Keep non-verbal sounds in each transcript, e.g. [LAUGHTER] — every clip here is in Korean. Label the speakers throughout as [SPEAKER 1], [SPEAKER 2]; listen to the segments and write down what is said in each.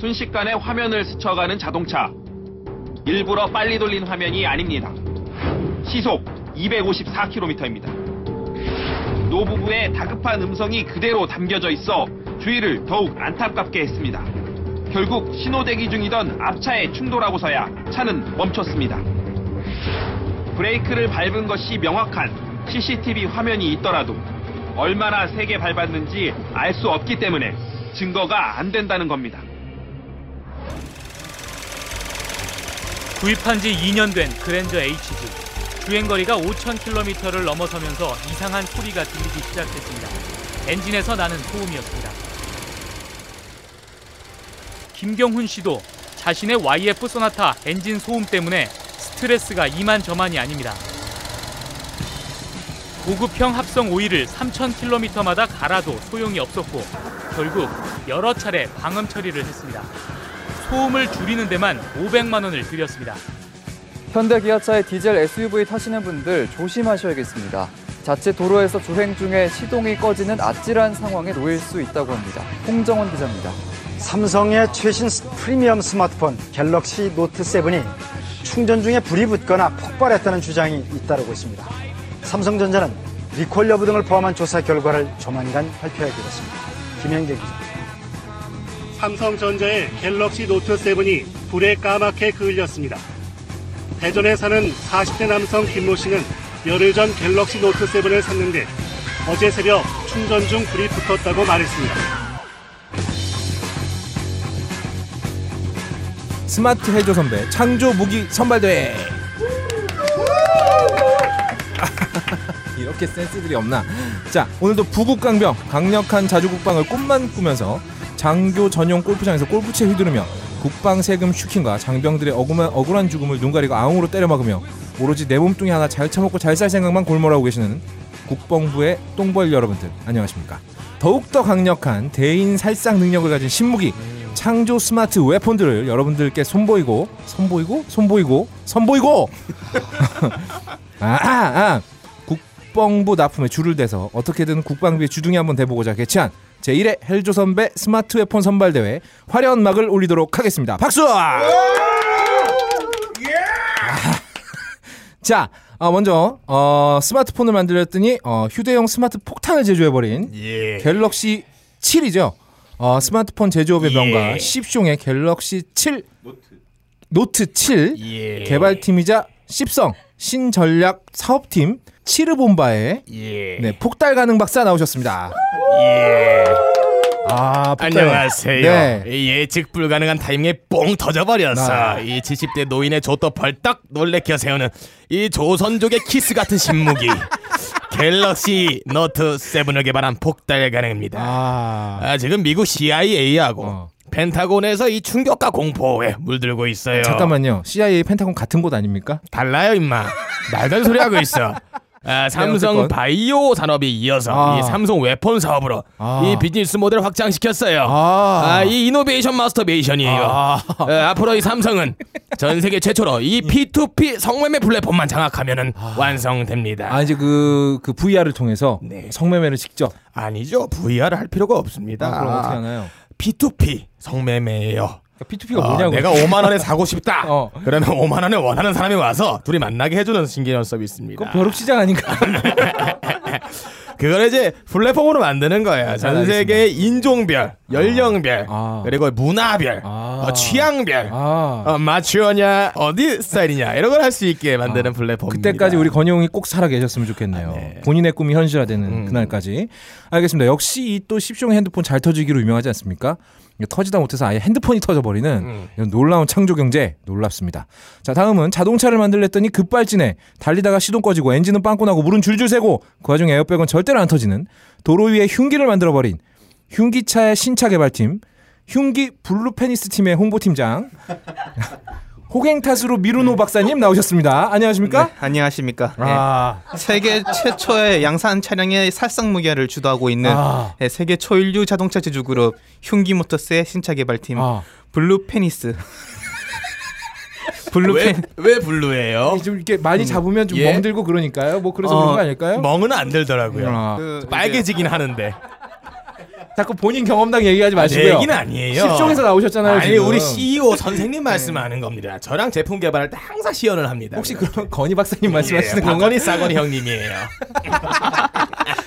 [SPEAKER 1] 순식간에 화면을 스쳐가는 자동차. 일부러 빨리 돌린 화면이 아닙니다. 시속 254km입니다. 노부부의 다급한 음성이 그대로 담겨져 있어 주의를 더욱 안타깝게 했습니다. 결국 신호대기 중이던 앞차에 충돌하고서야 차는 멈췄습니다. 브레이크를 밟은 것이 명확한 CCTV 화면이 있더라도 얼마나 세게 밟았는지 알 수 없기 때문에 증거가 안 된다는 겁니다.
[SPEAKER 2] 구입한 지 2년 된 그랜저 HG. 주행거리가 5,000km를 넘어서면서 이상한 소리가 들리기 시작했습니다. 엔진에서 나는 소음이었습니다. 김경훈 씨도 자신의 YF 소나타 엔진 소음 때문에 스트레스가 이만저만이 아닙니다. 고급형 합성 오일을 3,000km마다 갈아도 소용이 없었고 결국 여러 차례 방음 처리를 했습니다. 소음을 줄이는 데만 500만 원을 들였습니다.
[SPEAKER 3] 현대 기아차의 디젤 SUV 타시는 분들 조심하셔야겠습니다. 자체 도로에서 주행 중에 시동이 꺼지는 아찔한 상황에 놓일 수 있다고 합니다. 홍정원 기자입니다.
[SPEAKER 4] 삼성의 최신 스- 프리미엄 스마트폰 갤럭시 노트 7이 충전 중에 불이 붙거나 폭발했다는 주장이 잇따르고 있습니다. 삼성전자는 리콜 여부 등을 포함한 조사 결과를 조만간 발표하기로 했습니다. 김현계 기자.
[SPEAKER 5] 삼성전자의 갤럭시 노트 7이 불에 까맣게 그을렸습니다. 대전에 사는 40대 남성 김모 씨는 열흘 전 갤럭시 노트 7을 샀는데 어제 새벽 충전 중 불이 붙었다고 말했습니다.
[SPEAKER 6] 스마트 해조 선배 창조 무기 선발대회 이렇게 센스들이 없나 자 오늘도 부국강병 강력한 자주국방을 꿈만 꾸면서 장교 전용 골프장에서 골프채 휘두르며 국방 세금 슈킹과 장병들의 억울한, 억울한 죽음을 눈 가리고 앙으로 때려막으며 오로지 내 몸뚱이 하나 잘 처먹고 잘 살 생각만 골몰하고 계시는 국방부의 똥벌 여러분들 안녕하십니까 더욱더 강력한 대인 살상 능력을 가진 신무기 창조 스마트 웨폰들을 여러분들께 손보이고 손보이고 손보이고 손보이고 아, 아, 아. 국방부 납품에 줄을 대서 어떻게든 국방비에 주둥이 한번 대보고자 개최한 제1회 헬조 선배 스마트 웨폰 선발 대회 화려한 막을 올리도록 하겠습니다. 박수! 자, 아, 먼저 어, 스마트폰을 만들었더니 어, 휴대용 스마트 폭탄을 제조해버린 갤럭시 7이죠. 어, 스마트폰 제조업의 명가 십숑의 갤럭시 7 노트 7 개발팀이자 십성 신전략 사업팀 치르본바의
[SPEAKER 7] 예.
[SPEAKER 6] 네, 폭달 가능 박사 나오셨습니다. 아, 폭달.
[SPEAKER 7] 안녕하세요.
[SPEAKER 6] 네.
[SPEAKER 7] 예측 불가능한 타이밍에 뽕 터져버려서
[SPEAKER 6] 아.
[SPEAKER 7] 이 70대 노인의 조또 벌떡 놀래켜 세우는 이 조선족의 키스
[SPEAKER 6] [LAUGHS]
[SPEAKER 7] 같은 신무기 갤럭시 노트 7을 개발한 폭달 가능입니다.
[SPEAKER 6] 아.
[SPEAKER 7] 아, 지금 미국 CIA하고
[SPEAKER 6] 어.
[SPEAKER 7] 펜타곤에서 이 충격과 공포에 물들고 있어요.
[SPEAKER 6] 잠깐만요. CIA 펜타곤 같은 곳 아닙니까?
[SPEAKER 7] 달라요 임마 날달 소리하고 있어 아, 삼성
[SPEAKER 6] 어쨌건.
[SPEAKER 7] 바이오 산업이 이어서
[SPEAKER 6] 아.
[SPEAKER 7] 이 삼성 웨폰 사업으로
[SPEAKER 6] 아.
[SPEAKER 7] 이 비즈니스 모델을 확장시켰어요
[SPEAKER 6] 아.
[SPEAKER 7] 아, 이 이노베이션 마스터베이션이에요
[SPEAKER 6] 아.
[SPEAKER 7] 어, 앞으로 이 삼성은 전 세계 최초로 이
[SPEAKER 6] 음.
[SPEAKER 7] P2P 성매매 플랫폼만 장악하면 완성됩니다
[SPEAKER 6] 아, 이제 그, 그 VR을 통해서
[SPEAKER 7] 네.
[SPEAKER 6] 성매매를 직접.
[SPEAKER 7] 아. 니죠 VR 할 필요가 없습니다
[SPEAKER 6] 아, 그럼 어떻게 하나요?
[SPEAKER 7] P2P 성매매예요
[SPEAKER 6] 그러니까 P2P가
[SPEAKER 7] 어,
[SPEAKER 6] 뭐냐고.
[SPEAKER 7] 내가 5만 원에 사고 싶다.
[SPEAKER 6] 어.
[SPEAKER 7] 그러면 5만 원에 원하는 사람이 와서 둘이 만나게 해주는 신기한 서비스입니다.
[SPEAKER 6] 그건 뭐- 벼룩시장 아닌가?
[SPEAKER 7] [LAUGHS] 그걸 이제 플랫폼으로 만드는 거예요. 전
[SPEAKER 6] 알겠습니다.
[SPEAKER 7] 세계 인종별, 연령별,
[SPEAKER 6] 네, 아.
[SPEAKER 7] 그리고 문화별,
[SPEAKER 6] 아.
[SPEAKER 7] 어, 취향별,
[SPEAKER 6] 아.
[SPEAKER 7] 어, 마취어냐, 어디 스타일이냐 이런 걸 할 수 있게 만드는 플랫폼입니다.
[SPEAKER 6] 그때까지 우리 건영이 꼭 살아 계셨으면 좋겠네요. 본인의 꿈이 현실화되는 그날까지. 알겠습니다. 역시 이 또 십종 핸드폰 잘 터지기로 유명하지 않습니까? 이게 터지다 못해서 아예 핸드폰이 터져버리는 이런 놀라운 창조 경제 놀랍습니다. 자 다음은 자동차를 만들랬더니 급발진해 달리다가 시동 꺼지고 엔진은 빵꾸나고 물은 줄줄 새고 그 와중에 에어백은 절대로 안 터지는 도로 위에 흉기를 만들어버린 흉기차의 신차 개발팀 흉기 블루페니스 팀의 홍보팀장 [LAUGHS] 호갱 탓으로 미루노 박사님 나오셨습니다. 안녕하십니까?
[SPEAKER 8] 안녕하십니까.
[SPEAKER 6] 아.
[SPEAKER 7] 아.
[SPEAKER 8] 예. 세계 최초의 양산 차량의 살상 무게를 주도하고 있는
[SPEAKER 6] 아.
[SPEAKER 8] 예, 세계 초일류 자동차 제조 그룹 흉기 모터스의 신차 개발팀
[SPEAKER 6] 아.
[SPEAKER 8] 블루 페니스. 블루
[SPEAKER 7] 왜,
[SPEAKER 8] 페
[SPEAKER 7] 왜 블루예요?
[SPEAKER 6] 좀 이렇게 많이 잡으면 좀
[SPEAKER 7] 예?
[SPEAKER 6] 멍들고 그러니까요. 뭐 그래서
[SPEAKER 8] 어,
[SPEAKER 6] 그런 거 아닐까요?
[SPEAKER 7] 멍은 안 들더라고요.
[SPEAKER 6] 아.
[SPEAKER 8] 그,
[SPEAKER 7] 빨개지긴 하는데
[SPEAKER 6] 자꾸 본인 경험담 얘기하지 마시고요.
[SPEAKER 7] 아, 얘기는 아니에요.
[SPEAKER 6] 10종에서 나오셨잖아요.
[SPEAKER 7] 아니
[SPEAKER 6] 지금. 네.
[SPEAKER 7] 우리
[SPEAKER 6] [LAUGHS]
[SPEAKER 7] CEO 선생님 말씀하는 겁니다. 저랑 제품 개발할 때 항상 시연을 합니다.
[SPEAKER 6] 혹시 그럼 건희 박사님 [LAUGHS] 말씀하시는
[SPEAKER 7] 예,
[SPEAKER 6] 건가요?
[SPEAKER 7] 박건희 싸건희 형님이에요.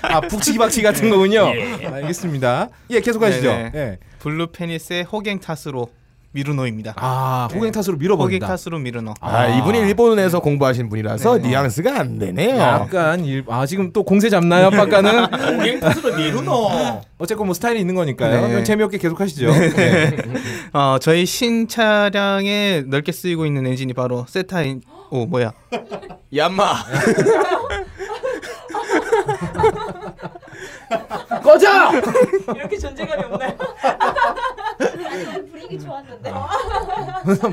[SPEAKER 6] 아 북치기 박치기 같은 거군요.
[SPEAKER 7] 예.
[SPEAKER 6] 알겠습니다. 예 계속 하시죠.
[SPEAKER 8] 네네.
[SPEAKER 6] 예.
[SPEAKER 8] 블루 페니스의 호갱 탓으로 미루노입니다.
[SPEAKER 6] 아 호갱 탓으로
[SPEAKER 8] 호갱
[SPEAKER 6] 밀어버린다.
[SPEAKER 8] 탓으로 미루노.
[SPEAKER 7] 아, 네. 이분이 일본에서 공부하신 분이라서 뉘앙스가 안 되네요.
[SPEAKER 6] 약간 일, 아 지금 또 공세 잡나요? 빡가는
[SPEAKER 7] [LAUGHS] 고객 탓으로 미루노.
[SPEAKER 6] 어쨌건 뭐 스타일이 있는 거니까요.
[SPEAKER 8] 네.
[SPEAKER 6] 그럼 재미없게 계속 하시죠. 네. [LAUGHS]
[SPEAKER 8] 어, 저희 신차량에 넓게 쓰이고 있는 엔진이 바로 세타인. 오 뭐야?
[SPEAKER 7] 얌마.
[SPEAKER 6] 꺼져!
[SPEAKER 9] 이렇게 존재감이 없나요? 분위기 좋았는데.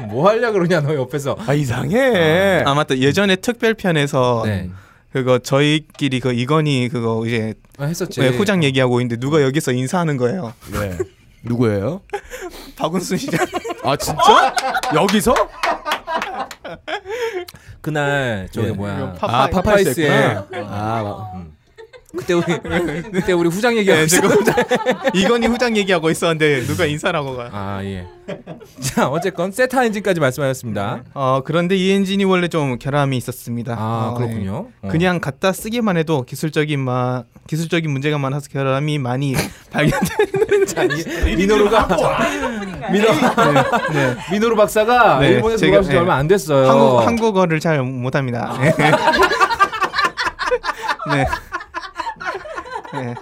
[SPEAKER 6] 뭐 하려 그러냐 너 옆에서.
[SPEAKER 7] 아 이상해.
[SPEAKER 8] 아 맞다 예전에 특별편에서
[SPEAKER 6] 네.
[SPEAKER 8] 그거 저희끼리 그 이건희 그거 이제
[SPEAKER 6] 아, 했었지.
[SPEAKER 8] 왜 후장 얘기하고 있는데 누가 여기서 인사하는 거예요.
[SPEAKER 7] 네. 누구예요?
[SPEAKER 8] 박은순 시장.
[SPEAKER 7] 아 진짜? 여기서?
[SPEAKER 6] 그날 저기
[SPEAKER 7] 예.
[SPEAKER 6] 뭐야.
[SPEAKER 8] 파파이.
[SPEAKER 6] 아 파파이스에.
[SPEAKER 7] 파파이스였구나. 아,
[SPEAKER 6] 음. 그때 [LAUGHS] 우리 그때 우리 후장 얘기하고
[SPEAKER 8] 네, 지금
[SPEAKER 6] 있었고.
[SPEAKER 8] 이건희 후장 얘기하고 있었는데 누가 인사라고 가.
[SPEAKER 6] 아 예. [LAUGHS] 자 어쨌건 세타 엔진까지 말씀하셨습니다.
[SPEAKER 8] 어 그런데 이 엔진이 원래 좀 결함이 있었습니다.
[SPEAKER 6] 네. 아
[SPEAKER 8] 어,
[SPEAKER 6] 그렇군요.
[SPEAKER 8] 예.
[SPEAKER 6] 어.
[SPEAKER 8] 그냥 갖다 쓰기만 해도 기술적인 마 기술적인 문제가 많아서 결함이 많이 [LAUGHS] 발견되는
[SPEAKER 6] [LAUGHS] 미노루가 미노
[SPEAKER 8] 네.
[SPEAKER 6] 미노루 박사가
[SPEAKER 8] 네,
[SPEAKER 6] 일본에서
[SPEAKER 8] 제가-
[SPEAKER 6] 돌아온 지
[SPEAKER 8] 네.
[SPEAKER 6] 얼마 안 됐어요. 아.
[SPEAKER 8] 한국 한국어를 잘 못합니다. 네. 네. 네.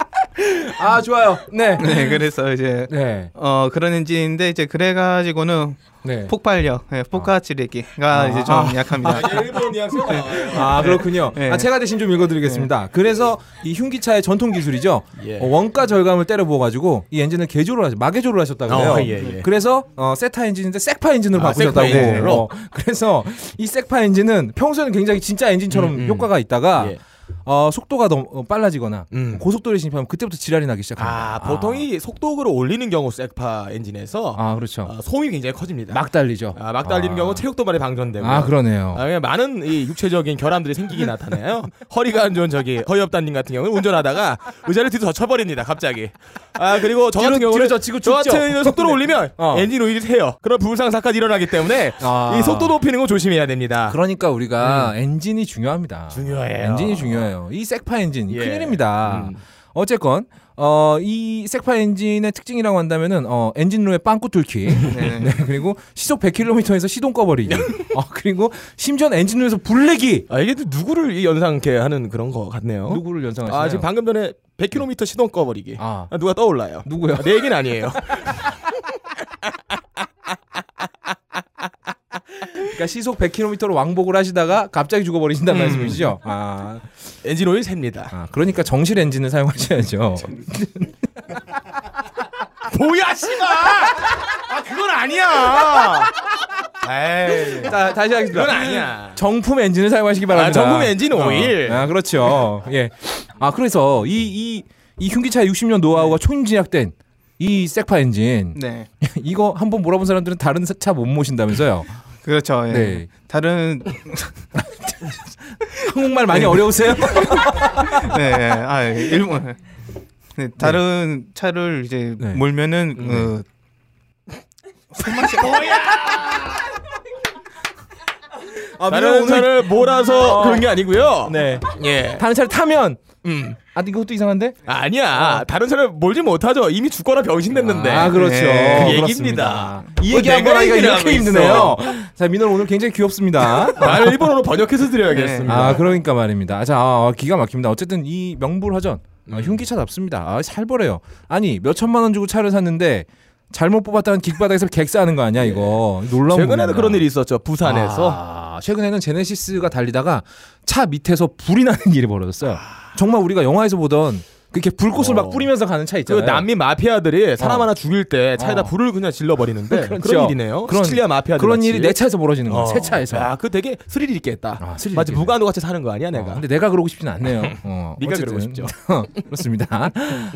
[SPEAKER 6] 아 좋아요. 네.
[SPEAKER 8] 네, 그래서 이제
[SPEAKER 6] 네.
[SPEAKER 8] 어 그런 엔진인데 이제 그래가지고는
[SPEAKER 6] 네.
[SPEAKER 8] 폭발력, 예, 포카치레기가 이제 좀
[SPEAKER 6] 아.
[SPEAKER 8] 약합니다.
[SPEAKER 7] 일본 뉘앙스가 나와요.
[SPEAKER 6] 아 그렇군요.
[SPEAKER 8] 네.
[SPEAKER 6] 아, 제가 대신 좀 읽어드리겠습니다. 그래서 이 흉기차의 전통 기술이죠.
[SPEAKER 7] 네. 예.
[SPEAKER 6] 어, 원가 절감을 때려 부어가지고 이 엔진을 개조를 하죠. 마개조를 하셨다고 해요.
[SPEAKER 7] 어, 예, 예.
[SPEAKER 6] 그래서 어, 세타 엔진인데 색파 엔진으로
[SPEAKER 7] 아,
[SPEAKER 6] 바꾸셨다고.
[SPEAKER 7] 색파 엔진으로?
[SPEAKER 6] 어, 그래서 이 색파 엔진은 평소에는 굉장히 진짜 엔진처럼
[SPEAKER 7] 음, 음.
[SPEAKER 6] 효과가 있다가
[SPEAKER 7] 예.
[SPEAKER 6] 어, 속도가 너무 어, 빨라지거나
[SPEAKER 7] 음.
[SPEAKER 6] 고속도로에 진입하면 그때부터 지랄이 나기 시작합니다.
[SPEAKER 7] 아 보통 이 속도를 올리는 경우 셀파 엔진에서
[SPEAKER 6] 아 그렇죠.
[SPEAKER 7] 어, 소음이 굉장히 커집니다.
[SPEAKER 6] 막 달리죠.
[SPEAKER 7] 아, 막 달리는
[SPEAKER 6] 아.
[SPEAKER 7] 경우 체력도 많이 방전되고.
[SPEAKER 6] 아 그러네요.
[SPEAKER 7] 아, 그냥 많은 이 육체적인 결함들이 생기긴 나타나요. [LAUGHS] 허리가 안 좋은 저기 허위업단님 같은 경우는 운전하다가 의자를 뒤로 젖혀버립니다. 갑자기. 아 그리고 저 같은
[SPEAKER 6] 뒤로-
[SPEAKER 7] 경우는
[SPEAKER 6] 뒤로 젖히고
[SPEAKER 7] 저 같은
[SPEAKER 6] 죽죠.
[SPEAKER 7] 경우는
[SPEAKER 6] [LAUGHS]
[SPEAKER 7] 속도를 올리면
[SPEAKER 6] 어.
[SPEAKER 7] 엔진 오일이 새요. 그런 불상사까지 일어나기 때문에
[SPEAKER 6] 아.
[SPEAKER 7] 이 속도 높이는 거 조심해야 됩니다.
[SPEAKER 6] 그러니까 우리가 엔진이 중요합니다.
[SPEAKER 7] 중요해요.
[SPEAKER 6] 엔진이 중요해요. 이 색파 엔진
[SPEAKER 7] 예.
[SPEAKER 6] 큰일입니다.
[SPEAKER 7] 음.
[SPEAKER 6] 어쨌건 어, 이 색파 엔진의 특징이라고 한다면은 어, 엔진룸의 빵꾸 뚫기, [LAUGHS] 네. 그리고 시속 100km에서 시동 [LAUGHS] 꺼버리기, 어, 그리고 심지어 는 엔진룸에서 불내기. 어?
[SPEAKER 7] 아 이게 또 누구를 이 연상케 하는 그런 거 같네요.
[SPEAKER 6] 누구를 연상하시나요?
[SPEAKER 7] 아 지금 방금 전에 100km 시동 꺼버리기.
[SPEAKER 6] 아.
[SPEAKER 7] 아, 누가 떠올라요?
[SPEAKER 6] 누구요?
[SPEAKER 7] 아, 내 얘기는 아니에요.
[SPEAKER 6] 그러니까 시속 100km로 왕복을 하시다가 갑자기 죽어버리신다는 말씀이시죠? 아,
[SPEAKER 7] 엔진 오일 셉니다.
[SPEAKER 6] 아, 그러니까 정실 엔진을 [LAUGHS] 사용하셔야죠.
[SPEAKER 7] 뭐야 씨발! 아 그건 아니야.
[SPEAKER 6] 예.
[SPEAKER 7] 에이.
[SPEAKER 8] 예.
[SPEAKER 6] 자, 다시 하겠습니다.
[SPEAKER 7] 그건 아니야.
[SPEAKER 6] 정품 엔진을 사용하시기 바랍니다.
[SPEAKER 7] 아, 정품 엔진 오일.
[SPEAKER 6] 어, 아, 그렇죠. 예. 아, 그래서 이, 이, 이 흉기차의 60년
[SPEAKER 7] 네.
[SPEAKER 6] 노하우가 총진약된 이 색파 엔진.
[SPEAKER 8] 네,
[SPEAKER 6] 이거 한번 몰아본 사람들은 다른 차 못 모신다면서요.
[SPEAKER 7] [LAUGHS]
[SPEAKER 8] 그렇죠. 예.
[SPEAKER 6] 네.
[SPEAKER 8] 다른
[SPEAKER 6] 한국말 많이 어려우세요?
[SPEAKER 8] 네, 예. 아 예. 일본. 네, 다른 차를 이제
[SPEAKER 6] 네.
[SPEAKER 8] 몰면은 어,
[SPEAKER 6] 아, 어.
[SPEAKER 7] 다른 차를 몰아서 그런 게 아니고요.
[SPEAKER 6] 네.
[SPEAKER 7] 예.
[SPEAKER 6] 다른 차를 타면
[SPEAKER 7] 음.
[SPEAKER 6] 아, 이것도 이상한데?
[SPEAKER 7] 아니야. 다른 차를 몰지 못하죠. 이미 죽거나 병신됐는데.
[SPEAKER 6] 어. 아, 그렇죠.
[SPEAKER 8] 네,
[SPEAKER 7] 그
[SPEAKER 6] 그렇습니다.
[SPEAKER 7] 얘기입니다.
[SPEAKER 6] 이
[SPEAKER 7] 뭐
[SPEAKER 6] 얘기 한번
[SPEAKER 7] 내가
[SPEAKER 6] 하기가
[SPEAKER 7] 얘기를 하고
[SPEAKER 6] 이렇게 힘드네요. 자, 민호 오늘 굉장히 귀엽습니다.
[SPEAKER 7] 말을 일본어로 번역해서 드려야겠습니다.
[SPEAKER 6] 아 그러니까 말입니다. 자 아, 기가 막힙니다. 어쨌든 이 명불허전
[SPEAKER 7] 음.
[SPEAKER 6] 아, 흉기차답습니다. 아, 살벌해요. 아니 몇 천만 원 주고 차를 샀는데 잘못 뽑았다는 객바닥에서 객사하는 거 아니야 이거 놀라운
[SPEAKER 7] 예. 최근에도
[SPEAKER 6] 부분이다.
[SPEAKER 7] 그런 일이 있었죠. 부산에서.
[SPEAKER 6] 아, 최근에는 제네시스가 달리다가 차 밑에서 불이 나는 [LAUGHS] 일이 벌어졌어요. 정말 우리가 영화에서 보던 그렇게 불꽃을 막
[SPEAKER 7] 어.
[SPEAKER 6] 뿌리면서 가는 차
[SPEAKER 7] 그
[SPEAKER 6] 있잖아요.
[SPEAKER 7] 남미 마피아들이 사람
[SPEAKER 6] 어.
[SPEAKER 7] 하나 죽일 때 차에다
[SPEAKER 6] 어.
[SPEAKER 7] 불을 그냥 질러 버리는데
[SPEAKER 6] [LAUGHS]
[SPEAKER 7] 그런
[SPEAKER 6] 그렇죠.
[SPEAKER 7] 일이네요.
[SPEAKER 6] 그런-
[SPEAKER 7] 시칠리아 마피아들
[SPEAKER 6] 그런
[SPEAKER 7] 같이.
[SPEAKER 6] 일이 내 차에서 벌어지는 거야.
[SPEAKER 7] 어.
[SPEAKER 6] 새 차에서.
[SPEAKER 7] 야, 그 되게 스릴 있게 했다.
[SPEAKER 6] 아, 스릴
[SPEAKER 7] 마치
[SPEAKER 6] 있게
[SPEAKER 7] 무관도 같이 사는 거 아니야, 내가.
[SPEAKER 6] 어, 근데 내가 그러고 싶진
[SPEAKER 7] [LAUGHS]
[SPEAKER 6] 않네요. 어,
[SPEAKER 7] 네가 그러고
[SPEAKER 6] 어쨌든.
[SPEAKER 7] 싶죠.
[SPEAKER 6] [LAUGHS] 그렇습니다.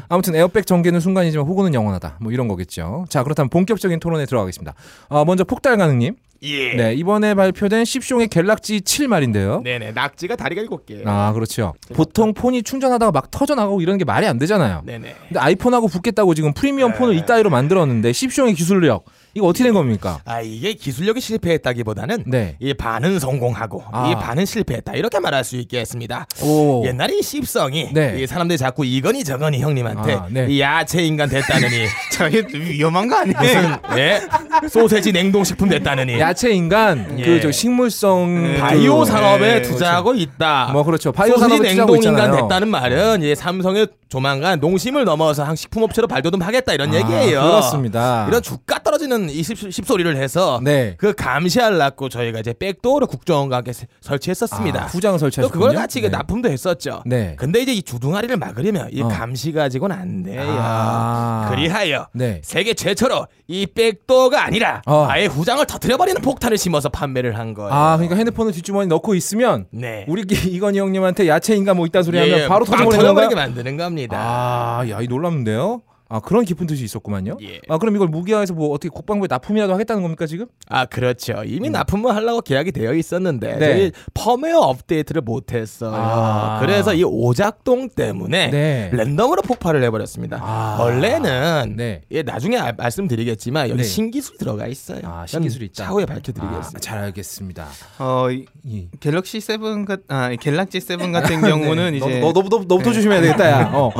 [SPEAKER 6] 아무튼 에어백 전개는 순간이지만 호구는 영원하다. 뭐 이런 거겠죠. 자 그렇다면 본격적인 토론에 들어가겠습니다. 어, 먼저 폭달 가능님
[SPEAKER 7] 예.
[SPEAKER 6] 네, 이번에 발표된 10쇼의 갤럭시 7 말인데요.
[SPEAKER 7] 네네. 낙지가 다리가 일곱 개.
[SPEAKER 6] 아, 그렇죠. 보통 폰이 충전하다가 막 터져나가고 이런 게 말이 안 되잖아요.
[SPEAKER 7] 네네. 네.
[SPEAKER 6] 근데 아이폰하고 붙겠다고 지금 프리미엄 폰을 이따위로 만들었는데 10쇼의 기술력 이거 어떻게 된 겁니까?
[SPEAKER 7] 아 이게 기술력이 실패했다기보다는
[SPEAKER 6] 네.
[SPEAKER 7] 이 반은 성공하고
[SPEAKER 6] 아.
[SPEAKER 7] 이 반은 실패했다 이렇게 말할 수 있겠습니다.
[SPEAKER 6] 오.
[SPEAKER 7] 옛날에 이 씹성이
[SPEAKER 6] 네.
[SPEAKER 7] 이 사람들이 자꾸 이거니 저거니 형님한테
[SPEAKER 6] 아, 네.
[SPEAKER 7] 이 야채 인간 됐다느니
[SPEAKER 8] [LAUGHS] 저게 위험한 거 아니에요?
[SPEAKER 7] 무슨 예? 소세지 냉동식품 됐다느니
[SPEAKER 6] 야채 인간
[SPEAKER 7] 예. 음.
[SPEAKER 6] 그 저 식물성
[SPEAKER 7] 바이오
[SPEAKER 6] 그-
[SPEAKER 7] 산업에
[SPEAKER 6] 예,
[SPEAKER 7] 투자하고 있다.
[SPEAKER 6] 그렇죠. 뭐 그렇죠. 바이오
[SPEAKER 7] 소세지
[SPEAKER 6] 산업에 투자하고
[SPEAKER 7] 냉동 인간
[SPEAKER 6] 있잖아요.
[SPEAKER 7] 됐다는 말은 예, 삼성이 조만간 농심을 넘어서 한 식품업체로 발돋움하겠다 이런 얘기예요.
[SPEAKER 6] 아, 그렇습니다.
[SPEAKER 7] 이런 주가 떨어지는 이 씹- 씹소리를 해서
[SPEAKER 6] 네.
[SPEAKER 7] 그 감시하려고 저희가 이제 백도어로 국정원과 함께 세-
[SPEAKER 6] 아,
[SPEAKER 7] 설치했었습니다.
[SPEAKER 6] 후장을
[SPEAKER 7] 또
[SPEAKER 6] 설치하셨군요.
[SPEAKER 7] 그걸 같이 그
[SPEAKER 6] 네.
[SPEAKER 7] 납품도 했었죠.
[SPEAKER 6] 네.
[SPEAKER 7] 근데 이제 이 주둥아리를 막으려면 이
[SPEAKER 6] 어.
[SPEAKER 7] 감시 가지고는 안 돼요.
[SPEAKER 6] 아.
[SPEAKER 7] 그리하여
[SPEAKER 6] 네.
[SPEAKER 7] 세계 최초로 이 백도어가 아니라
[SPEAKER 6] 어.
[SPEAKER 7] 아예 후장을 터트려버리는 폭탄을 심어서 판매를 한 거예요.
[SPEAKER 6] 아 그러니까 핸드폰을 뒷주머니 넣고 있으면
[SPEAKER 7] 네.
[SPEAKER 6] 우리 이건희 형님한테 야채 인간 뭐 이딴 소리 하면 바로
[SPEAKER 7] 빵
[SPEAKER 6] 터져버리는
[SPEAKER 7] 예, 터져버리게
[SPEAKER 6] 건가요?
[SPEAKER 7] 만드는 겁니다.
[SPEAKER 6] 아야이 놀랍는데요. 아 그런 깊은 뜻이 있었구만요.
[SPEAKER 7] 예.
[SPEAKER 6] 아 그럼 이걸 무기화해서 뭐 어떻게 국방부에 납품이라도 하겠다는 겁니까 지금?
[SPEAKER 7] 아 그렇죠. 이미 납품을 하려고 계약이 되어 있었는데
[SPEAKER 6] 음. 네.
[SPEAKER 7] 저희 펌웨어 업데이트를 못했어요.
[SPEAKER 6] 아.
[SPEAKER 7] 그래서 이 오작동 때문에
[SPEAKER 6] 네.
[SPEAKER 7] 랜덤으로 폭발을 해버렸습니다.
[SPEAKER 6] 아.
[SPEAKER 7] 원래는
[SPEAKER 6] 네.
[SPEAKER 7] 예, 나중에 아- 말씀드리겠지만
[SPEAKER 6] 네.
[SPEAKER 7] 여기 신기술이 들어가 있어요.
[SPEAKER 6] 아 신기술이 있다.
[SPEAKER 7] 차후에 밝혀드리겠습니다.
[SPEAKER 6] 아, 잘 알겠습니다.
[SPEAKER 8] 어, 이-
[SPEAKER 6] 예.
[SPEAKER 8] 갤럭시 세븐 같, 아, 갤럭시 세븐
[SPEAKER 6] [LAUGHS]
[SPEAKER 8] 같은 경우는 이제
[SPEAKER 6] 네. 너너너너부터 조심해야 되겠다 야. 어.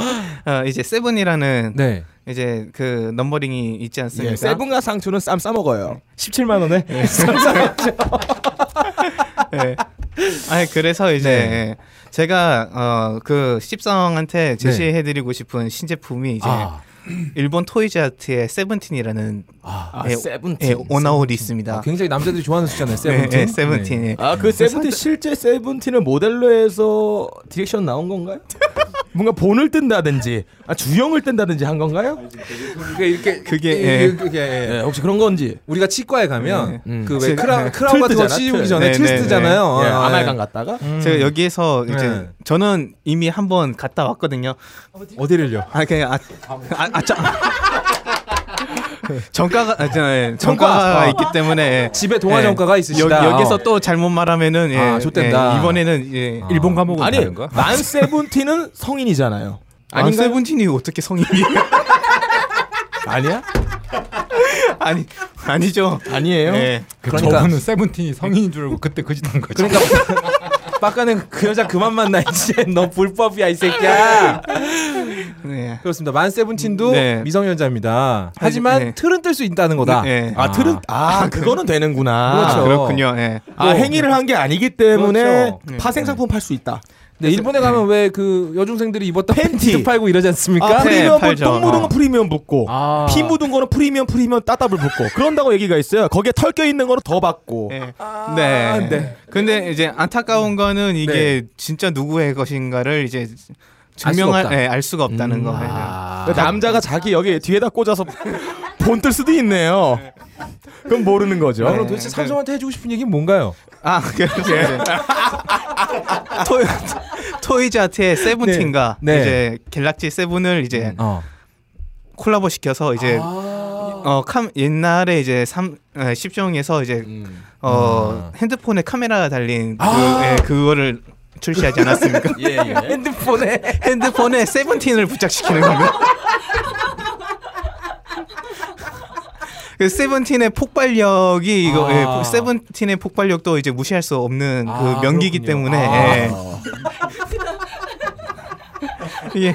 [SPEAKER 8] 어, 이제 세븐이라는
[SPEAKER 6] 네.
[SPEAKER 8] 이제 그 넘버링이 있지 않습니까?
[SPEAKER 7] 예, 세븐과 상추는 쌈 싸먹어요.
[SPEAKER 6] 17만 네. 원에
[SPEAKER 8] 예. 아니 그래서 이제
[SPEAKER 6] 네.
[SPEAKER 8] 제가 어그 십성한테 제시해드리고 싶은 신제품이 이제
[SPEAKER 6] 아.
[SPEAKER 8] 일본 토이자트의 세븐틴이라는
[SPEAKER 7] 아,
[SPEAKER 8] 예,
[SPEAKER 7] 세븐틴.
[SPEAKER 8] 예, 오나홀이 있습니다.
[SPEAKER 6] 아, 굉장히 남자들이 좋아하는 숫자네. 세븐틴.
[SPEAKER 8] 네, 예, 세븐틴. 예.
[SPEAKER 7] 아 그 세븐틴 실제 세븐틴을 모델로 해서 디렉션 나온 건가요? [LAUGHS] 뭔가 본을 뜬다든지 아, 주형을 뜬다든지 한 건가요?
[SPEAKER 6] 그게 이렇게
[SPEAKER 8] 그게,
[SPEAKER 6] 예,
[SPEAKER 8] 예.
[SPEAKER 6] 그게 예.
[SPEAKER 7] 예, 혹시 그런 건지
[SPEAKER 6] 우리가 치과에 가면
[SPEAKER 7] 음.
[SPEAKER 6] 그 왜
[SPEAKER 8] 제가-
[SPEAKER 6] 크라
[SPEAKER 8] 네.
[SPEAKER 6] 크라운 같은 거
[SPEAKER 7] 트위스트잖아,
[SPEAKER 6] 씌우기
[SPEAKER 7] 트위스트.
[SPEAKER 6] 전에
[SPEAKER 8] 네,
[SPEAKER 6] 트위스트잖아요.
[SPEAKER 7] 예,
[SPEAKER 6] 아,
[SPEAKER 7] 아말강 갔다가
[SPEAKER 8] 제가 여기에서 이제
[SPEAKER 6] 네.
[SPEAKER 8] 저는 이미 한번 갔다 왔거든요.
[SPEAKER 6] 어디를요?
[SPEAKER 8] 아 그냥 아, 아, 아 저, [LAUGHS] 정가가 아, 저, 예,
[SPEAKER 6] 정가.
[SPEAKER 8] 정가가
[SPEAKER 6] 아.
[SPEAKER 8] 있기 때문에
[SPEAKER 6] 집에 동화
[SPEAKER 8] 예,
[SPEAKER 6] 정가가 있으시다.
[SPEAKER 8] 여, 여기서
[SPEAKER 6] 어.
[SPEAKER 8] 또 잘못 말하면은 예,
[SPEAKER 6] 아, 좆된다.
[SPEAKER 8] 예, 이번에는 예,
[SPEAKER 6] 일본 감옥은
[SPEAKER 7] 아니
[SPEAKER 6] 다른가?
[SPEAKER 7] 난 세븐틴은 성인이잖아요.
[SPEAKER 8] 아니
[SPEAKER 7] 아닌가요?
[SPEAKER 8] 세븐틴이 어떻게 성인이에요? [LAUGHS]
[SPEAKER 7] 아니야?
[SPEAKER 8] 아니 아니죠.
[SPEAKER 6] 어?
[SPEAKER 7] 아니에요.
[SPEAKER 8] 예.
[SPEAKER 6] 그러니까
[SPEAKER 10] 세븐틴이 성인인 줄 알고 그때 그 짓 한 거지.
[SPEAKER 6] 빡가는 그 여자 그만 만나 이제 너 불법이야 이 새끼야.
[SPEAKER 8] 네.
[SPEAKER 6] 그렇습니다. 만 세븐틴도
[SPEAKER 8] 네.
[SPEAKER 6] 미성년자입니다. 하지만
[SPEAKER 8] 네.
[SPEAKER 6] 틀은 뜰 수 있다는 거다.
[SPEAKER 8] 네.
[SPEAKER 7] 아 틀은 아 그거는 되는구나.
[SPEAKER 6] 그렇죠.
[SPEAKER 8] 아, 그렇군요. 예.
[SPEAKER 7] 아 행위를 한 게 아니기 때문에
[SPEAKER 6] 그렇죠.
[SPEAKER 7] 파생상품 팔 수 있다.
[SPEAKER 6] 네, 일본에 가면 왜 그 여중생들이 입었던
[SPEAKER 7] 팬티.
[SPEAKER 6] 팬티 팔고 이러지 않습니까?
[SPEAKER 7] 아,
[SPEAKER 8] 네,
[SPEAKER 7] 프리미엄
[SPEAKER 8] 팔죠.
[SPEAKER 7] 똥 묻은 건
[SPEAKER 8] 어.
[SPEAKER 7] 프리미엄 붓고
[SPEAKER 6] 아.
[SPEAKER 7] 피 묻은 거는 프리미엄 프리미엄 따따블 붓고 그런다고 얘기가 있어요. 거기에 털 껴 있는 거는 더 받고.
[SPEAKER 8] 네. 네.
[SPEAKER 6] 네.
[SPEAKER 8] 근데 이제 안타까운 거는 이게 진짜 누구의 것인가를 이제
[SPEAKER 6] 알 수가
[SPEAKER 8] 증명할
[SPEAKER 6] 없다. 음, 아.
[SPEAKER 8] 예, 알 수가 없다는 거예요.
[SPEAKER 7] 그 남자가 자기 여기 뒤에다 꽂아서 [LAUGHS] 본 뜰 수도 있네요. 그럼 모르는 거죠.
[SPEAKER 6] 아, 그럼 도대체 삼성한테 해주고 싶은 얘기는 뭔가요?
[SPEAKER 8] 아, 그래서 이제 토이 토이자트의 세븐틴과
[SPEAKER 6] 네. 네.
[SPEAKER 8] 이제 갤럭시 세븐을 이제
[SPEAKER 6] 어.
[SPEAKER 8] 콜라보 시켜서 이제
[SPEAKER 6] 아.
[SPEAKER 8] 어 캄, 옛날에 이제 삼 에, 십종에서 이제
[SPEAKER 6] 음. 아.
[SPEAKER 8] 어 핸드폰에 카메라 달린 그, 예, 그거를
[SPEAKER 6] [LAUGHS]
[SPEAKER 8] 출시하지 않았습니까?
[SPEAKER 7] 예, 예.
[SPEAKER 6] 네.
[SPEAKER 8] 핸드폰에 핸드폰에 세븐틴을 부착시키는 건가? 그 세븐틴의 폭발력이 이거
[SPEAKER 6] 아.
[SPEAKER 8] 예, 세븐틴의 폭발력도 이제 무시할 수 없는
[SPEAKER 6] 아,
[SPEAKER 8] 그 명기이기
[SPEAKER 6] 그렇군요. 아.
[SPEAKER 8] 때문에 예. 예.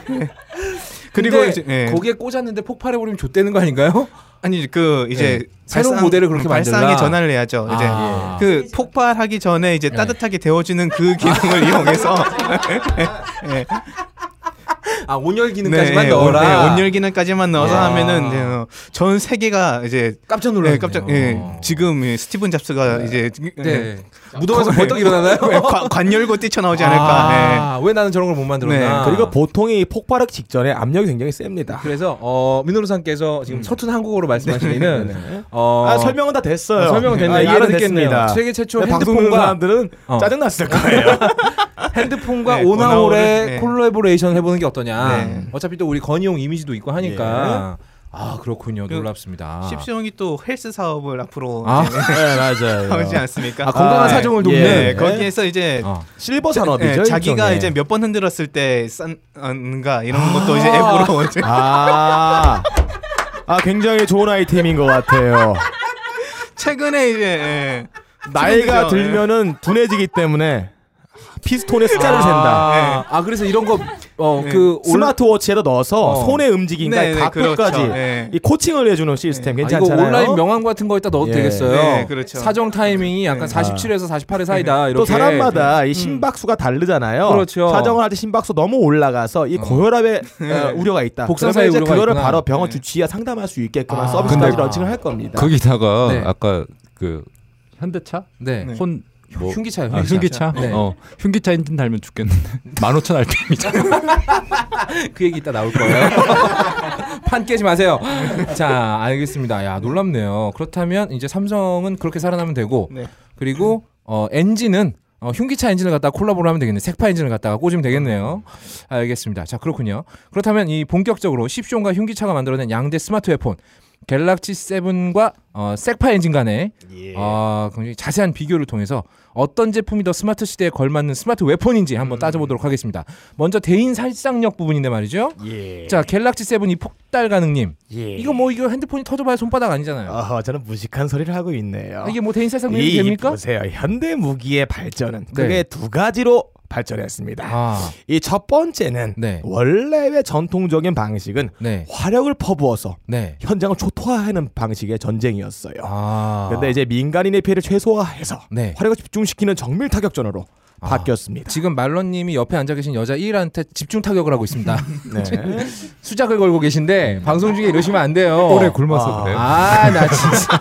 [SPEAKER 8] 그리고
[SPEAKER 6] 근데
[SPEAKER 8] 이제 예.
[SPEAKER 6] 거기에 꽂았는데 폭발해버리면 좆되는 거 아닌가요?
[SPEAKER 8] 아니 그 이제
[SPEAKER 6] 예. 새로운 모델을 그렇게 만들라?
[SPEAKER 8] 발상에 전환을 해야죠. 이제
[SPEAKER 6] 아. 예.
[SPEAKER 8] 그 폭발하기 전에 이제 따뜻하게 데워주는 그 기능을 이용해서
[SPEAKER 6] 아 온열 기능까지만
[SPEAKER 8] 네,
[SPEAKER 6] 넣어라.
[SPEAKER 8] 네, 온열 기능까지만 넣어서
[SPEAKER 6] 아.
[SPEAKER 8] 하면은 이제 어, 전 세계가 이제
[SPEAKER 6] 깜짝 놀랐네요. 어.
[SPEAKER 8] 네, 깜짝 예, 지금 예, 스티븐 잡스가 이제
[SPEAKER 6] 네.
[SPEAKER 8] 예,
[SPEAKER 6] 무덤에서
[SPEAKER 8] 거-
[SPEAKER 6] 벌떡 일어나나요?
[SPEAKER 8] 예, 관- 관 열고 뛰쳐나오지 않을까. 예.
[SPEAKER 6] 아, 왜 나는 저런 걸 못 만들었나?
[SPEAKER 8] 네,
[SPEAKER 7] 예. 그리고 [LAUGHS] 보통이 폭발하기 직전에 압력이 굉장히 셉니다.
[SPEAKER 6] 그래서 어, 민호루상께서 지금 서툰 한국어로
[SPEAKER 7] [LAUGHS]
[SPEAKER 6] 말씀하시는 어,
[SPEAKER 7] 음. 아, 설명은 다 됐어요.
[SPEAKER 6] 아, 설명은 됐네요.
[SPEAKER 7] 아,
[SPEAKER 6] 이해는
[SPEAKER 7] 이해는
[SPEAKER 6] 됐겠네요.
[SPEAKER 7] 됐습니다.
[SPEAKER 6] 세계 최초
[SPEAKER 7] 근데 방송 듣는
[SPEAKER 6] 핸드폰과-
[SPEAKER 7] 사람들은
[SPEAKER 6] 어.
[SPEAKER 7] 짜증났을 거예요.
[SPEAKER 6] 핸드폰과
[SPEAKER 8] 네,
[SPEAKER 6] 오나홀의
[SPEAKER 8] 오나홀을- 네.
[SPEAKER 6] 콜라보레이션 해보는 게 어떠냐.
[SPEAKER 8] 네.
[SPEAKER 7] 예.
[SPEAKER 6] 어차피 또 우리 건희용 이미지도 있고 하니까. 아 그렇군요.
[SPEAKER 8] 그
[SPEAKER 6] 놀랍습니다.
[SPEAKER 8] 십시형이 또 헬스 사업을 앞으로
[SPEAKER 6] 아,
[SPEAKER 8] 이제
[SPEAKER 7] 네, 맞아요.
[SPEAKER 8] 하지 않습니까?
[SPEAKER 6] 아, 건강한 사정을 돕는.
[SPEAKER 8] 예,
[SPEAKER 6] 네.
[SPEAKER 8] 거기에서 이제
[SPEAKER 6] 어.
[SPEAKER 7] 실버 산업이죠.
[SPEAKER 8] 예, 자기가
[SPEAKER 7] 일종의.
[SPEAKER 8] 이제 몇 번 흔들었을 때 싼가 이런
[SPEAKER 6] 아.
[SPEAKER 8] 것도 이제 앱으로 이제
[SPEAKER 7] 아, 아 굉장히 좋은 아이템인 것 [LAUGHS] 같아요.
[SPEAKER 8] 최근에 이제 예,
[SPEAKER 7] 나이가
[SPEAKER 8] 최근이죠, 예.
[SPEAKER 7] 들면은 둔해지기 때문에 피스톤에 숫자를 잰다.
[SPEAKER 6] 아, 아 그래서 이런
[SPEAKER 8] 네.
[SPEAKER 6] 거어그 아,
[SPEAKER 7] 스마트워치에다 넣어서
[SPEAKER 6] 어.
[SPEAKER 7] 손의 움직임과
[SPEAKER 8] 네, 네,
[SPEAKER 7] 각도까지
[SPEAKER 8] 그렇죠. 네.
[SPEAKER 7] 이 코칭을 해주는 시스템
[SPEAKER 6] 아, 이거
[SPEAKER 7] 예. 괜찮잖아요.
[SPEAKER 6] 온라인 명함 같은 거에다 넣어도
[SPEAKER 7] 예.
[SPEAKER 6] 되겠어요.
[SPEAKER 8] 네, 그렇죠.
[SPEAKER 6] 사정 타이밍이 약간
[SPEAKER 8] 네.
[SPEAKER 6] 47에서 48의 사이다. 이렇게.
[SPEAKER 7] 네.
[SPEAKER 6] 네.
[SPEAKER 7] 또 사람마다 이 심박수가 다르잖아요.
[SPEAKER 6] 그렇죠. 음. 네.
[SPEAKER 7] 사정을 할 때 심박수 너무 올라가서
[SPEAKER 6] [LAUGHS]
[SPEAKER 7] 이 고혈압의 어, 우려가 있다.
[SPEAKER 6] 복상사의
[SPEAKER 7] 그러면 이제
[SPEAKER 6] 우려가
[SPEAKER 7] 그거를
[SPEAKER 6] 있구나. 네.
[SPEAKER 7] 바로 병원 주치의와 상담할 수 있게끔 한
[SPEAKER 6] 아.
[SPEAKER 7] 서비스까지
[SPEAKER 6] 근데
[SPEAKER 7] 런칭을 할 겁니다.
[SPEAKER 1] 거기다가
[SPEAKER 6] 네.
[SPEAKER 1] 어, 아까 그 현대차 [LAUGHS]
[SPEAKER 6] 네.
[SPEAKER 8] 네.
[SPEAKER 1] 혼 뭐-
[SPEAKER 6] 흉기차요.
[SPEAKER 1] 아, 흉기차?
[SPEAKER 6] 네.
[SPEAKER 1] 어, 흉기차 엔진 달면 죽겠는데. [LAUGHS] 15,000 RPM이잖아.
[SPEAKER 6] 그 얘기 이따 나올 거예요. [LAUGHS] 판 깨지 마세요. 자, 알겠습니다. 야, 놀랍네요. 그렇다면 이제 삼성은 그렇게 살아나면 되고
[SPEAKER 8] 네.
[SPEAKER 6] 그리고 어, 엔진은 어, 흉기차 엔진을 갖다가 콜라보를 하면 되겠네. 요 색파 엔진을 갖다가 꽂으면 되겠네요. 알겠습니다. 자, 그렇군요. 그렇다면 이 본격적으로 십쇼과 흉기차가 만들어낸 양대 스마트 웨폰 갤럭시 7과 어, 색파 엔진 간의
[SPEAKER 7] 예.
[SPEAKER 6] 아, 굉장히 자세한 비교를 통해서 어떤 제품이 더 스마트 시대에 걸맞는 스마트 웨폰인지
[SPEAKER 7] 음.
[SPEAKER 6] 한번 따져보도록 하겠습니다. 먼저 대인 살상력 부분인데 말이죠.
[SPEAKER 7] 예.
[SPEAKER 6] 자, 갤럭시 7이 폭달 가능님.
[SPEAKER 7] 예.
[SPEAKER 6] 이거 뭐 이거 핸드폰이 터져봐야 손바닥 아니잖아요.
[SPEAKER 7] 어, 저는 무식한 소리를 하고 있네요.
[SPEAKER 6] 이게 뭐 대인 살상력이
[SPEAKER 7] 아. 이
[SPEAKER 6] 됩니까?
[SPEAKER 7] 보세요. 현대 무기의 발전은
[SPEAKER 6] 네.
[SPEAKER 7] 그게 두 가지로 발전했습니다.
[SPEAKER 6] 아,
[SPEAKER 7] 이 첫 번째는
[SPEAKER 6] 네.
[SPEAKER 7] 원래의 전통적인 방식은
[SPEAKER 6] 네,
[SPEAKER 7] 화력을 퍼부어서
[SPEAKER 6] 네.
[SPEAKER 7] 현장을 초토화하는 방식의 전쟁이었어요.
[SPEAKER 6] 아,
[SPEAKER 7] 근데 이제 민간인의 피해를 최소화해서
[SPEAKER 6] 네.
[SPEAKER 7] 화력을 집중시키는 정밀 타격전으로
[SPEAKER 6] 아.
[SPEAKER 7] 바뀌었습니다.
[SPEAKER 6] 지금 말런님이 옆에 앉아 계신 여자 1한테 집중 타격을 하고 있습니다. [LAUGHS]
[SPEAKER 7] 네.
[SPEAKER 6] 수작을 걸고 계신데 방송 중에 이러시면 안 돼요.
[SPEAKER 1] 오래 굶어서
[SPEAKER 7] 아.
[SPEAKER 1] 그래요.
[SPEAKER 6] 아, 나 진짜.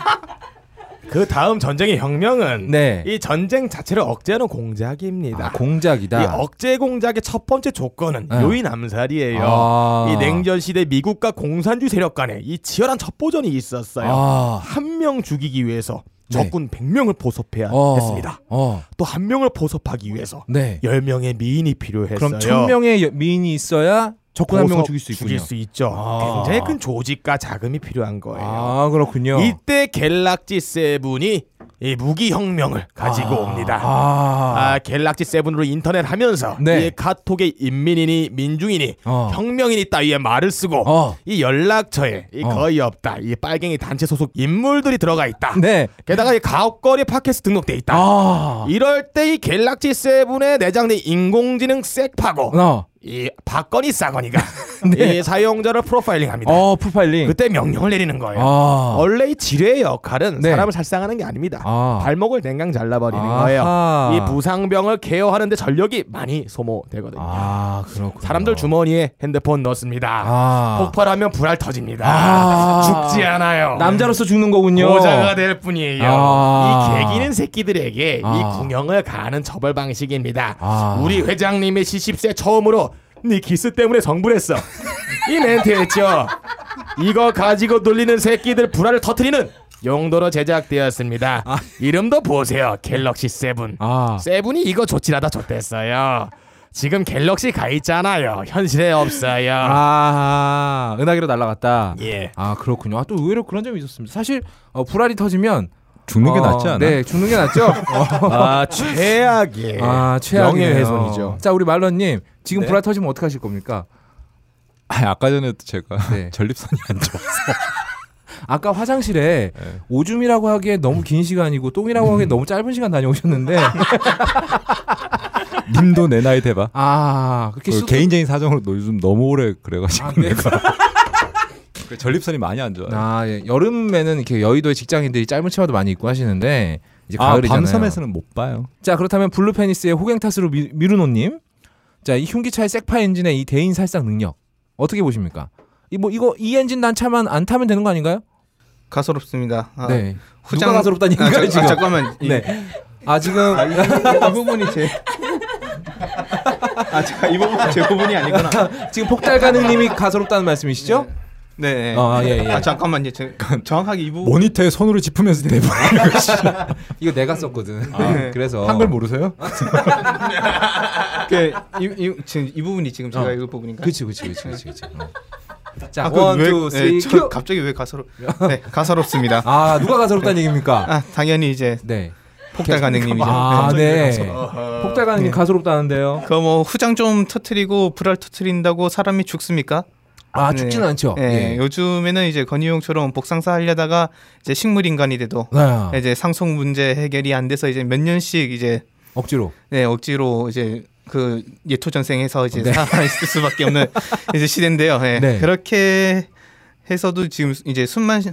[SPEAKER 7] 그 다음 전쟁의 혁명은
[SPEAKER 6] 네.
[SPEAKER 7] 이 전쟁 자체를 억제하는 공작입니다.
[SPEAKER 6] 아, 공작이다.
[SPEAKER 7] 이 억제 공작의 첫 번째 조건은
[SPEAKER 6] 네.
[SPEAKER 7] 요인 암살이에요.
[SPEAKER 6] 아.
[SPEAKER 7] 이 냉전 시대 미국과 공산주의 세력 간에 이 치열한 첩보전이 있었어요.
[SPEAKER 6] 아.
[SPEAKER 7] 한 명 죽이기 위해서
[SPEAKER 6] 네.
[SPEAKER 7] 적군 100명을 보섭해야
[SPEAKER 6] 어,
[SPEAKER 7] 했습니다.
[SPEAKER 6] 어.
[SPEAKER 7] 또 한 명을 보섭하기 위해서
[SPEAKER 6] 네.
[SPEAKER 7] 10명의 미인이 필요했어요.
[SPEAKER 6] 그럼 천 명의 여- 미인이 있어야 적군 한 명을 죽일 수 있군요.
[SPEAKER 7] 죠
[SPEAKER 6] 아.
[SPEAKER 7] 굉장히 큰 조직과 자금이 필요한 거예요.
[SPEAKER 6] 아, 그렇군요.
[SPEAKER 7] 이때 갤락지 세븐이 이 무기 혁명을 가지고 옵니다.
[SPEAKER 6] 아.
[SPEAKER 7] 아, 갤락시 세븐으로 인터넷 하면서
[SPEAKER 6] 네.
[SPEAKER 7] 이 카톡에 인민이니 민중이니
[SPEAKER 6] 어.
[SPEAKER 7] 혁명인이 따위에 말을 쓰고
[SPEAKER 6] 어.
[SPEAKER 7] 이 연락처에 이
[SPEAKER 6] 어.
[SPEAKER 7] 거의 없다 이 빨갱이 단체 소속 인물들이 들어가 있다.
[SPEAKER 6] 네.
[SPEAKER 7] 게다가 이 가옥거리 팟캐스트 등록돼 있다.
[SPEAKER 6] 아.
[SPEAKER 7] 이럴 때 이 갤락시 세븐의 내장 내 인공지능 섹파고
[SPEAKER 6] 어.
[SPEAKER 7] 이 박건희 싸건이가
[SPEAKER 6] [LAUGHS] 네.
[SPEAKER 7] 이 사용자를 프로파일링합니다.
[SPEAKER 6] 어, 프로파일링.
[SPEAKER 7] 그때 명령을 내리는 거예요.
[SPEAKER 6] 아.
[SPEAKER 7] 원래 이 지뢰의 역할은
[SPEAKER 6] 네.
[SPEAKER 7] 사람을 살상하는 게 아닙니다.
[SPEAKER 6] 아.
[SPEAKER 7] 발목을 냉강 잘라버리는
[SPEAKER 6] 아하.
[SPEAKER 7] 거예요. 이 부상병을 케어하는데 전력이 많이 소모되거든요.
[SPEAKER 6] 아, 그렇군요.
[SPEAKER 7] 사람들 주머니에 핸드폰 넣습니다.
[SPEAKER 6] 아.
[SPEAKER 7] 폭발하면 불알 터집니다.
[SPEAKER 6] 아.
[SPEAKER 7] 죽지 않아요.
[SPEAKER 6] 남자로서 죽는
[SPEAKER 7] 어.
[SPEAKER 6] 거군요.
[SPEAKER 7] 고자가 될 뿐이에요.
[SPEAKER 6] 아.
[SPEAKER 7] 이 개기는 새끼들에게
[SPEAKER 6] 아.
[SPEAKER 7] 이 궁형을 가하는 처벌 방식입니다.
[SPEAKER 6] 아.
[SPEAKER 7] 우리 회장님이 시집세 처음으로 네 기스 때문에 성불했어. 이 멘트였죠. 이거 가지고 놀리는 새끼들 불화를 터트리는 용도로 제작되었습니다. 이름도 보세요. 갤럭시 세븐.
[SPEAKER 6] 아.
[SPEAKER 7] 세븐이 이거 조치라다 좋댔어요. 지금 갤럭시 가 있잖아요. 현실에 없어요.
[SPEAKER 6] 아, 은하계로 날아갔다.
[SPEAKER 7] 예.
[SPEAKER 6] 아, 그렇군요. 아, 또 의외로 그런 점이 있었습니다. 사실 어, 불알이 터지면
[SPEAKER 1] 죽는 게
[SPEAKER 6] 어,
[SPEAKER 1] 낫지 않아?
[SPEAKER 6] 네, 죽는 게
[SPEAKER 7] [LAUGHS]
[SPEAKER 6] 낫죠. 어.
[SPEAKER 7] 아
[SPEAKER 1] 예.
[SPEAKER 7] 최악이에요.
[SPEAKER 6] 아, 최악이네요.
[SPEAKER 7] 명예훼손이죠.
[SPEAKER 6] 자, 우리 말러님 지금 불알 터지면 어떡하실 겁니까?
[SPEAKER 1] 네. 아, 아까 전에도 제가
[SPEAKER 6] 네.
[SPEAKER 1] [LAUGHS] 전립선이 안 좋아서
[SPEAKER 6] [LAUGHS]
[SPEAKER 1] 네.
[SPEAKER 6] 아까 화장실에 오줌이라고 하기에 너무 긴 시간이고 똥이라고 하기에 너무 짧은 시간 다녀오셨는데
[SPEAKER 1] [LAUGHS] 님도 내 나이 대봐.
[SPEAKER 6] 아 그렇게
[SPEAKER 1] 그
[SPEAKER 6] 쑥-
[SPEAKER 1] 개인적인 사정으로 너 요즘 너무 오래 그래가지고
[SPEAKER 6] 아, 네. [LAUGHS]
[SPEAKER 1] 내가 그 전립선이 많이 안 좋아요.
[SPEAKER 6] 아 예. 여름에는 이렇게 여의도의 직장인들이 짧은 치마도 많이 입고 하시는데 이제
[SPEAKER 1] 아,
[SPEAKER 6] 가을이잖아요.
[SPEAKER 1] 밤섬에서는 못 봐요.
[SPEAKER 6] 자 그렇다면 블루페니스의 호갱타스로 미, 미루노님, 자이 흉기차의 색파 엔진의 이 대인 살상 능력 어떻게 보십니까? 이 뭐 이거 이 엔진 난 차만 안 타면 되는 거 아닌가요?
[SPEAKER 8] 가소롭습니다. 아,
[SPEAKER 6] 네.
[SPEAKER 8] 후장-
[SPEAKER 6] 누가 가소롭다는
[SPEAKER 8] 아, 자-
[SPEAKER 6] 얘기인가요
[SPEAKER 8] 아,
[SPEAKER 6] 지금?
[SPEAKER 8] 잠깐만 이-
[SPEAKER 6] 네. 아 지금
[SPEAKER 8] [LAUGHS] 이 부분이 제. 아, 제가 이 부분 제 부분이 아니구나.
[SPEAKER 6] 지금 폭달 가능님이 가소롭다는 말씀이시죠?
[SPEAKER 8] 네. 네.
[SPEAKER 6] 아, 예, 예.
[SPEAKER 8] 아, 잠깐만요. 제, 정확하게 이 부분.
[SPEAKER 1] 모니터에 손으로 짚으면서 내봐.
[SPEAKER 6] [LAUGHS] 이거 내가 썼거든.
[SPEAKER 8] 네.
[SPEAKER 6] [LAUGHS] 그래서 아,
[SPEAKER 1] 한글 모르세요?
[SPEAKER 8] 그, 이, 이, 지금 이 부분이 지금 제가
[SPEAKER 6] 어.
[SPEAKER 8] 읽을 부분인가?
[SPEAKER 6] 그치 그치 그치 그치 그치. 어. 자,
[SPEAKER 8] 그
[SPEAKER 6] 원,
[SPEAKER 8] 왜-
[SPEAKER 6] 투,
[SPEAKER 8] 예,
[SPEAKER 6] 쓰리,
[SPEAKER 8] 저
[SPEAKER 6] 큐.
[SPEAKER 8] 갑자기 왜 가사로?
[SPEAKER 6] [LAUGHS]
[SPEAKER 8] 네, 가사롭습니다.
[SPEAKER 6] 아, 누가 가사롭다는 얘기입니까?
[SPEAKER 8] [LAUGHS] 아, 당연히 이제
[SPEAKER 6] 네.
[SPEAKER 8] 폭달 가능님이죠.
[SPEAKER 6] 아, 네. 폭달가는 게
[SPEAKER 8] 네.
[SPEAKER 6] 가소롭다는데요.
[SPEAKER 8] 그거 뭐 후장 좀 터트리고 불알 터트린다고 사람이 죽습니까?
[SPEAKER 6] 아,
[SPEAKER 8] 네.
[SPEAKER 6] 죽지는 않죠.
[SPEAKER 8] 예,
[SPEAKER 6] 예.
[SPEAKER 8] 요즘에는 이제 건희용처럼 복상사 하려다가 이제 식물 인간이 돼도
[SPEAKER 6] 아,
[SPEAKER 8] 이제 상속 문제 해결이 안 돼서 이제 몇 년씩 이제
[SPEAKER 6] 억지로.
[SPEAKER 8] 네, 억지로 이제 그 예토전생해서 이제
[SPEAKER 6] [LAUGHS]
[SPEAKER 8] 살아있을 수밖에 없는 이제 시대인데요. 예.
[SPEAKER 6] 어, 네.
[SPEAKER 8] 그렇게 해서도 지금 이제 숨만 쉬-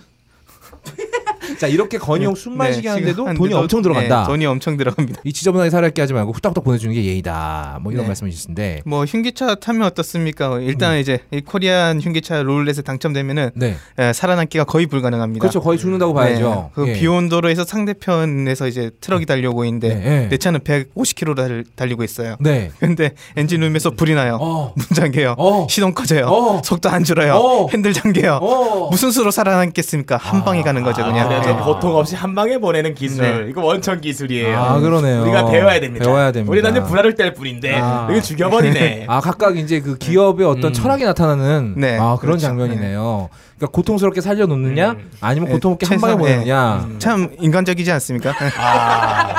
[SPEAKER 6] 자, 이렇게 건용
[SPEAKER 8] 네,
[SPEAKER 6] 숨 마시게
[SPEAKER 8] 지금
[SPEAKER 6] 하는데도 돈이
[SPEAKER 8] 하는데도-
[SPEAKER 6] 엄청 들어간다.
[SPEAKER 8] 네, 돈이 엄청 들어갑니다.
[SPEAKER 6] 이 지저분하게 살아있게 하지 말고 후딱후딱 보내주는 게 예의다. 뭐 이런
[SPEAKER 8] 네.
[SPEAKER 6] 말씀이신데.
[SPEAKER 8] 뭐 흉기차 타면 어떻습니까? 일단
[SPEAKER 6] 음.
[SPEAKER 8] 이제 이 코리안 흉기차 롤렛에 당첨되면은
[SPEAKER 6] 네.
[SPEAKER 8] 예, 살아남기가 거의 불가능합니다.
[SPEAKER 6] 그렇죠. 거의 죽는다고
[SPEAKER 8] 네,
[SPEAKER 6] 봐야죠.
[SPEAKER 8] 그
[SPEAKER 6] 예.
[SPEAKER 8] 비온도로에서 상대편에서 이제 트럭이 달려오고 있는데
[SPEAKER 6] 네, 예.
[SPEAKER 8] 내 차는 150km 달, 달리고 있어요.
[SPEAKER 6] 네.
[SPEAKER 8] 근데 엔진룸에서 불이 나요.
[SPEAKER 6] 어.
[SPEAKER 8] 문 잠겨요.
[SPEAKER 6] 어.
[SPEAKER 8] 시동 꺼져요.
[SPEAKER 6] 어.
[SPEAKER 8] 속도 안 줄어요.
[SPEAKER 6] 어.
[SPEAKER 8] 핸들 잠겨요.
[SPEAKER 6] 어. 아,
[SPEAKER 8] 무슨 수로 살아남겠습니까? 한 방에 가는 거죠 그냥.
[SPEAKER 7] 그래서
[SPEAKER 6] 네.
[SPEAKER 7] 고통 없이 한 방에 보내는 기술. 이거 원천 기술이에요.
[SPEAKER 6] 아, 그러네요.
[SPEAKER 7] 우리가 배워야 됩니다.
[SPEAKER 6] 배워야 됩니다.
[SPEAKER 7] 우리는 이제 불화를 뗄 뿐인데
[SPEAKER 6] 아. [LAUGHS]
[SPEAKER 7] 이거 죽여버리네.
[SPEAKER 6] 아 각각 이제 그 기업의 어떤 철학이 나타나는
[SPEAKER 8] 음. 네,
[SPEAKER 6] 아 그런
[SPEAKER 8] 그렇죠.
[SPEAKER 6] 장면이네요. 그러니까 고통스럽게 살려놓느냐, 아니면
[SPEAKER 8] 네,
[SPEAKER 6] 고통없게 한 방에
[SPEAKER 8] 최선-
[SPEAKER 6] 보내느냐.
[SPEAKER 8] 네. 참 인간적이지 않습니까?
[SPEAKER 6] 아.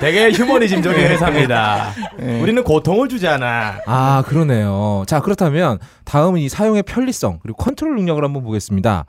[SPEAKER 7] 되게 휴머니즘적인 회사입니다.
[SPEAKER 8] 네.
[SPEAKER 7] 우리는 고통을 주잖아.
[SPEAKER 6] 아 그러네요. 자 그렇다면 다음은 이 사용의 편리성 그리고 컨트롤 능력을 한번 보겠습니다.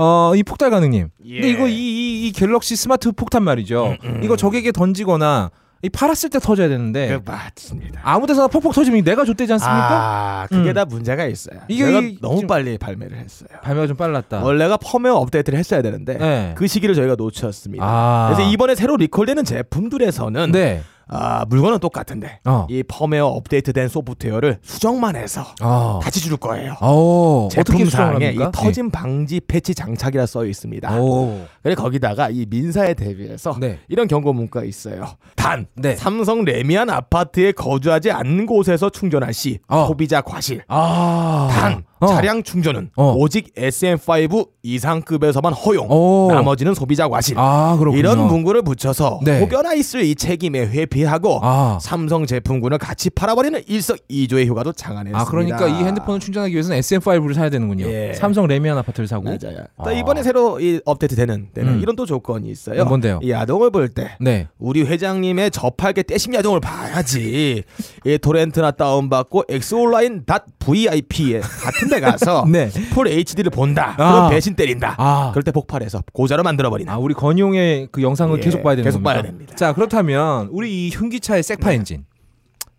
[SPEAKER 6] 어이 폭달 가능님. 근데
[SPEAKER 7] 예. 음,
[SPEAKER 6] 이거 이, 이, 이 갤럭시 스마트 폭탄 말이죠. 이거 적에게 던지거나 이 팔았을 때 터져야 되는데
[SPEAKER 7] 그, 맞습니다.
[SPEAKER 6] 아무데서나 퍽퍽 터지면 내가 줬대지 않습니까?
[SPEAKER 7] 네. 아, 그게
[SPEAKER 6] 음.
[SPEAKER 7] 다 문제가 있어요.
[SPEAKER 6] 이게
[SPEAKER 7] 내가
[SPEAKER 6] 이-
[SPEAKER 7] 너무
[SPEAKER 6] 지금-
[SPEAKER 7] 빨리 발매를 했어요.
[SPEAKER 6] 발매가 좀 빨랐다.
[SPEAKER 7] 원래가 펌웨어 업데이트를 했어야 되는데
[SPEAKER 6] 네.
[SPEAKER 7] 그 시기를 저희가 놓쳤습니다.
[SPEAKER 6] 아.
[SPEAKER 7] 그래서 이번에 새로 리콜되는 제품들에서는
[SPEAKER 6] 네.
[SPEAKER 7] 아, 물건은 똑같은데
[SPEAKER 6] 어.
[SPEAKER 7] 이 펌웨어 업데이트된 소프트웨어를 수정만 해서
[SPEAKER 6] 어.
[SPEAKER 7] 같이 줄 거예요.
[SPEAKER 6] 어. 어떻게 수정을
[SPEAKER 7] 제품상에 이
[SPEAKER 6] 합니까?
[SPEAKER 7] 터짐 방지 패치 장착이라 써
[SPEAKER 6] 예.
[SPEAKER 7] 있습니다.
[SPEAKER 6] 오.
[SPEAKER 7] 그래서 거기다가 이 민사에 대비해서
[SPEAKER 6] 네.
[SPEAKER 7] 이런 경고 문구가 있어요. 단
[SPEAKER 6] 네.
[SPEAKER 7] 삼성 레미안 아파트에 거주하지 않는 곳에서 충전할 시
[SPEAKER 6] 어.
[SPEAKER 7] 소비자 과실.
[SPEAKER 6] 아.
[SPEAKER 7] 단
[SPEAKER 6] 어.
[SPEAKER 7] 차량 충전은
[SPEAKER 6] 어.
[SPEAKER 7] 오직 SM5 이상급에서만 허용.
[SPEAKER 6] 오.
[SPEAKER 7] 나머지는 소비자 과실.
[SPEAKER 6] 아, 그렇군요.
[SPEAKER 7] 이런 문구를 붙여서
[SPEAKER 6] 네.
[SPEAKER 7] 혹여나 있을 이 책임에 회피하고
[SPEAKER 6] 아.
[SPEAKER 7] 삼성 제품군을 같이 팔아버리는 일석이조의 효과도 장안했습니다.
[SPEAKER 6] 아, 그러니까 이 핸드폰을 충전하기 위해서는 SM5를 사야 되는군요.
[SPEAKER 7] 예.
[SPEAKER 6] 삼성 레미안 아파트를 사고.
[SPEAKER 7] 맞아요. 네? 또
[SPEAKER 6] 아.
[SPEAKER 7] 이번에 새로 이 업데이트되는 때는
[SPEAKER 6] 음.
[SPEAKER 7] 이런 또 조건이 있어요.
[SPEAKER 6] 뭔데요?
[SPEAKER 7] 이 아동을 볼 때
[SPEAKER 6] 네.
[SPEAKER 7] 우리 회장님의 저팔계 떼심 야동을 봐야지. 이 토렌트나 다운받고 xonline.vip에 같은 데
[SPEAKER 6] [LAUGHS]
[SPEAKER 7] 가서
[SPEAKER 6] 네.
[SPEAKER 7] 풀 HD를 본다.
[SPEAKER 6] 아.
[SPEAKER 7] 그럼 배신 때린다.
[SPEAKER 6] 아.
[SPEAKER 7] 그럴 때 폭발해서 고자로 만들어버리는.
[SPEAKER 6] 아, 우리 건용의 그 영상을
[SPEAKER 7] 예,
[SPEAKER 6] 계속 봐야 되는
[SPEAKER 7] 계속
[SPEAKER 6] 겁니까?
[SPEAKER 7] 봐야 됩니다.
[SPEAKER 6] 자, 그렇다면 우리 이 흉기차의
[SPEAKER 8] 네.
[SPEAKER 6] 색파 엔진.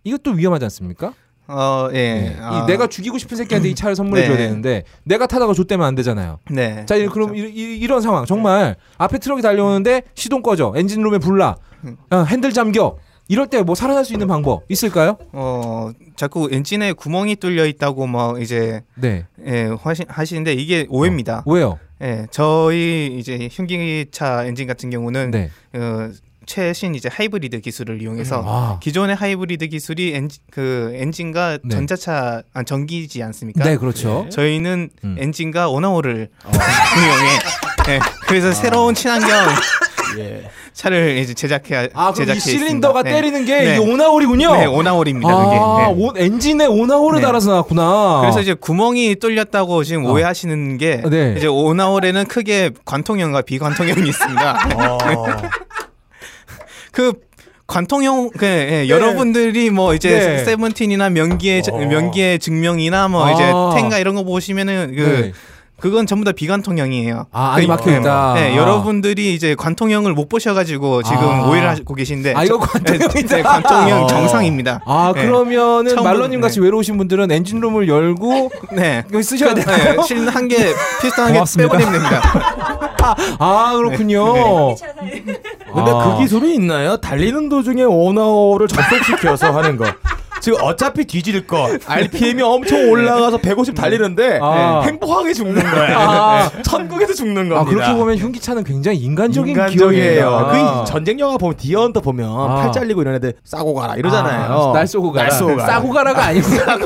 [SPEAKER 6] 이것도 위험하지 않습니까?
[SPEAKER 8] [LAUGHS] 어, 예.
[SPEAKER 6] 네. 이
[SPEAKER 8] 아,
[SPEAKER 6] 내가 죽이고 싶은 새끼한테 이 차를 선물해 줘야
[SPEAKER 8] 네.
[SPEAKER 6] 되는데 내가 타다가 줬대면 안 되잖아요.
[SPEAKER 8] 네.
[SPEAKER 6] 자, 이- 그럼 이, 이, 런 상황 정말 앞에 트럭이 달려오는데 시동 꺼져, 엔진룸에 불나, 어, 핸들 잠겨. 이럴 때 뭐 살아날 수 있는 방법 있을까요?
[SPEAKER 8] 어, 자꾸 엔진에 구멍이 뚫려 있다고 뭐 이제
[SPEAKER 6] 네.
[SPEAKER 8] 예, 하시, 하시는데 이게 오해입니다.
[SPEAKER 6] 왜요?
[SPEAKER 8] 예. 저희 이제 흉기차 엔진 같은 경우는
[SPEAKER 6] 네.
[SPEAKER 8] 어, 최신 이제 하이브리드 기술을 이용해서
[SPEAKER 6] 아.
[SPEAKER 8] 기존의 하이브리드 기술이 엔진, 그 엔진과
[SPEAKER 6] 네.
[SPEAKER 8] 전자차 아, 전기지 않습니까?
[SPEAKER 6] 네, 그렇죠.
[SPEAKER 8] 저희는
[SPEAKER 6] 음. 어.
[SPEAKER 8] 엔진과 원아웃을 [LAUGHS] 이용해 네,
[SPEAKER 6] 아.
[SPEAKER 8] 그래서 새로운
[SPEAKER 6] [LAUGHS]
[SPEAKER 8] 친환경
[SPEAKER 7] 예.
[SPEAKER 8] 차를 이제 제작해
[SPEAKER 6] 아, 그럼
[SPEAKER 8] 제작해
[SPEAKER 6] 이 실린더가
[SPEAKER 8] 있습니다.
[SPEAKER 6] 때리는 게
[SPEAKER 8] 네.
[SPEAKER 6] 이 오나홀이군요.
[SPEAKER 8] 네, 원아웃입니다. 그게.
[SPEAKER 6] 아,
[SPEAKER 8] 네.
[SPEAKER 6] 온- 엔진에 오나홀을
[SPEAKER 8] 네.
[SPEAKER 6] 달아서 나왔구나.
[SPEAKER 8] 그래서 이제 구멍이 뚫렸다고 지금
[SPEAKER 6] 어.
[SPEAKER 8] 오해하시는 게
[SPEAKER 6] 네.
[SPEAKER 8] 이제 오나홀에는 크게 관통형과 비관통형이 있습니다.
[SPEAKER 6] 어.
[SPEAKER 8] [LAUGHS] 네. 그 관통형 그 예, 여러분들이 뭐 이제
[SPEAKER 6] 네.
[SPEAKER 8] 세븐틴이나 명기의 저-
[SPEAKER 7] 어.
[SPEAKER 8] 명기의 증명이나 뭐
[SPEAKER 6] 아.
[SPEAKER 8] 이제 텐가 이런 거 보시면은 그
[SPEAKER 6] 네.
[SPEAKER 8] 그건 전부 다 비관통형이에요.
[SPEAKER 6] 아, 안이 막혀 있다.
[SPEAKER 8] 네,
[SPEAKER 6] 아.
[SPEAKER 8] 여러분들이 이제 관통형을 못 보셔가지고 지금
[SPEAKER 6] 아.
[SPEAKER 8] 오해를 하고 계신데.
[SPEAKER 6] 아, 이거
[SPEAKER 8] 저-
[SPEAKER 6] 관통형이다.
[SPEAKER 8] 네, 관통형
[SPEAKER 6] 어.
[SPEAKER 8] 정상입니다.
[SPEAKER 6] 아,
[SPEAKER 8] 네.
[SPEAKER 6] 그러면은
[SPEAKER 8] 처음
[SPEAKER 6] 말로님
[SPEAKER 8] 보는-
[SPEAKER 6] 같이 외로우신 분들은 엔진룸을 열고
[SPEAKER 8] 네.
[SPEAKER 6] 이거 쓰셔야 되나요? [LAUGHS]
[SPEAKER 8] 실한개 비슷한 게
[SPEAKER 11] 고맙습니다.
[SPEAKER 8] 빼버리면 됩니다.
[SPEAKER 6] 아, 그렇군요.
[SPEAKER 12] 차 사이.
[SPEAKER 7] 근데
[SPEAKER 6] 아.
[SPEAKER 7] 그 기술이 있나요? 달리는 도중에 오너를 접속시켜서 하는 거. 지금 어차피 뒤질 거. RPM이 엄청 올라가서 150 달리는데
[SPEAKER 6] 아.
[SPEAKER 7] 행복하게 죽는 거야.
[SPEAKER 6] 아.
[SPEAKER 7] 천국에서 죽는 겁니다.
[SPEAKER 6] 아, 그렇게 보면 흉기차는 굉장히 인간적인
[SPEAKER 7] 인간적이에요.
[SPEAKER 6] 기억이에요.
[SPEAKER 7] 그 전쟁 영화 보면 디언더 보면
[SPEAKER 6] 아.
[SPEAKER 7] 팔 잘리고 이런 애들 싸고 가라 이러잖아요.
[SPEAKER 6] 아, 날 쏘고 가라.
[SPEAKER 7] 날 쏘고 가라. [LAUGHS]
[SPEAKER 6] 싸고 가라가 아니구나.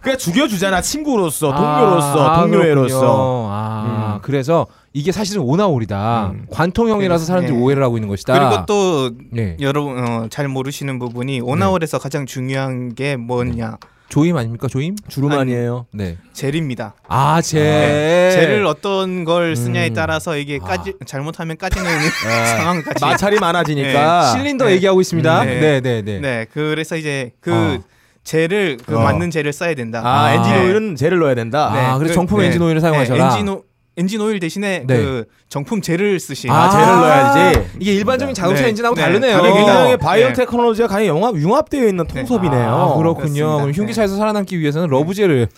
[SPEAKER 7] 그냥 죽여주잖아. 친구로서, 동료로서,
[SPEAKER 6] 아,
[SPEAKER 7] 동료애로서.
[SPEAKER 6] 그렇군요. 아, 그래서 이게 사실은 오나홀이다. 관통형이라서 사람들이
[SPEAKER 8] 예.
[SPEAKER 6] 오해를 하고 있는 것이다.
[SPEAKER 8] 그리고 또
[SPEAKER 6] 예. 네.
[SPEAKER 8] 여러분 어, 잘 모르시는 부분이 오나홀에서 가장 중요한 게 뭐냐?
[SPEAKER 6] 조임 아닙니까 조임?
[SPEAKER 8] 주루만이에요.
[SPEAKER 6] 네.
[SPEAKER 8] 젤입니다. 네.
[SPEAKER 6] 아 젤.
[SPEAKER 8] 젤을 어떤 걸 쓰냐에
[SPEAKER 6] 음.
[SPEAKER 8] 따라서 이게 까지 잘못하면 까지는 상황까지.
[SPEAKER 6] 아, 마찰이 많아지니까
[SPEAKER 8] 네.
[SPEAKER 6] 실린더
[SPEAKER 8] 네.
[SPEAKER 6] 얘기하고 있습니다.
[SPEAKER 8] 네.
[SPEAKER 6] 네, 네, 네.
[SPEAKER 8] 네, 그래서 이제 그
[SPEAKER 6] 어.
[SPEAKER 8] 젤을 그
[SPEAKER 6] 어.
[SPEAKER 8] 맞는 젤을 써야 된다.
[SPEAKER 7] 아,
[SPEAKER 6] 아.
[SPEAKER 7] 엔진
[SPEAKER 8] 네.
[SPEAKER 7] 오일은 젤을 넣어야 된다.
[SPEAKER 6] 아, 그래서 정품
[SPEAKER 7] 네.
[SPEAKER 6] 엔진 오일을 사용하셔라.
[SPEAKER 8] 엔진, 오, 엔진 오일 대신에
[SPEAKER 6] 네.
[SPEAKER 8] 그 정품 젤을 쓰시.
[SPEAKER 6] 아, 젤을 넣어야지. 이게 일반적인
[SPEAKER 7] 일반적인
[SPEAKER 6] 자동차
[SPEAKER 8] 자동차 네.
[SPEAKER 6] 엔진하고
[SPEAKER 8] 엔진하고 네.
[SPEAKER 6] 다르네요.
[SPEAKER 8] 다르네요.
[SPEAKER 7] 그게 굉장히
[SPEAKER 8] 네.
[SPEAKER 7] 바이오테크놀로지가 가히 융합, 융합되어 있는 통섭이네요.
[SPEAKER 6] 아, 그렇군요.
[SPEAKER 8] 그렇습니다.
[SPEAKER 6] 그럼 흉기차에서 살아남기 위해서는 러브젤을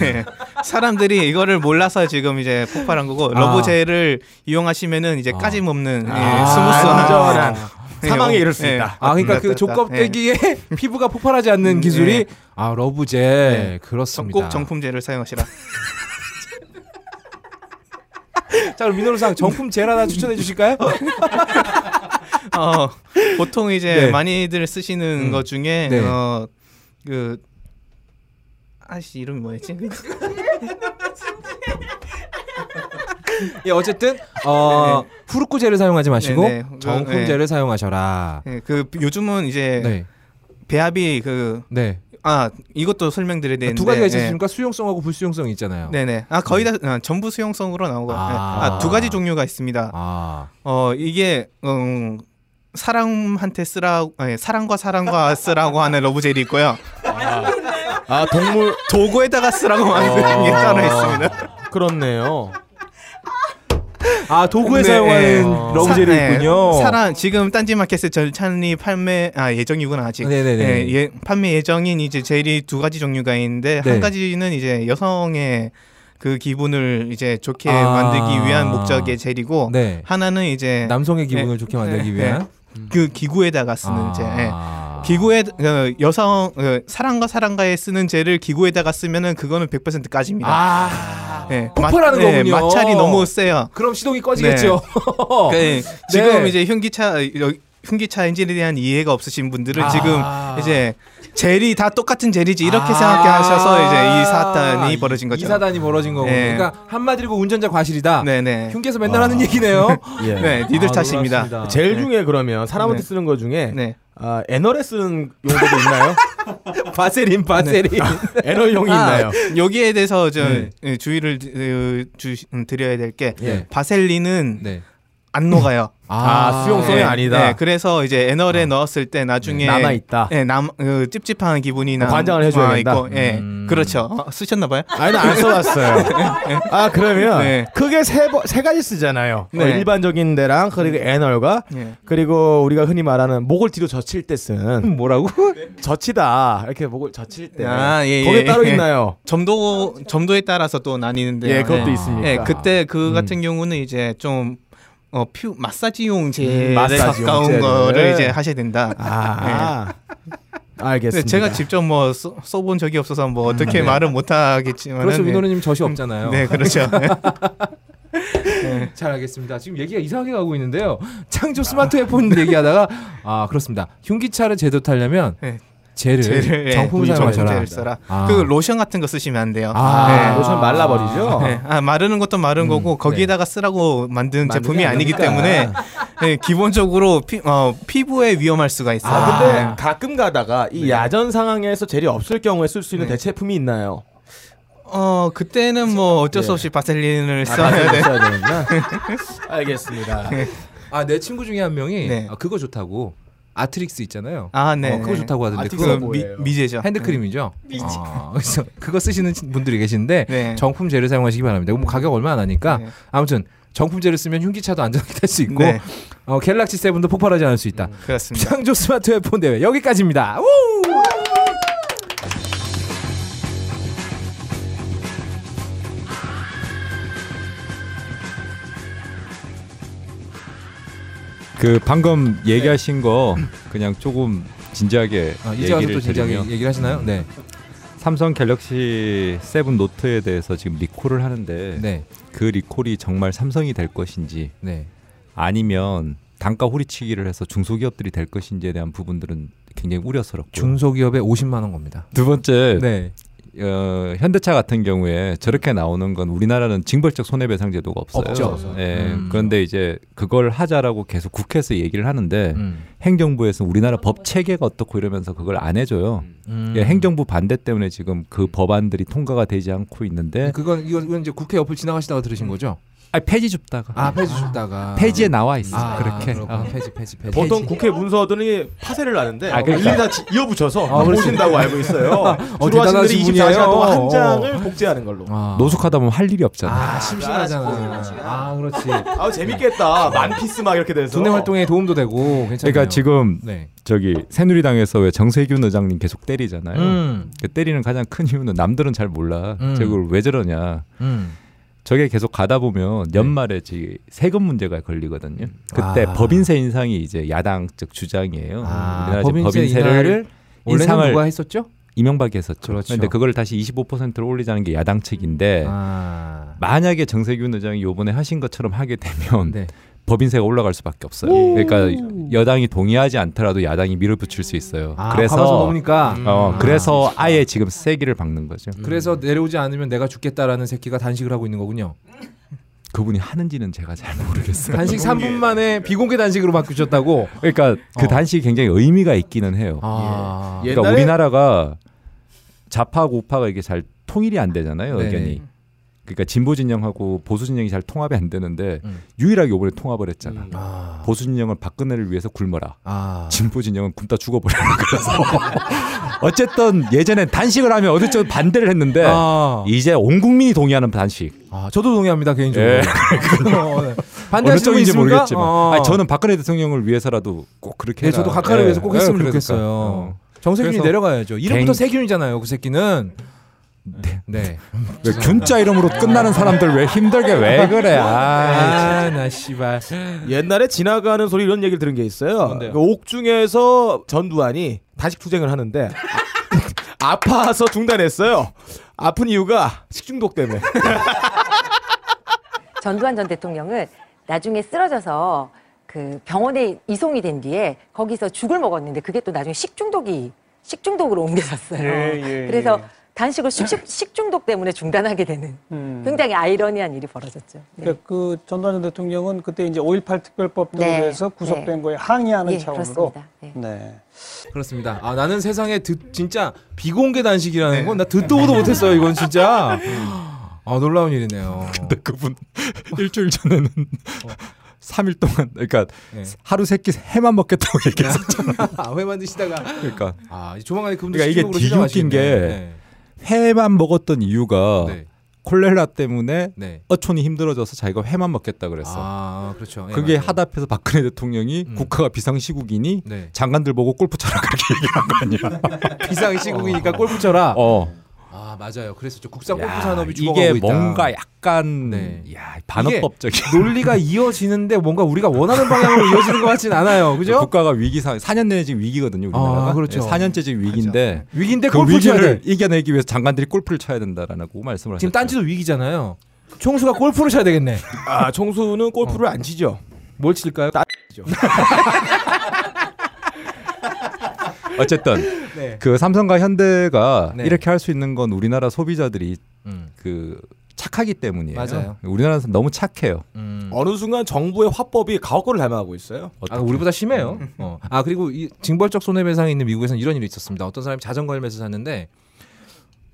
[SPEAKER 8] 네. 사람들이 이거를 몰라서 지금 이제 폭발한 거고
[SPEAKER 6] 아.
[SPEAKER 8] 러브 젤을 이용하시면은 이제 까짐 없는 예,
[SPEAKER 6] 아.
[SPEAKER 8] 스무스한
[SPEAKER 7] 안전한 사망에
[SPEAKER 8] 예,
[SPEAKER 7] 이를 수
[SPEAKER 8] 예.
[SPEAKER 7] 있다.
[SPEAKER 6] 아, 그러니까 그
[SPEAKER 8] 맞다, 네. 맞다.
[SPEAKER 6] 조껍데기에 [LAUGHS] 피부가 폭발하지 않는
[SPEAKER 8] 음,
[SPEAKER 6] 기술이
[SPEAKER 8] 예.
[SPEAKER 6] 아 러브젤
[SPEAKER 8] 네.
[SPEAKER 6] 그렇습니다.
[SPEAKER 8] 꼭 정품 젤을 사용하시라.
[SPEAKER 6] 자 그럼 민호루상 정품 젤 하나 추천해
[SPEAKER 8] [LAUGHS]
[SPEAKER 6] 주실까요?
[SPEAKER 8] 어, 보통 이제
[SPEAKER 6] 네.
[SPEAKER 8] 많이들 쓰시는
[SPEAKER 6] 음.
[SPEAKER 8] 것 중에
[SPEAKER 6] 네.
[SPEAKER 8] 어, 그 아씨 이름이 뭐였지?
[SPEAKER 6] 예 어쨌든 어 후루쿠 젤을 사용하지 마시고
[SPEAKER 8] 네, 네.
[SPEAKER 6] 정품
[SPEAKER 8] 네.
[SPEAKER 6] 젤을 사용하셔라.
[SPEAKER 8] 예, 그 요즘은 이제
[SPEAKER 6] 네,
[SPEAKER 8] 배합이 그
[SPEAKER 6] 네.
[SPEAKER 8] 아 이것도 설명드려야 되는데
[SPEAKER 6] 아, 두 가지가 있지
[SPEAKER 8] 예.
[SPEAKER 6] 않습니까? 수용성하고 불수용성이 있잖아요.
[SPEAKER 8] 네네. 아 거의 다 아, 전부 수용성으로 나오고
[SPEAKER 6] 아.
[SPEAKER 8] 아두 가지 종류가 있습니다.
[SPEAKER 6] 아,
[SPEAKER 8] 어 이게 음, 사람한테 쓰라 아니, 사랑과 사랑과 [LAUGHS] 쓰라고 하는 러브젤이 있고요.
[SPEAKER 7] 아, 동물
[SPEAKER 8] 도구에다가 쓰라고
[SPEAKER 6] 어.
[SPEAKER 8] 하는 게 따로 있습니다.
[SPEAKER 7] 아. [LAUGHS] 그렇네요.
[SPEAKER 6] 아 도구에
[SPEAKER 8] 네, 예.
[SPEAKER 6] 사용하는
[SPEAKER 7] 어.
[SPEAKER 6] 러브젤이
[SPEAKER 8] 사- 네,
[SPEAKER 6] 있군요.
[SPEAKER 8] 사람 지금 딴지마켓에 절찬리 판매 아 예정이구나 아직.
[SPEAKER 6] 네네네.
[SPEAKER 8] 예, 예, 판매 예정인 이제 젤이 두 가지 종류가 있는데
[SPEAKER 6] 네.
[SPEAKER 8] 한 가지는 이제 여성의 그 기분을 이제 좋게
[SPEAKER 6] 아.
[SPEAKER 8] 만들기 위한 목적의 젤이고
[SPEAKER 6] 네.
[SPEAKER 8] 하나는 이제
[SPEAKER 6] 남성의 기분을
[SPEAKER 8] 예.
[SPEAKER 6] 좋게 만들기
[SPEAKER 8] 예.
[SPEAKER 6] 위한
[SPEAKER 8] 그 기구에다가 쓰는 젤. 예.
[SPEAKER 6] 아.
[SPEAKER 8] 기구에 어, 여성 어, 사랑과 사랑과에 쓰는 젤을 기구에다가 쓰면은 그거는 100% 까집니다.
[SPEAKER 6] 아
[SPEAKER 8] 예,
[SPEAKER 6] 폭발하는
[SPEAKER 8] 마- 예,
[SPEAKER 6] 거군요.
[SPEAKER 8] 마찰이 너무 세요.
[SPEAKER 6] 그럼 시동이 꺼지겠죠. 어. 네. [LAUGHS]
[SPEAKER 8] 예, 지금 이제 흉기차 여- 흉기차 엔진에 대한 이해가 없으신 분들은
[SPEAKER 6] 아.
[SPEAKER 8] 지금 이제 젤이 다 똑같은 젤이지 이렇게
[SPEAKER 6] 아.
[SPEAKER 8] 생각하셔서 이제 이 사단이 벌어진 거죠.
[SPEAKER 6] 이 사단이 벌어진 거고.
[SPEAKER 8] 예.
[SPEAKER 6] 그러니까 한마디로 운전자 과실이다.
[SPEAKER 8] 네네.
[SPEAKER 6] 흉께서 맨날 하는 얘기네요.
[SPEAKER 7] 예.
[SPEAKER 8] 네, [LAUGHS] 니들
[SPEAKER 6] 아,
[SPEAKER 8] 탓입니다.
[SPEAKER 6] 놀랍습니다.
[SPEAKER 7] 젤 중에 그러면 사람한테
[SPEAKER 8] 네.
[SPEAKER 7] 쓰는 거 중에
[SPEAKER 8] 네.
[SPEAKER 7] 아, 에너에 쓰는 용도도 있나요?
[SPEAKER 6] 바세린 바세린. [LAUGHS]
[SPEAKER 7] 에너용이
[SPEAKER 6] 아,
[SPEAKER 7] 있나요?
[SPEAKER 8] 아, 여기에 대해서 저
[SPEAKER 6] 네.
[SPEAKER 8] 예, 주의를 어, 주, 음, 드려야 될 게
[SPEAKER 6] 예.
[SPEAKER 8] 바셀린은
[SPEAKER 6] 네.
[SPEAKER 8] 안 녹아요.
[SPEAKER 7] 아, 수용성이
[SPEAKER 8] 네,
[SPEAKER 7] 아니다. 어. 네,
[SPEAKER 8] 네, 그래서 이제 애널에 넣었을 때 나중에
[SPEAKER 7] 남아 있다.
[SPEAKER 8] 예, 남 어, 찝찝한 기분이나
[SPEAKER 7] 관장을 해줘야
[SPEAKER 8] 아,
[SPEAKER 7] 된다.
[SPEAKER 8] 있고, 예,
[SPEAKER 6] 음.
[SPEAKER 8] 그렇죠. 어, 쓰셨나 봐요.
[SPEAKER 7] [LAUGHS] 아니 나안 써봤어요. 아 그러면
[SPEAKER 8] 네.
[SPEAKER 7] 크게 세, 번- 세 가지 쓰잖아요.
[SPEAKER 8] 네.
[SPEAKER 7] 어, 일반적인 데랑 그리고 애널과
[SPEAKER 8] 예.
[SPEAKER 7] 그리고 우리가 흔히 말하는 목을 뒤로 젖힐 때 [LAUGHS] 쓰는
[SPEAKER 6] 뭐라고?
[SPEAKER 7] 젖히다 이렇게 목을 젖힐 때
[SPEAKER 8] 아, 예,
[SPEAKER 7] 거기
[SPEAKER 8] 예,
[SPEAKER 7] 따로
[SPEAKER 8] 예.
[SPEAKER 7] 있나요?
[SPEAKER 8] 점도 점도에 따라서 또 나뉘는데.
[SPEAKER 7] [LAUGHS] 예, 그것도 있습니까? 음.
[SPEAKER 8] 예, 그때 그 같은 경우는 이제 좀 어, 퓨 마사지용 젤에
[SPEAKER 7] 음, 마사지용
[SPEAKER 8] 가까운
[SPEAKER 7] 젤을.
[SPEAKER 8] 거를 이제 하셔야 된다.
[SPEAKER 7] 아
[SPEAKER 8] 근데
[SPEAKER 7] 알겠습니다. 음, 네.
[SPEAKER 8] 제가 직접 뭐 써, 본 적이 없어서 뭐 어떻게 말은 못하겠지만.
[SPEAKER 6] 그렇죠. 민호루님 젖이 없잖아요.
[SPEAKER 8] 네,
[SPEAKER 7] [LAUGHS]
[SPEAKER 8] 그렇죠.
[SPEAKER 6] [LAUGHS] 잘 알겠습니다. 지금 얘기가 이상하게 가고 있는데요. 창조
[SPEAKER 8] [LAUGHS]
[SPEAKER 6] 스마트폰 얘기하다가 아 그렇습니다. 흉기차를 제도 타려면
[SPEAKER 8] 네. 예,
[SPEAKER 6] 젤을,
[SPEAKER 7] 예,
[SPEAKER 8] [LAUGHS] 젤을
[SPEAKER 6] 정품
[SPEAKER 8] 을
[SPEAKER 6] 사용하셔라.
[SPEAKER 8] 써라.
[SPEAKER 6] 아.
[SPEAKER 8] 그 로션 같은 거 쓰시면 안 돼요.
[SPEAKER 6] 아,
[SPEAKER 8] 네.
[SPEAKER 7] 로션 말라버리죠.
[SPEAKER 8] 네. 아, 마르는 것도 마른 거고 거기에다가 쓰라고 네. 만든 제품이
[SPEAKER 6] 안
[SPEAKER 8] 아니기
[SPEAKER 6] 됩니다.
[SPEAKER 8] 때문에 네, 기본적으로 피, 어, 피부에 위험할 수가 있어요.
[SPEAKER 7] 아, 근데
[SPEAKER 8] 네.
[SPEAKER 7] 가끔 가다가 이 야전 상황에서 젤이 없을 경우에 쓸 수 있는
[SPEAKER 8] 네.
[SPEAKER 7] 대체품이 있나요?
[SPEAKER 8] 어 그때는 뭐 어쩔 수 없이 바셀린을 써야 돼.
[SPEAKER 7] 써야 되는구나. 알겠습니다.
[SPEAKER 6] 아 내 친구 중에 한 명이
[SPEAKER 8] 네.
[SPEAKER 6] 아, 그거 좋다고 아트릭스 있잖아요.
[SPEAKER 8] 아, 네.
[SPEAKER 6] 어, 그거 좋다고 하던데
[SPEAKER 7] 아트릭스
[SPEAKER 6] 그거
[SPEAKER 8] 그 미,
[SPEAKER 7] 뭐예요?
[SPEAKER 8] 미제죠.
[SPEAKER 6] 핸드크림이죠. 아, 그래서 그거 쓰시는 분들이 계신데
[SPEAKER 8] 음. 네.
[SPEAKER 6] 정품 젤을 사용하시기 바랍니다. 뭐 가격 얼마 안 하니까
[SPEAKER 8] 네.
[SPEAKER 6] 아무튼 정품 젤을 쓰면 흉기차도 안전하게 탈 수 있고
[SPEAKER 8] 네. 음,
[SPEAKER 6] 어, 갤럭시 세븐도 폭발하지 않을 수 있다.
[SPEAKER 8] 그렇습니다. [LAUGHS]
[SPEAKER 6] 창조 스마트 웨폰 대회 여기까지입니다. 우!
[SPEAKER 13] 그 방금 얘기하신 거 그냥 조금 진지하게
[SPEAKER 6] 아, 이제 와서
[SPEAKER 13] 얘기를
[SPEAKER 6] 또 진지하게
[SPEAKER 13] 드리면
[SPEAKER 6] 얘기를 하시나요? 네.
[SPEAKER 13] 삼성 갤럭시 세븐 노트에 대해서 지금 리콜을 하는데
[SPEAKER 6] 네.
[SPEAKER 13] 그 리콜이 정말 삼성이 될 것인지
[SPEAKER 6] 네.
[SPEAKER 13] 아니면 단가 호리치기를 해서 중소기업들이 될 것인지에 대한 부분들은 굉장히 우려스럽고
[SPEAKER 6] 중소기업에 50만 원 겁니다.
[SPEAKER 13] 두 번째
[SPEAKER 6] 네. 어, 현대차 같은 경우에 저렇게 나오는 건 우리나라는 징벌적 손해배상 제도가 없어요.
[SPEAKER 14] 없죠.
[SPEAKER 6] 예,
[SPEAKER 14] 음.
[SPEAKER 6] 그런데 이제 그걸 하자라고 계속 국회에서 얘기를 하는데
[SPEAKER 14] 음.
[SPEAKER 6] 행정부에서 우리나라 법 체계가 어떻고 이러면서 그걸 안 해줘요.
[SPEAKER 14] 음.
[SPEAKER 6] 예, 행정부 반대 때문에 지금 그 법안들이 통과가 되지 않고
[SPEAKER 13] 네.
[SPEAKER 8] 음.
[SPEAKER 6] 있는데
[SPEAKER 14] 그건 이건 이건 이제 국회 옆을 지나가시다가 들으신 거죠?
[SPEAKER 6] 아, 폐지 줍다가
[SPEAKER 14] 아 폐지 줬다가
[SPEAKER 6] 폐지에 나와 있어
[SPEAKER 14] 아,
[SPEAKER 6] 그렇게.
[SPEAKER 14] 그렇구나.
[SPEAKER 6] 어.
[SPEAKER 14] 폐지 폐지 폐지
[SPEAKER 7] 보통 국회 문서들이 파쇄를 하는데
[SPEAKER 6] 아, 그러니까.
[SPEAKER 7] 일일이 다 지- 이어붙여서
[SPEAKER 14] 아, 그렇습니다.
[SPEAKER 7] 보신다고 알고 있어요.
[SPEAKER 14] 어,
[SPEAKER 7] 주로
[SPEAKER 14] 대단하신
[SPEAKER 7] 하시는 분들이
[SPEAKER 14] 분이에요.
[SPEAKER 7] 24시간 동안
[SPEAKER 14] 어.
[SPEAKER 7] 한 장을 복제하는 걸로.
[SPEAKER 14] 아. [LAUGHS]
[SPEAKER 6] 노숙하다 보면 할 일이 없잖아.
[SPEAKER 14] 아 심심하잖아 아 그렇지
[SPEAKER 7] 아 재밌겠다. 만 피스 막 이렇게 돼서.
[SPEAKER 14] 두뇌 활동에 도움도 되고 괜찮아요
[SPEAKER 6] 어. 그러니까 지금
[SPEAKER 14] 네.
[SPEAKER 6] 저기 새누리당에서 왜 정세균 의장님 계속 때리잖아요.
[SPEAKER 14] 음.
[SPEAKER 6] 그 때리는 가장 큰 이유는 남들은 잘 몰라.
[SPEAKER 14] 음.
[SPEAKER 6] 저걸 왜 저러냐.
[SPEAKER 14] 음. 네.
[SPEAKER 6] 저게 계속 가다 보면 연말에 지 세금 문제가 걸리거든요. 그때
[SPEAKER 14] 아.
[SPEAKER 6] 법인세 인상이 이제 야당 적 주장이에요.
[SPEAKER 14] 아,
[SPEAKER 6] 우리나라 지금
[SPEAKER 14] 법인세 인하를 원래는
[SPEAKER 6] 인상을-
[SPEAKER 14] 누가 했었죠?
[SPEAKER 6] 이명박이 했었죠.
[SPEAKER 14] 그렇죠.
[SPEAKER 6] 런데 네, 그걸 다시 25%로 올리자는 게 야당 측인데
[SPEAKER 14] 아.
[SPEAKER 6] 만약에 정세균 의장이 요번에 하신 것처럼 하게 되면
[SPEAKER 14] 네.
[SPEAKER 6] 법인세가 올라갈 수밖에 없어요. 그러니까 여당이 동의하지 않더라도 야당이 밀어붙일 수 있어요.
[SPEAKER 14] 아,
[SPEAKER 6] 그래서
[SPEAKER 14] 가봐서 넘으니까 음.
[SPEAKER 6] 어, 그래서 아예 지금 세기를 박는 거죠.
[SPEAKER 14] 그래서 내려오지 않으면 내가 죽겠다라는 새끼가 단식을 하고 있는 거군요.
[SPEAKER 6] 그분이 하는지는 제가 잘 모르겠어요.
[SPEAKER 14] 단식 3분 만에 비공개 단식으로 바꾸셨다고.
[SPEAKER 6] 그러니까 그
[SPEAKER 14] 어.
[SPEAKER 6] 단식이 굉장히 의미가 있기는 해요.
[SPEAKER 14] 아.
[SPEAKER 7] 예.
[SPEAKER 6] 그러니까
[SPEAKER 7] 옛날에-
[SPEAKER 6] 우리나라가 좌파하고 우파가 이게 잘 통일이 안 되잖아요,
[SPEAKER 14] 네네.
[SPEAKER 6] 의견이. 그러니까 진보 진영하고 보수 진영이 잘 통합이 안 되는데
[SPEAKER 14] 음.
[SPEAKER 6] 유일하게 이번에 통합을 했잖아.
[SPEAKER 14] 아.
[SPEAKER 6] 보수 진영은 박근혜를 위해서 굶어라.
[SPEAKER 14] 아.
[SPEAKER 6] 진보 진영은 굶다 죽어버리는 거라서 어쨌든 예전엔 단식을 하면 어느 쪽 반대를 했는데
[SPEAKER 14] 아.
[SPEAKER 6] 이제 온 국민이 동의하는 단식.
[SPEAKER 14] 아, 저도 동의합니다
[SPEAKER 7] 그
[SPEAKER 14] 개인적으로.
[SPEAKER 6] 예.
[SPEAKER 14] 어, 네.
[SPEAKER 6] 어느
[SPEAKER 14] 반대하시는 분
[SPEAKER 6] 쪽인지
[SPEAKER 14] 있습니까?
[SPEAKER 6] 모르겠지만
[SPEAKER 14] 어.
[SPEAKER 6] 아니, 저는 박근혜 대통령을 위해서라도 꼭 그렇게
[SPEAKER 14] 네,
[SPEAKER 6] 해라.
[SPEAKER 14] 저도 각하를
[SPEAKER 6] 예.
[SPEAKER 14] 위해서 꼭
[SPEAKER 6] 예,
[SPEAKER 14] 했으면
[SPEAKER 6] 그러니까.
[SPEAKER 14] 좋겠어요.
[SPEAKER 6] 어.
[SPEAKER 14] 정세균이
[SPEAKER 6] 그래서
[SPEAKER 14] 내려가야죠. 이름부터
[SPEAKER 6] 갱-
[SPEAKER 14] 세균이잖아요. 그 새끼는. 네. 네.
[SPEAKER 6] 왜 균자 이름으로 끝나는 사람들 왜 힘들게 왜 그래? 아,
[SPEAKER 14] 아, 나 씨발.
[SPEAKER 7] 옛날에 지나가는 소리 이런 얘기를 들은 게 있어요.
[SPEAKER 14] 뭔데요?
[SPEAKER 7] 그 옥중에서 전두환이 단식 투쟁을 하는데 아파서 [LAUGHS] 중단했어요. 아픈 이유가 식중독 때문에.
[SPEAKER 15] 전두환 전 대통령은 나중에 쓰러져서 그 병원에 이송이 된 뒤에 거기서 죽을 먹었는데 그게 또 나중에 식중독이 식중독으로 옮겨졌어요.
[SPEAKER 16] 예, 예,
[SPEAKER 15] 그래서
[SPEAKER 16] 예.
[SPEAKER 15] 단식을 식, 식중독 때문에 중단하게 되는 굉장히 아이러니한 일이 벌어졌죠. 네.
[SPEAKER 16] 그러니까 그 전두환 전 대통령은 그때 이제 5.18 특별법 등에
[SPEAKER 15] 네.
[SPEAKER 16] 대해서 구속된 거에 항의하는
[SPEAKER 15] 예,
[SPEAKER 16] 차원으로
[SPEAKER 15] 그렇습니다. 예.
[SPEAKER 16] 네.
[SPEAKER 14] 그렇습니다. 아 나는 세상에 듣, 진짜 비공개
[SPEAKER 6] 네.
[SPEAKER 14] 단식이라는 건 나 듣도 보도 못했어요. 이건
[SPEAKER 6] [LAUGHS]
[SPEAKER 14] 진짜. 아 놀라운 일이네요.
[SPEAKER 6] 근데 그분 [LAUGHS] 일주일 전에는 [LAUGHS] 3일 동안 그러니까
[SPEAKER 14] 예.
[SPEAKER 6] 하루 세끼 해만 먹겠다고
[SPEAKER 14] [LAUGHS]
[SPEAKER 6] 얘기했었잖아.
[SPEAKER 14] 아, 회 만드시다가
[SPEAKER 6] 그러니까
[SPEAKER 14] 아 조만간에 그분도
[SPEAKER 6] 그러니까 이게
[SPEAKER 14] 식중독으로
[SPEAKER 6] 뒤죽인 게
[SPEAKER 14] 시작하시겠네.
[SPEAKER 6] 회만 먹었던 이유가
[SPEAKER 14] 네. 네.
[SPEAKER 6] 콜레라 때문에
[SPEAKER 14] 네.
[SPEAKER 6] 어촌이 힘들어져서 자기가 회만 먹겠다 그랬어.
[SPEAKER 14] 아 그렇죠. 예,
[SPEAKER 6] 그게
[SPEAKER 14] 맞아요.
[SPEAKER 6] 하다해서 박근혜 대통령이
[SPEAKER 14] 음.
[SPEAKER 6] 국가가 비상시국이니
[SPEAKER 14] 네.
[SPEAKER 6] 장관들 보고 골프 쳐라 그렇게 얘기한 거 아니야.
[SPEAKER 14] 비상 시국이니까 골프 쳐라.
[SPEAKER 6] 어.
[SPEAKER 14] 어. 아 맞아요. 그래서 저 국산
[SPEAKER 6] 야,
[SPEAKER 14] 골프 산업이 죽어가고
[SPEAKER 6] 이게
[SPEAKER 14] 있다.
[SPEAKER 6] 뭔가 약간
[SPEAKER 14] 네.
[SPEAKER 6] 야, 반업법적인
[SPEAKER 14] 논리가 이어지는데 뭔가 우리가 원하는
[SPEAKER 16] [LAUGHS]
[SPEAKER 14] 방향으로 이어지는 것 같진 않아요.
[SPEAKER 6] [LAUGHS]
[SPEAKER 14] 그죠?
[SPEAKER 6] 국가가 위기 상 4년 내내 지금 위기거든요, 우리나라가.
[SPEAKER 14] 아, 그렇죠.
[SPEAKER 6] 4년째 지금 위기인데
[SPEAKER 14] 위기인데
[SPEAKER 6] 그
[SPEAKER 14] 골프 쳐야 돼.
[SPEAKER 6] 위기를 이겨내기 위해서 장관들이 골프를 쳐야 된다라고 말씀을
[SPEAKER 14] 지금
[SPEAKER 6] 하셨죠.
[SPEAKER 14] 딴지도 위기잖아요. 총수가 골프를 쳐야 되겠네.
[SPEAKER 7] 아 총수는 골프를 안 치죠.
[SPEAKER 14] 뭘 칠까요?
[SPEAKER 6] 어쨌든
[SPEAKER 14] [LAUGHS] 네.
[SPEAKER 6] 그 삼성과 현대가
[SPEAKER 14] 네.
[SPEAKER 6] 이렇게 할 수 있는 건 우리나라 소비자들이
[SPEAKER 14] 음.
[SPEAKER 6] 그 착하기 때문이에요.
[SPEAKER 14] 맞아요.
[SPEAKER 6] 우리나라는 너무 착해요.
[SPEAKER 14] 음.
[SPEAKER 7] 어느 순간 정부의 화법이 가혹거를 닮아가고 있어요.
[SPEAKER 14] 아, 우리보다 심해요. 어. 아 그리고 이 징벌적 손해배상이 있는 미국에서는 이런 일이 있었습니다. 어떤 사람이 자전거 헬멧을 샀는데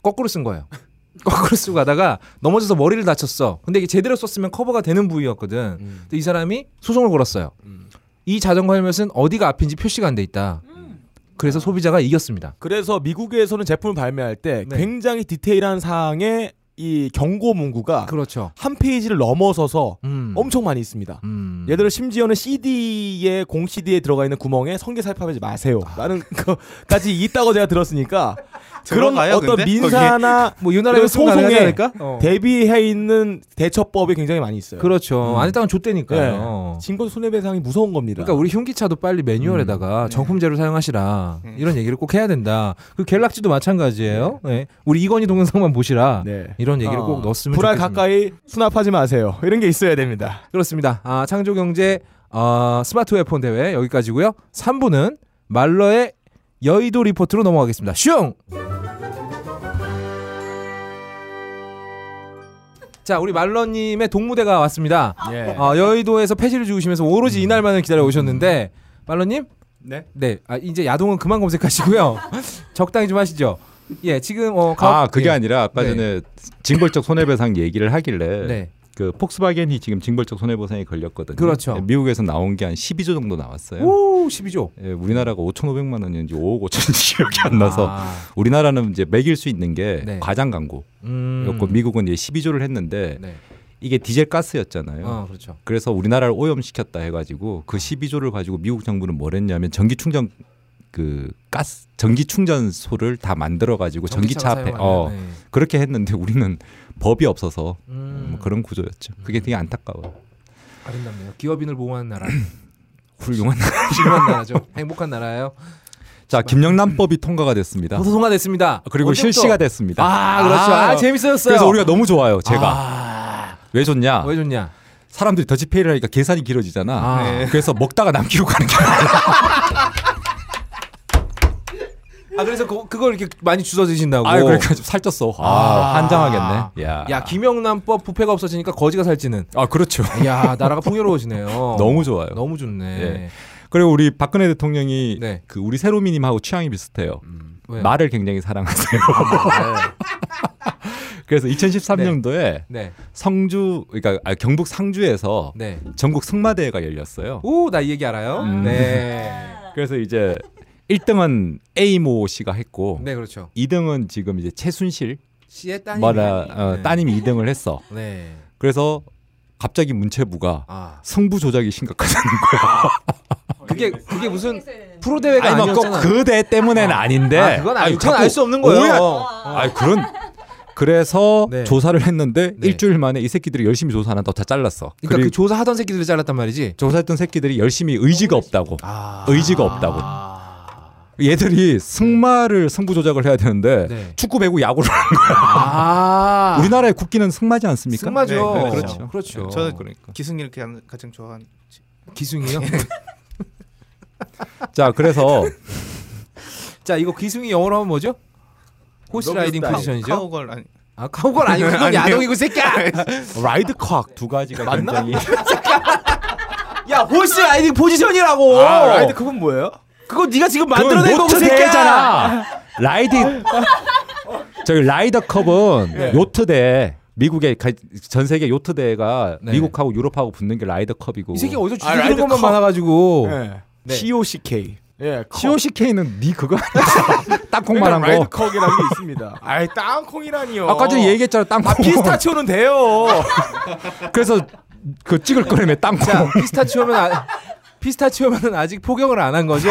[SPEAKER 14] 거꾸로 쓴 거예요. [LAUGHS] 거꾸로 쓰고 가다가 넘어져서 머리를 다쳤어. 근데 이게 제대로 썼으면 커버가 되는 부위였거든. 근데 이 사람이 소송을 걸었어요. 이 자전거 헬멧은 어디가 앞인지 표시가 안 돼 있다. 그래서 소비자가 이겼습니다.
[SPEAKER 7] 그래서 미국에서는 제품을 발매할 때
[SPEAKER 14] 네.
[SPEAKER 7] 굉장히 디테일한 사항에 이 경고 문구가
[SPEAKER 14] 그렇죠.
[SPEAKER 7] 한 페이지를 넘어서서
[SPEAKER 14] 음.
[SPEAKER 7] 엄청 많이 있습니다.
[SPEAKER 14] 음.
[SPEAKER 7] 예를 들어 심지어는 CD의 공 CD에 들어가 있는 구멍에 성게 살펴보지 마세요. 라는 [LAUGHS] 거까지 있다고 제가 [LAUGHS] 들었으니까 그런
[SPEAKER 8] 들어가요,
[SPEAKER 7] 어떤
[SPEAKER 8] 근데?
[SPEAKER 7] 민사나
[SPEAKER 14] 뭐 유나라에서
[SPEAKER 7] 그런
[SPEAKER 14] 소송하지
[SPEAKER 7] 소송에
[SPEAKER 14] 않을까? 어.
[SPEAKER 7] 대비해 있는 대처법이 굉장히 많이 있어요.
[SPEAKER 14] 그렇죠. 안 했다면 좆대니까요.
[SPEAKER 7] 예. 징벌 손해배상이 무서운 겁니다.
[SPEAKER 14] 그러니까 우리 흉기차도 빨리 매뉴얼에다가
[SPEAKER 7] 음, 네.
[SPEAKER 14] 정품제로 사용하시라 이런 얘기를 꼭 해야 된다. 그 갤럭시도 마찬가지예요. 예. 우리 이건희 동영상만 보시라
[SPEAKER 7] 네.
[SPEAKER 14] 이런 얘기를
[SPEAKER 7] 어,
[SPEAKER 14] 꼭 넣었으면
[SPEAKER 7] 불알
[SPEAKER 14] 좋겠습니다.
[SPEAKER 7] 가까이 수납하지 마세요. 이런 게 있어야 됩니다.
[SPEAKER 14] 그렇습니다. 아, 창조경제 어, 스마트 웨폰 대회 여기까지고요. 3부는 말러의 여의도 리포트로 넘어가겠습니다. 슝!
[SPEAKER 7] 자, 우리 말러님의 동무대가 왔습니다.
[SPEAKER 17] 예.
[SPEAKER 7] 어, 여의도에서 폐지를 주우시면서 오로지 이날만을 기다려 오셨는데, 말러님?
[SPEAKER 8] 네.
[SPEAKER 7] 네. 아, 이제 야동은 그만 검색하시고요. [LAUGHS] 적당히 좀 하시죠. 예, 지금 어,
[SPEAKER 6] 아
[SPEAKER 7] 가업-
[SPEAKER 6] 그게
[SPEAKER 7] 예.
[SPEAKER 6] 아니라 아까
[SPEAKER 7] 네.
[SPEAKER 6] 전에 징벌적 손해배상 얘기를 하길래
[SPEAKER 7] 네.
[SPEAKER 6] 그 폭스바겐이 지금 징벌적 손해보상에 걸렸거든요.
[SPEAKER 7] 그렇죠.
[SPEAKER 6] 예, 미국에서 나온 게 한 12조 정도 나왔어요.
[SPEAKER 7] 오, 12조.
[SPEAKER 6] 예, 우리나라가 5,500만 원인지 5억 5천인지 기억이 안 나서
[SPEAKER 7] 아.
[SPEAKER 6] 우리나라는 이제 매길 수 있는 게
[SPEAKER 7] 네.
[SPEAKER 6] 과장 광고.
[SPEAKER 7] 음.
[SPEAKER 6] 였고 미국은 이제 12조를 했는데
[SPEAKER 7] 네.
[SPEAKER 6] 이게 디젤 가스였잖아요.
[SPEAKER 7] 어, 그렇죠. 아.
[SPEAKER 6] 그래서 우리나라를 오염시켰다 해가지고 그 12조를 가지고 미국 정부는 뭘 했냐면 전기 충전 그 가스 전기 충전소를 다 만들어 가지고 전기차
[SPEAKER 7] 전기차로
[SPEAKER 6] 앞에
[SPEAKER 7] 사용하는,
[SPEAKER 6] 어
[SPEAKER 7] 네.
[SPEAKER 6] 그렇게 했는데 우리는 [LAUGHS] 법이 없어서 뭐 그런 구조였죠. 그게 되게 안타까워요.
[SPEAKER 7] 음. 아름답네요. 기업인을 보호하는 나라.
[SPEAKER 6] [CLEARS THROAT] 훌륭한 나라.
[SPEAKER 7] [LAUGHS] 훌륭한 나라죠. 행복한 나라예요.
[SPEAKER 6] 자 김영란법이 통과가 됐습니다.
[SPEAKER 7] 호소 통과됐습니다.
[SPEAKER 6] 그리고
[SPEAKER 7] 언제부터?
[SPEAKER 6] 실시가 됐습니다.
[SPEAKER 7] 아, 그렇죠. 아, 재밌었어요.
[SPEAKER 6] 그래서 우리가 너무 좋아요. 제가 왜 좋냐?
[SPEAKER 7] 왜 좋냐?
[SPEAKER 6] 사람들이 더치페이를 하니까 계산이 길어지잖아.
[SPEAKER 7] 아.
[SPEAKER 6] 네. 그래서 먹다가 남기고 가는 게
[SPEAKER 7] 아 그래서 그, 그걸 이렇게 많이 주워 드신다고.
[SPEAKER 6] 아유, 그러니까 좀 살쪘어. 아, 환장하겠네.
[SPEAKER 7] 야.
[SPEAKER 6] 야.
[SPEAKER 7] 김영란법 부패가 없어지니까 거지가 살찌는.
[SPEAKER 6] 아 그렇죠.
[SPEAKER 7] 야 나라가 풍요로워지네요.
[SPEAKER 6] [LAUGHS] 너무 좋아요.
[SPEAKER 7] [LAUGHS] 너무 좋네. 네.
[SPEAKER 6] 예. 그리고 우리 박근혜 대통령이 그 우리 세로미님하고 취향이 비슷해요.
[SPEAKER 14] 음,
[SPEAKER 7] 왜요?
[SPEAKER 6] 말을 굉장히
[SPEAKER 7] [LAUGHS]
[SPEAKER 6] 사랑하세요. [LAUGHS] 그래서 2013년도에
[SPEAKER 7] 네.
[SPEAKER 6] 성주, 그러니까 아, 경북 상주에서
[SPEAKER 7] 네.
[SPEAKER 6] 전국 승마대회가 열렸어요.
[SPEAKER 7] 오 나 이 얘기 알아요.
[SPEAKER 6] 음.
[SPEAKER 7] 네.
[SPEAKER 6] [LAUGHS] 그래서 이제 1등은 A모 씨가 했고,
[SPEAKER 7] 네, 그렇죠.
[SPEAKER 6] 2등은 지금 이제 최순실
[SPEAKER 7] 씨의 따님이-
[SPEAKER 6] 뭐라, 어,
[SPEAKER 7] 네.
[SPEAKER 6] 따님이 2등을 했어.
[SPEAKER 7] 네.
[SPEAKER 6] 그래서 갑자기 문체부가
[SPEAKER 7] 아.
[SPEAKER 6] 승부 조작이 심각하다는 거야.
[SPEAKER 7] [LAUGHS] 그게 그게 무슨 프로 대회가
[SPEAKER 6] 아니
[SPEAKER 7] 아니었잖아.
[SPEAKER 6] 뭐그 대회 때문에는 아닌데.
[SPEAKER 7] 아, 그건 아니- 그건
[SPEAKER 6] 자꾸
[SPEAKER 7] 알수 없는 거예요. 네.
[SPEAKER 6] 오해-
[SPEAKER 7] 어.
[SPEAKER 6] 아니 그런 그래서 조사를 했는데 일주일 만에 이 새끼들이 열심히 조사 안 한다고 다 잘랐어.
[SPEAKER 7] 그러니까 그 조사하던 새끼들을 잘랐단 [LAUGHS] 말이지.
[SPEAKER 6] 조사했던 새끼들이 열심히 의지가
[SPEAKER 7] 어,
[SPEAKER 6] 없다고.
[SPEAKER 14] 아,
[SPEAKER 6] 의지가 없다고. 얘들이 승마를 승부 조작을 해야 되는데
[SPEAKER 7] 네.
[SPEAKER 6] 축구, 배구, 야구를 하는 거야.
[SPEAKER 7] 아.
[SPEAKER 6] 우리나라의 국기는 승마지 않습니까?
[SPEAKER 7] 승마죠.
[SPEAKER 6] 네,
[SPEAKER 7] 그렇죠. 그렇죠.
[SPEAKER 8] 저는 그러니까 기승이를 가장- 가장 좋아하는
[SPEAKER 7] 기승이요?
[SPEAKER 6] 자, 그래서
[SPEAKER 7] [LAUGHS] 자 이거 기승이 영어로 하면 뭐죠? 호스 라이딩
[SPEAKER 8] 러브 스타일.
[SPEAKER 7] 포지션이죠?
[SPEAKER 8] 카우걸 아니-
[SPEAKER 7] 아 카우걸 아니고 그건
[SPEAKER 8] 아니에요.
[SPEAKER 7] 야동이고 새끼야.
[SPEAKER 6] 라이드 콱 두 가지가
[SPEAKER 7] 맞나?
[SPEAKER 6] 굉장히
[SPEAKER 7] 야 호스 라이딩 포지션이라고.
[SPEAKER 6] 아, 라이드
[SPEAKER 7] 그건 뭐예요? 그거 네가 지금
[SPEAKER 6] 그건
[SPEAKER 7] 만들어낸 거고
[SPEAKER 6] 노트
[SPEAKER 7] 새끼야.
[SPEAKER 6] 대회잖아. 라이딩 저기 라이더컵은
[SPEAKER 7] 네.
[SPEAKER 6] 요트 대회 미국의 가- 전 세계 요트 대회가
[SPEAKER 7] 네.
[SPEAKER 6] 미국하고 유럽하고 붙는 게 라이더컵이고
[SPEAKER 7] 이 새끼 어디서 주는 것만 많아가지고. 아, 네.
[SPEAKER 6] COCK
[SPEAKER 17] 예,
[SPEAKER 6] COCK는 네 그거
[SPEAKER 7] [LAUGHS]
[SPEAKER 6] 아니야?
[SPEAKER 7] 그러니까
[SPEAKER 6] 땅콩만한
[SPEAKER 17] 라이드
[SPEAKER 6] 거.
[SPEAKER 17] 컥이라는 게 있습니다. 아이 땅콩이라니요.
[SPEAKER 6] 아까 전에 얘기했잖아, 땅콩.
[SPEAKER 17] 아, 피스타치오는 돼요.
[SPEAKER 6] 그래서 그 찍을 거라며 땅콩.
[SPEAKER 7] 자 피스타치오면 아, 피스타치오면은 아직 포경을 안 한 거죠?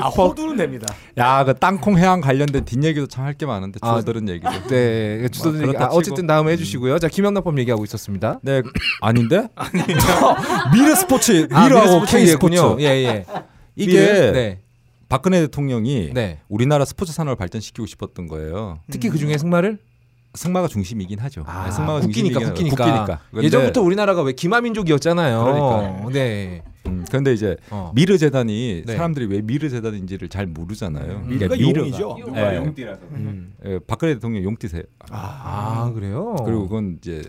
[SPEAKER 17] 아 호두는 됩니다.
[SPEAKER 6] [LAUGHS] 야, 그 땅콩 해양 관련된 뒷얘기도 참 할 게 많은데
[SPEAKER 7] 아,
[SPEAKER 6] 주워들은 얘기도.
[SPEAKER 7] 네, 주소들 얘기. 아, 어쨌든 다음에 해주시고요. 자 김영란법 얘기하고 있었습니다.
[SPEAKER 6] 네, 아닌데? 미르 스포츠,
[SPEAKER 7] 아, 미르
[SPEAKER 6] 미르하고
[SPEAKER 7] 스포츠
[SPEAKER 6] K 스포츠.
[SPEAKER 7] 얘기군요. 예, 예.
[SPEAKER 6] 이게
[SPEAKER 7] 미르? 네.
[SPEAKER 6] 박근혜 대통령이
[SPEAKER 7] 네.
[SPEAKER 6] 우리나라 스포츠 산업을 발전시키고 싶었던 거예요.
[SPEAKER 7] 특히 그 중에 승마를
[SPEAKER 6] 승마가 중심이긴 하죠. 네, 승마가
[SPEAKER 7] 국기니까
[SPEAKER 6] 중심이긴 하죠.
[SPEAKER 7] 국기니까.
[SPEAKER 6] 근데-
[SPEAKER 7] 예전부터 우리나라가 왜 기마민족이었잖아요.
[SPEAKER 6] 그러니까.
[SPEAKER 7] 네. 어.
[SPEAKER 6] 음, 그런데 이제 미르 재단이
[SPEAKER 7] 네.
[SPEAKER 6] 사람들이 왜 미르 재단인지를 잘 모르잖아요.
[SPEAKER 7] 음.
[SPEAKER 6] 그러니까
[SPEAKER 7] 미르가
[SPEAKER 6] 미르가-
[SPEAKER 7] 용이죠.
[SPEAKER 6] 예. 음. 예, 박근혜 대통령 용띠세요.
[SPEAKER 7] 아, 아, 그래요?
[SPEAKER 6] 그리고 그건 이제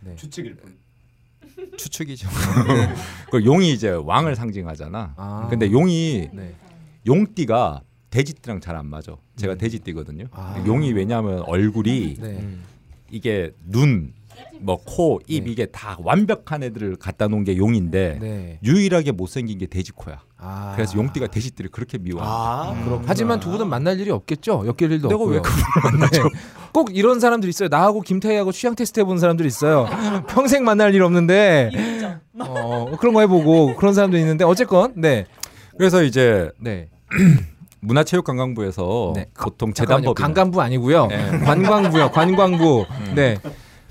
[SPEAKER 7] 네.
[SPEAKER 18] 추측일 뿐.
[SPEAKER 6] [LAUGHS] 추측이죠. [LAUGHS] 그 용이 이제 왕을 상징하잖아.
[SPEAKER 7] 아.
[SPEAKER 6] 근데 용이
[SPEAKER 7] 네.
[SPEAKER 6] 용띠가 돼지띠랑 잘 안 맞아.
[SPEAKER 7] 음.
[SPEAKER 6] 제가 돼지띠거든요.
[SPEAKER 7] 아.
[SPEAKER 6] 용이 왜냐하면 얼굴이
[SPEAKER 7] 네.
[SPEAKER 18] 음.
[SPEAKER 6] 이게 눈, 뭐 코, 입 이게 다 완벽한 애들을 갖다 놓은 게 용인데
[SPEAKER 7] 네.
[SPEAKER 6] 유일하게 못생긴 게 돼지코야.
[SPEAKER 7] 아.
[SPEAKER 6] 그래서 용띠가 돼지띠를 그렇게 미워한다.
[SPEAKER 7] 하지만 두 분은 만날 일이 없겠죠. 엮일 일도
[SPEAKER 6] 내가
[SPEAKER 7] 없고요.
[SPEAKER 6] 왜
[SPEAKER 7] 그분을 만나죠? 꼭 이런 사람들 있어요. 나하고 김태희하고 취향 테스트 해본 사람들
[SPEAKER 14] [LAUGHS]
[SPEAKER 7] 있어요. 평생 만날 일 없는데 어, 그런 거 해보고 그런 사람도 있는데 어쨌건 네.
[SPEAKER 6] 그래서 이제 [CLEARS THROAT]
[SPEAKER 7] 네.
[SPEAKER 6] 문화체육관광부에서 보통
[SPEAKER 7] 잠깐만요.
[SPEAKER 6] 재단법
[SPEAKER 7] 관광부 아니고요.
[SPEAKER 14] 네.
[SPEAKER 7] 관광부요. 관광부.
[SPEAKER 14] 음.
[SPEAKER 7] 네.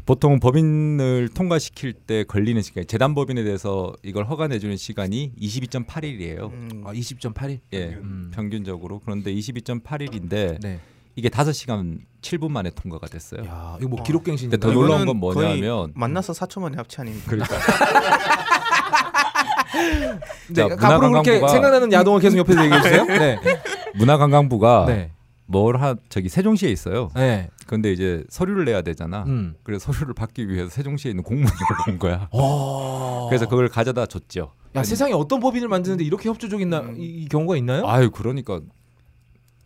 [SPEAKER 6] 보통 법인을 통과시킬 때 걸리는 시간, 재단 법인에 대해서 이걸 허가내주는 시간이 22.8일이에요.
[SPEAKER 8] 음,
[SPEAKER 7] 아, 20.8일.
[SPEAKER 6] 예, 평균적으로. 그런데 22.8일인데
[SPEAKER 7] 네.
[SPEAKER 6] 이게 5시간 7분 만에 통과가 됐어요.
[SPEAKER 7] 이거 뭐 기록갱신인가요?
[SPEAKER 6] 근데 더 놀라운 건
[SPEAKER 8] 이거는 거의
[SPEAKER 6] 뭐냐면
[SPEAKER 8] 만나서 4초 만에 합치 아닙니까?
[SPEAKER 6] 그러니까.
[SPEAKER 14] [LAUGHS]
[SPEAKER 7] 네. 앞으로 그렇게 생각나는 야동을 계속 옆에서 얘기해 주세요. 네.
[SPEAKER 8] [LAUGHS]
[SPEAKER 6] 문화관광부가
[SPEAKER 7] 네.
[SPEAKER 6] 뭘 하, 저기 세종시에 있어요.
[SPEAKER 14] 네.
[SPEAKER 6] 근데 이제 서류를 내야 되잖아.
[SPEAKER 14] 음.
[SPEAKER 6] 그래서 서류를 받기 위해서 세종시에 있는 공무원이 올라온 거야.
[SPEAKER 14] 오.
[SPEAKER 6] 그래서 그걸 가져다 줬죠.
[SPEAKER 7] 네.
[SPEAKER 14] 야 세상에 어떤 법인을 만드는데 이렇게 협조적인 나, 이, 이 경우가
[SPEAKER 7] [LAUGHS]
[SPEAKER 14] 있나요?
[SPEAKER 6] 아유 그러니까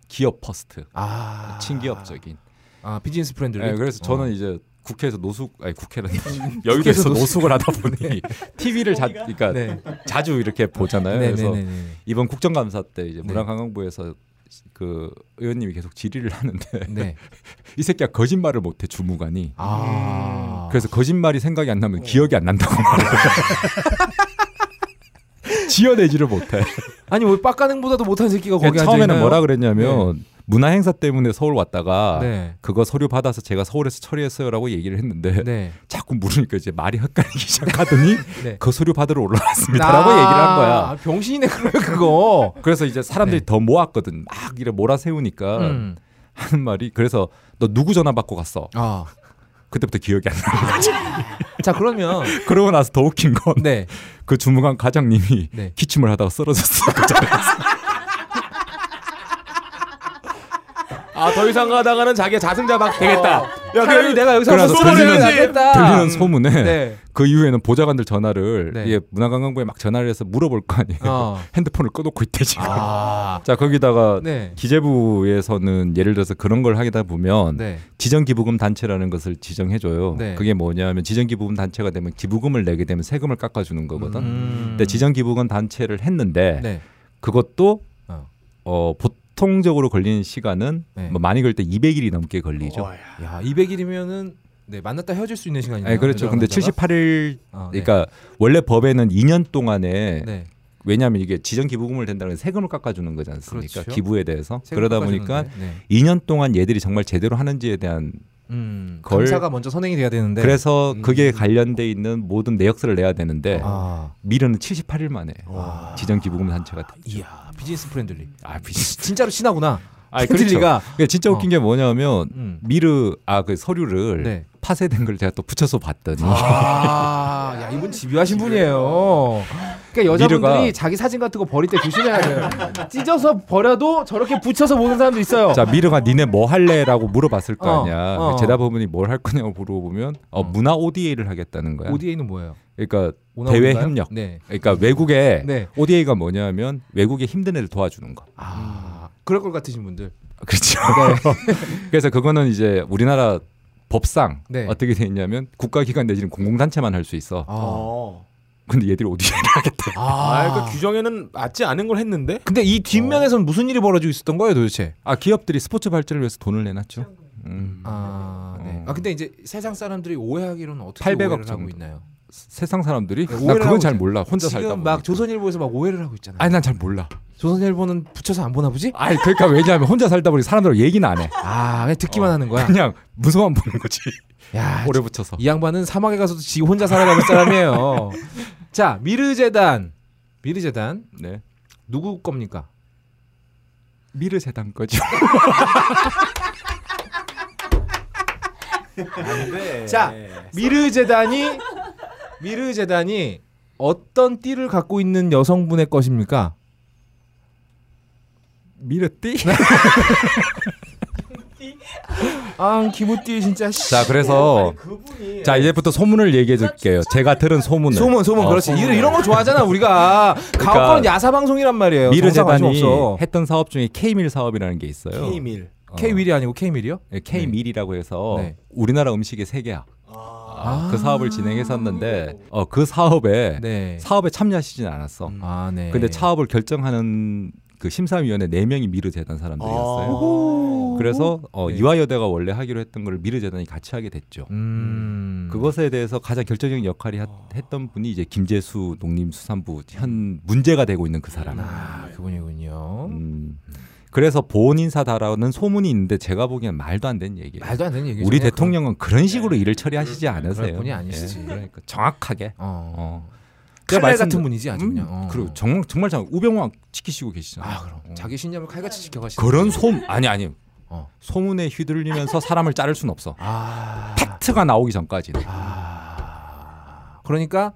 [SPEAKER 6] 기업 퍼스트.
[SPEAKER 14] 아.
[SPEAKER 6] 친기업적인.
[SPEAKER 14] 아 비즈니스 프렌들리.
[SPEAKER 6] 네, 그래서 저는
[SPEAKER 7] 어.
[SPEAKER 6] 이제 국회에서 노숙 아니 국회라는
[SPEAKER 14] 국회에서
[SPEAKER 6] 여기에서 노숙을
[SPEAKER 14] 노숙.
[SPEAKER 6] 하다 보니 TV를 자 그러니까
[SPEAKER 14] 네.
[SPEAKER 6] 자주 이렇게 보잖아요.
[SPEAKER 14] 네,
[SPEAKER 6] 그래서
[SPEAKER 14] 네, 네, 네.
[SPEAKER 6] 이번 국정감사 때 이제 문화관광부에서 그 의원님이 계속 질의를 하는데
[SPEAKER 14] 네.
[SPEAKER 6] [LAUGHS] 이 새끼가 거짓말을 못해 주무관이.
[SPEAKER 14] 아.
[SPEAKER 6] 그래서 거짓말이 생각이 안 나면 기억이 안 난다고 말해요. [LAUGHS] 지어내지를 못해.
[SPEAKER 14] 아니 왜 빡가능보다도 못한 새끼가 거기
[SPEAKER 6] 그러니까
[SPEAKER 14] 앉아
[SPEAKER 6] 처음에는
[SPEAKER 14] 있나요?
[SPEAKER 6] 뭐라 그랬냐면 문화 행사 때문에 서울 왔다가
[SPEAKER 14] 네.
[SPEAKER 6] 그거 서류 받아서 제가 서울에서 처리했어요라고 얘기를 했는데 자꾸 물으니까 이제 말이 헷갈리기 시작하더니
[SPEAKER 14] [LAUGHS] 네.
[SPEAKER 6] 그 서류 받으러 올라왔습니다라고 얘기를 한
[SPEAKER 14] 아,
[SPEAKER 6] 거야.
[SPEAKER 14] 병신이네 그러면 그거.
[SPEAKER 6] 그래서 이제 사람들이 더 모았거든. 막 이래 몰아세우니까
[SPEAKER 14] 네. 음.
[SPEAKER 6] 하는 말이 그래서 너 누구 전화 받고 갔어?
[SPEAKER 14] 아.
[SPEAKER 6] 그때부터 기억이 안 나. [LAUGHS]
[SPEAKER 14] 자 그러면
[SPEAKER 6] 그러고 나서 더 웃긴 건 그 주무관 과장님이
[SPEAKER 14] 네.
[SPEAKER 6] 기침을 하다가 쓰러졌어. [LAUGHS] 그 자리에서.
[SPEAKER 7] 아 더 이상 가다가는 자기 자승자 박 되겠다.
[SPEAKER 14] 야,
[SPEAKER 7] 차라리
[SPEAKER 14] 그래도 어. 내가 여기서
[SPEAKER 6] 그래서
[SPEAKER 14] 한번
[SPEAKER 6] 들리는,
[SPEAKER 14] 쏘버려야지.
[SPEAKER 6] 들리는 소문에
[SPEAKER 14] 네.
[SPEAKER 6] 그 이후에는 보좌관들 전화를 예, 문화관광부에 막 전화를 해서 물어볼 거 아니에요.
[SPEAKER 14] 어.
[SPEAKER 6] [LAUGHS]
[SPEAKER 14] 아.
[SPEAKER 6] 핸드폰을 꺼놓고 있대 지금. [LAUGHS] 자 거기다가
[SPEAKER 14] 네.
[SPEAKER 6] 기재부에서는 예를 들어서 그런 걸 하다 보면
[SPEAKER 14] 네.
[SPEAKER 6] 지정기부금 단체라는 것을 지정해줘요.
[SPEAKER 14] 네.
[SPEAKER 6] 그게 뭐냐면 지정기부금 단체가 되면 기부금을 내게 되면 세금을 깎아주는 거거든.
[SPEAKER 14] 음.
[SPEAKER 6] 근데 지정기부금 단체를 했는데
[SPEAKER 14] 네.
[SPEAKER 6] 그것도
[SPEAKER 14] 어.
[SPEAKER 6] 어, 보통적으로 걸리는 시간은
[SPEAKER 14] 네. 어,
[SPEAKER 6] 뭐 많이 걸릴 때 200일이 넘게 걸리죠.
[SPEAKER 14] 야 200일이면은 네 만났다 헤어질 수 있는 시간이네요.
[SPEAKER 6] 아니 그렇죠.
[SPEAKER 14] 남자랑
[SPEAKER 6] 근데
[SPEAKER 14] 남자가.
[SPEAKER 6] 78일
[SPEAKER 14] 아, 네.
[SPEAKER 6] 그러니까 원래 법에는 2년 동안에
[SPEAKER 14] 네.
[SPEAKER 6] 왜냐하면 이게 지정 기부금을 된다는 건 세금을 깎아주는 거지 않습니까?
[SPEAKER 14] 그렇죠.
[SPEAKER 6] 기부에 대해서
[SPEAKER 14] 세금
[SPEAKER 6] 그러다 보니까
[SPEAKER 14] 깎아주는데,
[SPEAKER 6] 2년 동안 얘들이 정말 제대로 하는지에 대한
[SPEAKER 14] 음,
[SPEAKER 6] 걸-
[SPEAKER 14] 감사가 먼저 선행이 돼야 되는데.
[SPEAKER 6] 그래서 그게 관련돼 있는 모든 내역서를 내야 되는데
[SPEAKER 14] 음. 아.
[SPEAKER 6] 미련은 78일 만에 지정 기부금 단체가
[SPEAKER 14] 이야 비즈니스 프렌들리.
[SPEAKER 6] 아 비즈니스
[SPEAKER 14] 진짜로 친하구나.
[SPEAKER 6] 아,
[SPEAKER 14] 프렌들리가
[SPEAKER 6] 그러니까 진짜 웃긴 게 뭐냐면
[SPEAKER 14] 어. 음.
[SPEAKER 6] 미르 아 그 서류를
[SPEAKER 14] 네.
[SPEAKER 6] 파쇄된 걸 제가 또 붙여서 봤더니
[SPEAKER 14] 아, 야 이분 집요하신 분이에요. 그러니까 여자분들이
[SPEAKER 6] 미르가-
[SPEAKER 14] 자기 사진 같은 거 버릴 때 조심해야 돼요. 찢어서 버려도 저렇게 붙여서 보는 사람도 있어요.
[SPEAKER 6] 자 미르가 니네 뭐 할래라고 물어봤을 거
[SPEAKER 14] 어,
[SPEAKER 6] 아니야. 그
[SPEAKER 14] 어.
[SPEAKER 6] 제다부분이 뭘 할 거냐고 물어보면 어, 문화 ODA를 하겠다는 거야.
[SPEAKER 14] ODA는 뭐예요?
[SPEAKER 6] 그러니까
[SPEAKER 14] 문화
[SPEAKER 6] 대외
[SPEAKER 14] ODA 인가요?
[SPEAKER 6] 협력.
[SPEAKER 14] 네.
[SPEAKER 6] 그러니까 외국에
[SPEAKER 14] 네.
[SPEAKER 6] ODA가 뭐냐면 외국에 힘든 애를 도와주는 거.
[SPEAKER 14] 아, 그럴 것 같으신 분들.
[SPEAKER 6] 그렇죠. [LAUGHS] 그래서 그거는 이제 우리나라 법상
[SPEAKER 14] 네.
[SPEAKER 6] 어떻게 돼 있냐면 국가기관 내지는 공공단체만 할 수 있어.
[SPEAKER 14] 아.
[SPEAKER 6] 근데 얘들이 ODA를 하겠대.
[SPEAKER 7] 아, 그 규정에는 맞지 않은 걸 했는데.
[SPEAKER 14] 근데 이 뒷면에서는 무슨 일이 벌어지고 있었던 거예요, 도대체?
[SPEAKER 6] 아 기업들이 스포츠 발전을 위해서 돈을 내놨죠.
[SPEAKER 14] 그렇죠.
[SPEAKER 6] 음.
[SPEAKER 14] 아, 네. 아 근데 이제 세상 사람들이 오해하기로는 어떻게
[SPEAKER 6] 800억
[SPEAKER 14] 오해를 하고
[SPEAKER 6] 정도.
[SPEAKER 14] 있나요?
[SPEAKER 6] 세상 사람들이
[SPEAKER 14] 네,
[SPEAKER 6] 나
[SPEAKER 14] 오해를 하고
[SPEAKER 6] 그건 잘
[SPEAKER 14] 있잖아요.
[SPEAKER 6] 몰라. 혼자
[SPEAKER 14] 지금
[SPEAKER 6] 살다 보니까.
[SPEAKER 14] 막 조선일보에서 막 오해를 하고 있잖아요.
[SPEAKER 6] 아니 난 잘 몰라.
[SPEAKER 14] 조선일보는 붙여서 안 보나 보지?
[SPEAKER 6] 아니 그러니까 왜냐하면 혼자 살다 보니 사람들하고 얘기는 안 해. 어,
[SPEAKER 14] 아, 그냥 듣기만 하는 거야.
[SPEAKER 6] 그냥 무서만 보는 거지.
[SPEAKER 14] 야,
[SPEAKER 6] [LAUGHS] 오래 붙여서.
[SPEAKER 14] 이 양반은 사막에 가서도 지 혼자 살아가는
[SPEAKER 6] [LAUGHS]
[SPEAKER 14] 사람이에요. 자, 미르재단, 미르재단
[SPEAKER 6] 네.
[SPEAKER 14] 누구 겁니까?
[SPEAKER 6] 미르 재단 거죠.
[SPEAKER 14] 자, 미르재단이 미르재단이 어떤 띠를 갖고 있는 여성분의 것입니까?
[SPEAKER 6] 미르띠?
[SPEAKER 14] [LAUGHS] 아, 기무띠 진짜. 씨.
[SPEAKER 6] 자 어, 그래서 자 이제부터 소문을 얘기해 줄게요. 제가 들은 소문을.
[SPEAKER 14] 소문, 소문,
[SPEAKER 6] 어,
[SPEAKER 14] 그렇지.
[SPEAKER 6] 소문을.
[SPEAKER 14] 이런, 이런 거 좋아하잖아, 우리가.
[SPEAKER 6] 그러니까
[SPEAKER 14] 가업권은 야사 방송이란 말이에요.
[SPEAKER 6] 미르
[SPEAKER 14] 정상 관심
[SPEAKER 6] 재단이
[SPEAKER 14] 없어.
[SPEAKER 6] 했던 사업 중에 K밀 사업이라는 게 있어요.
[SPEAKER 7] K밀.
[SPEAKER 14] K 밀이 아니고 K 밀이요?
[SPEAKER 6] 예, K밀이라고 해서
[SPEAKER 14] 네.
[SPEAKER 6] 우리나라 음식의 세계야. 아, 그 사업을 진행했었는데 어, 그 사업에
[SPEAKER 14] 네.
[SPEAKER 6] 사업에 참여하시진 않았어.
[SPEAKER 14] 아, 네.
[SPEAKER 6] 근데 사업을 결정하는 그 심사위원회 네 명이 미르 재단
[SPEAKER 14] 아.
[SPEAKER 6] 사람들이었어요. 그래서
[SPEAKER 14] 네.
[SPEAKER 6] 어, 이화여대가 원래 하기로 했던 걸 미르 재단이 같이 하게 됐죠.
[SPEAKER 14] 음.
[SPEAKER 6] 그것에 대해서 가장 결정적인 역할이 하- 했던 분이 이제 김재수 농림수산부 현 문제가 되고 있는 그 사람.
[SPEAKER 14] 아, 그분이군요.
[SPEAKER 6] 음. 그래서 보훈 인사다라는 소문이 있는데 제가 보기엔 말도 안 되는 얘기예요.
[SPEAKER 14] 말도 안 되는 얘기죠.
[SPEAKER 6] 우리
[SPEAKER 14] 그냥
[SPEAKER 6] 대통령은 그런 식으로 일을 처리하시지 않으세요.
[SPEAKER 14] 그럴 분이 아니시지.
[SPEAKER 6] 예, 그러니까 정확하게.
[SPEAKER 14] 어.
[SPEAKER 6] 어.
[SPEAKER 14] 칼날
[SPEAKER 6] 제가 말씀- 그렇죠.
[SPEAKER 14] 같은 분이지 아주 그냥. 어.
[SPEAKER 6] 음. 그리고 정말 정말 잘 우병우왕 지키시고 계시잖아요. 어.
[SPEAKER 14] 아, 그럼. 자기 신념을 칼같이 지켜가시는
[SPEAKER 6] 음. 그런 소 아니 아니
[SPEAKER 14] 어.
[SPEAKER 6] 소문에 휘둘리면서 사람을 자를 순 없어.
[SPEAKER 14] 아.
[SPEAKER 7] 아.
[SPEAKER 6] 팩트가 나오기 전까지는.
[SPEAKER 14] 그러니까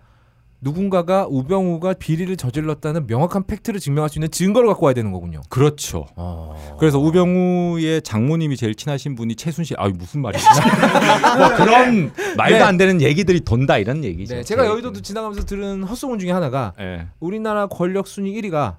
[SPEAKER 7] 누군가가 우병우가 비리를 저질렀다는 명확한 팩트를 증명할 수 있는 증거를 갖고 와야 되는 거군요.
[SPEAKER 6] 그렇죠.
[SPEAKER 7] 어.
[SPEAKER 6] 그래서 우병우의 장모님이 제일 친하신 분이 최순실. 아 무슨 말이지? [LAUGHS] 뭐 그런 말도
[SPEAKER 7] 네.
[SPEAKER 6] 안 되는 얘기들이 돈다 이런 얘기죠.
[SPEAKER 7] 네, 제가 여의도도 지나가면서 들은 헛소문 중에 하나가
[SPEAKER 6] 예.
[SPEAKER 7] 우리나라 권력 순위 1위가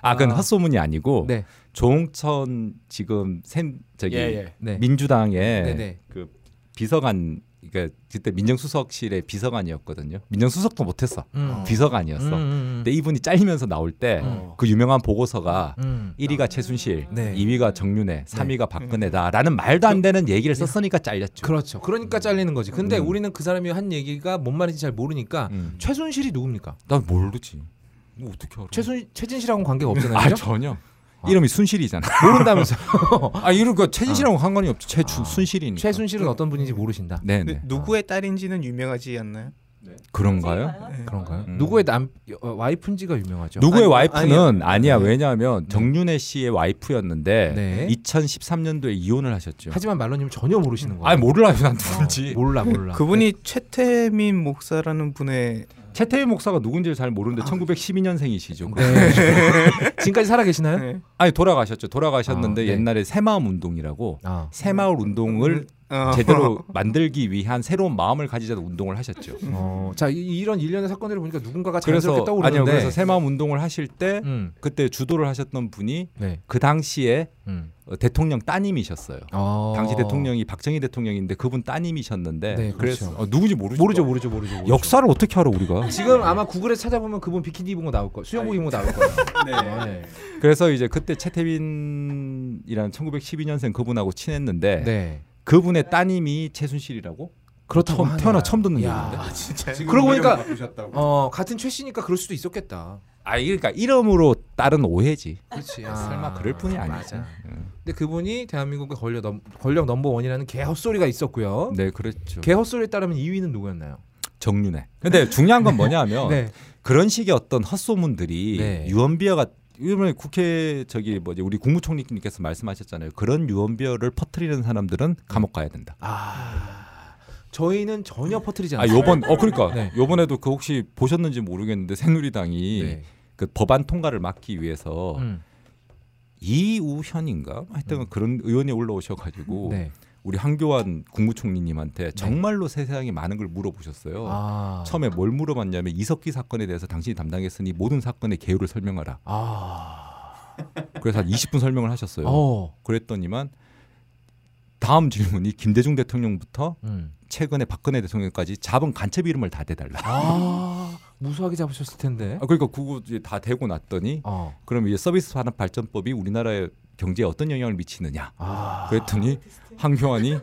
[SPEAKER 6] 아, 그건
[SPEAKER 7] 아.
[SPEAKER 6] 헛소문이 아니고
[SPEAKER 7] 네.
[SPEAKER 6] 조홍천 지금 센 저기
[SPEAKER 7] 예, 예. 네.
[SPEAKER 6] 민주당의
[SPEAKER 7] 네네.
[SPEAKER 6] 그 비서관 그러니까 그때 민정수석실의 비서관이었거든요. 민정수석도 못했어.
[SPEAKER 7] 음.
[SPEAKER 6] 비서관이었어.
[SPEAKER 7] 음, 음,
[SPEAKER 6] 근데 이분이 잘리면서 나올 때 그 유명한 보고서가
[SPEAKER 7] 음.
[SPEAKER 6] 1위가 최순실, 2위가 정윤회, 3위가 박근혜다라는 말도 안 되는 얘기를 썼으니까 잘렸죠.
[SPEAKER 7] 그렇죠. 그러니까 잘리는 거지. 근데
[SPEAKER 6] 음.
[SPEAKER 7] 우리는 그 사람이 한 얘기가 뭔 말인지 잘 모르니까 최순실이 누굽니까?
[SPEAKER 6] 난 모르지. 뭐 어떻게 알아?
[SPEAKER 7] 최순 최진실하고는 관계가 없잖아요. 그렇죠?
[SPEAKER 6] 아
[SPEAKER 7] 그죠?
[SPEAKER 6] 전혀. 이름이 [LAUGHS] 순실이잖아.
[SPEAKER 7] 모른다면서.
[SPEAKER 6] [LAUGHS] 아 이런 거 최진실하고 상관이 없죠. 아. 최춘 순실이니까.
[SPEAKER 7] 최순실은 어떤 분인지 모르신다.
[SPEAKER 6] 음. 네,
[SPEAKER 8] 근데
[SPEAKER 6] 네.
[SPEAKER 8] 그 누구의 딸인지는 유명하지 않나요?
[SPEAKER 6] 그런가요?
[SPEAKER 7] 그런가요? 누구의 남 어, 와이프인지가 유명하죠.
[SPEAKER 6] 음. 누구의
[SPEAKER 7] 그렇죠. 아니,
[SPEAKER 6] 와이프는 아니야. 왜냐하면 정윤혜 씨의 와이프였는데
[SPEAKER 7] 네.
[SPEAKER 6] 2013년도에 이혼을 하셨죠.
[SPEAKER 7] 하지만 어. 말로님 전혀 모르시는 거예요.
[SPEAKER 6] 아니 몰라요 난 누군지.
[SPEAKER 7] 몰라 몰라.
[SPEAKER 8] 그분이
[SPEAKER 14] 네.
[SPEAKER 8] 최태민 목사라는 분의
[SPEAKER 6] 최태민 목사가 누군지를 잘
[SPEAKER 7] 아.
[SPEAKER 6] 모르는데 1912년생이시죠.
[SPEAKER 7] 네. 지금까지 살아 계시나요?
[SPEAKER 6] [LAUGHS] 아니 돌아가셨죠. 돌아가셨는데
[SPEAKER 7] 아, 네.
[SPEAKER 6] 옛날에 새마을 운동이라고
[SPEAKER 7] 아.
[SPEAKER 6] 새마을 운동을
[SPEAKER 7] 어.
[SPEAKER 6] 제대로 만들기 위한 새로운 마음을 가지자는 운동을 하셨죠.
[SPEAKER 7] 어, 자 이, 런 일련의 사건들을 보니까 누군가가
[SPEAKER 6] 음. 그래서
[SPEAKER 7] 자연스럽게
[SPEAKER 6] 아니요
[SPEAKER 7] 떠오르는데 네.
[SPEAKER 6] 그래서 새마음 운동을 하실 때
[SPEAKER 7] 음.
[SPEAKER 6] 그때 주도를 하셨던 분이
[SPEAKER 7] 네.
[SPEAKER 6] 그 당시에
[SPEAKER 7] 음.
[SPEAKER 6] 어, 대통령 따님이셨어요.
[SPEAKER 7] 아.
[SPEAKER 6] 당시 대통령이 박정희 대통령인데 그분 따님이셨는데
[SPEAKER 7] 네,
[SPEAKER 6] 그래서
[SPEAKER 7] 그렇죠.
[SPEAKER 6] 어, 누구지 모르죠.
[SPEAKER 7] 모르죠, 모르죠, 모르죠, 모르죠.
[SPEAKER 6] 역사를 어떻게 알아 우리가?
[SPEAKER 7] 지금 아마 구글에 찾아보면 그분 비키니 입은 거 나올 거예요.
[SPEAKER 6] 아,
[SPEAKER 7] 수영복 입은 거 나올 거예요.
[SPEAKER 6] [LAUGHS]
[SPEAKER 7] 네.
[SPEAKER 6] 그래서 이제 그때 최태빈이라는 1912년생 그분하고
[SPEAKER 7] 네.
[SPEAKER 6] 친했는데 그분의 따님이 최순실이라고
[SPEAKER 7] 그렇다고
[SPEAKER 6] 처음,
[SPEAKER 7] 하네.
[SPEAKER 6] 뭐 태어나 처음 듣는
[SPEAKER 7] 야,
[SPEAKER 6] 얘기인데.
[SPEAKER 7] 아, 진짜. 그러고 보니까 어, 같은 최 씨니까 그럴 수도 있었겠다.
[SPEAKER 6] 아 그러니까 이름으로 따른 오해지.
[SPEAKER 7] 그렇지.
[SPEAKER 6] 아, 설마 그럴 뿐이 아니지. 음.
[SPEAKER 7] 맞아. 근데 그분이 대한민국의 권력 넘, 권력 넘버 원이라는 개 헛소리가 있었고요.
[SPEAKER 6] 네 그렇죠.
[SPEAKER 7] 개 헛소리에 따르면 2위는 누구였나요?
[SPEAKER 6] 정윤회. 근데 중요한 건 뭐냐면
[SPEAKER 7] [LAUGHS] 네.
[SPEAKER 6] 그런 식의 어떤 헛소문들이
[SPEAKER 7] 네.
[SPEAKER 6] 유언비어가 이번에 국회 저기 뭐지 우리 국무총리님께서 말씀하셨잖아요. 그런 유언비어를 퍼뜨리는 사람들은 감옥 가야 된다.
[SPEAKER 7] 아, 저희는 전혀 퍼뜨리지
[SPEAKER 6] 아
[SPEAKER 7] 않아요.
[SPEAKER 6] 요번 어 그러니까
[SPEAKER 7] 네.
[SPEAKER 6] 요번에도 그 혹시 보셨는지 모르겠는데 새누리당이 그 법안 통과를 막기 위해서
[SPEAKER 7] 네. 음.
[SPEAKER 6] 이우현인가 하여튼 그런 의원이 올라오셔가지고
[SPEAKER 7] 네.
[SPEAKER 6] 우리 한교환 국무총리님한테 정말로 세상에 많은 걸 물어보셨어요.
[SPEAKER 7] 아.
[SPEAKER 6] 처음에 뭘 물어봤냐면 이석기 사건에 대해서 당신이 담당했으니 모든 사건의 개요를 설명하라. 그래서 한 20분 설명을 아. 하셨어요.
[SPEAKER 7] 어.
[SPEAKER 6] 그랬더니만 다음 질문이 김대중 대통령부터
[SPEAKER 7] 음.
[SPEAKER 6] 최근에 박근혜 대통령까지 잡은 간첩 이름을 다 대달라.
[SPEAKER 7] 아, 무수하게 잡으셨을 텐데.
[SPEAKER 6] 아, 그러니까 그거 이제 다 대고 났더니 그럼 이제 서비스 산업 발전법이 우리나라의 경제에 어떤 영향을 미치느냐 그랬더니 황교안이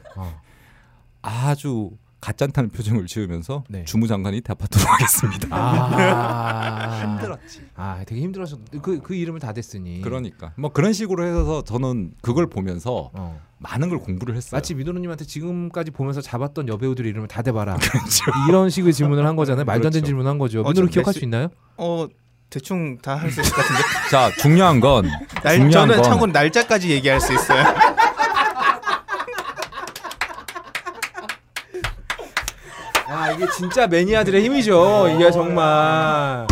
[SPEAKER 6] 아주 가짠다는 표정을 지으면서 주무장관이 대파도록 하겠습니다.
[SPEAKER 7] 아.
[SPEAKER 6] [LAUGHS] 힘들었지.
[SPEAKER 7] 아, 되게 힘들었어. 그, 그 이름을 다 댔으니.
[SPEAKER 6] 그러니까 뭐 그런 식으로 해서 저는 그걸 보면서 많은 걸 공부를 했어요.
[SPEAKER 7] 어. 마치 민호님한테 지금까지 보면서 잡았던 여배우들 이름을 다 [LAUGHS] 대봐라. 이런 식의 질문을 한 거잖아요. 말도 안 되는
[SPEAKER 6] 그렇죠.
[SPEAKER 7] 질문을 한 거죠. 민호를
[SPEAKER 8] 저
[SPEAKER 7] 기억할
[SPEAKER 8] 메시-
[SPEAKER 7] 수 있나요?
[SPEAKER 8] [LAUGHS] 어 대충 다 할 수 있을 것 같은데.
[SPEAKER 6] 자 중요한 건
[SPEAKER 8] 날,
[SPEAKER 6] 중요한
[SPEAKER 8] 저는
[SPEAKER 6] 건
[SPEAKER 8] 참고로 날짜까지 얘기할 수 있어요.
[SPEAKER 7] 아 이게 진짜 매니아들의 힘이죠. 이게 정말.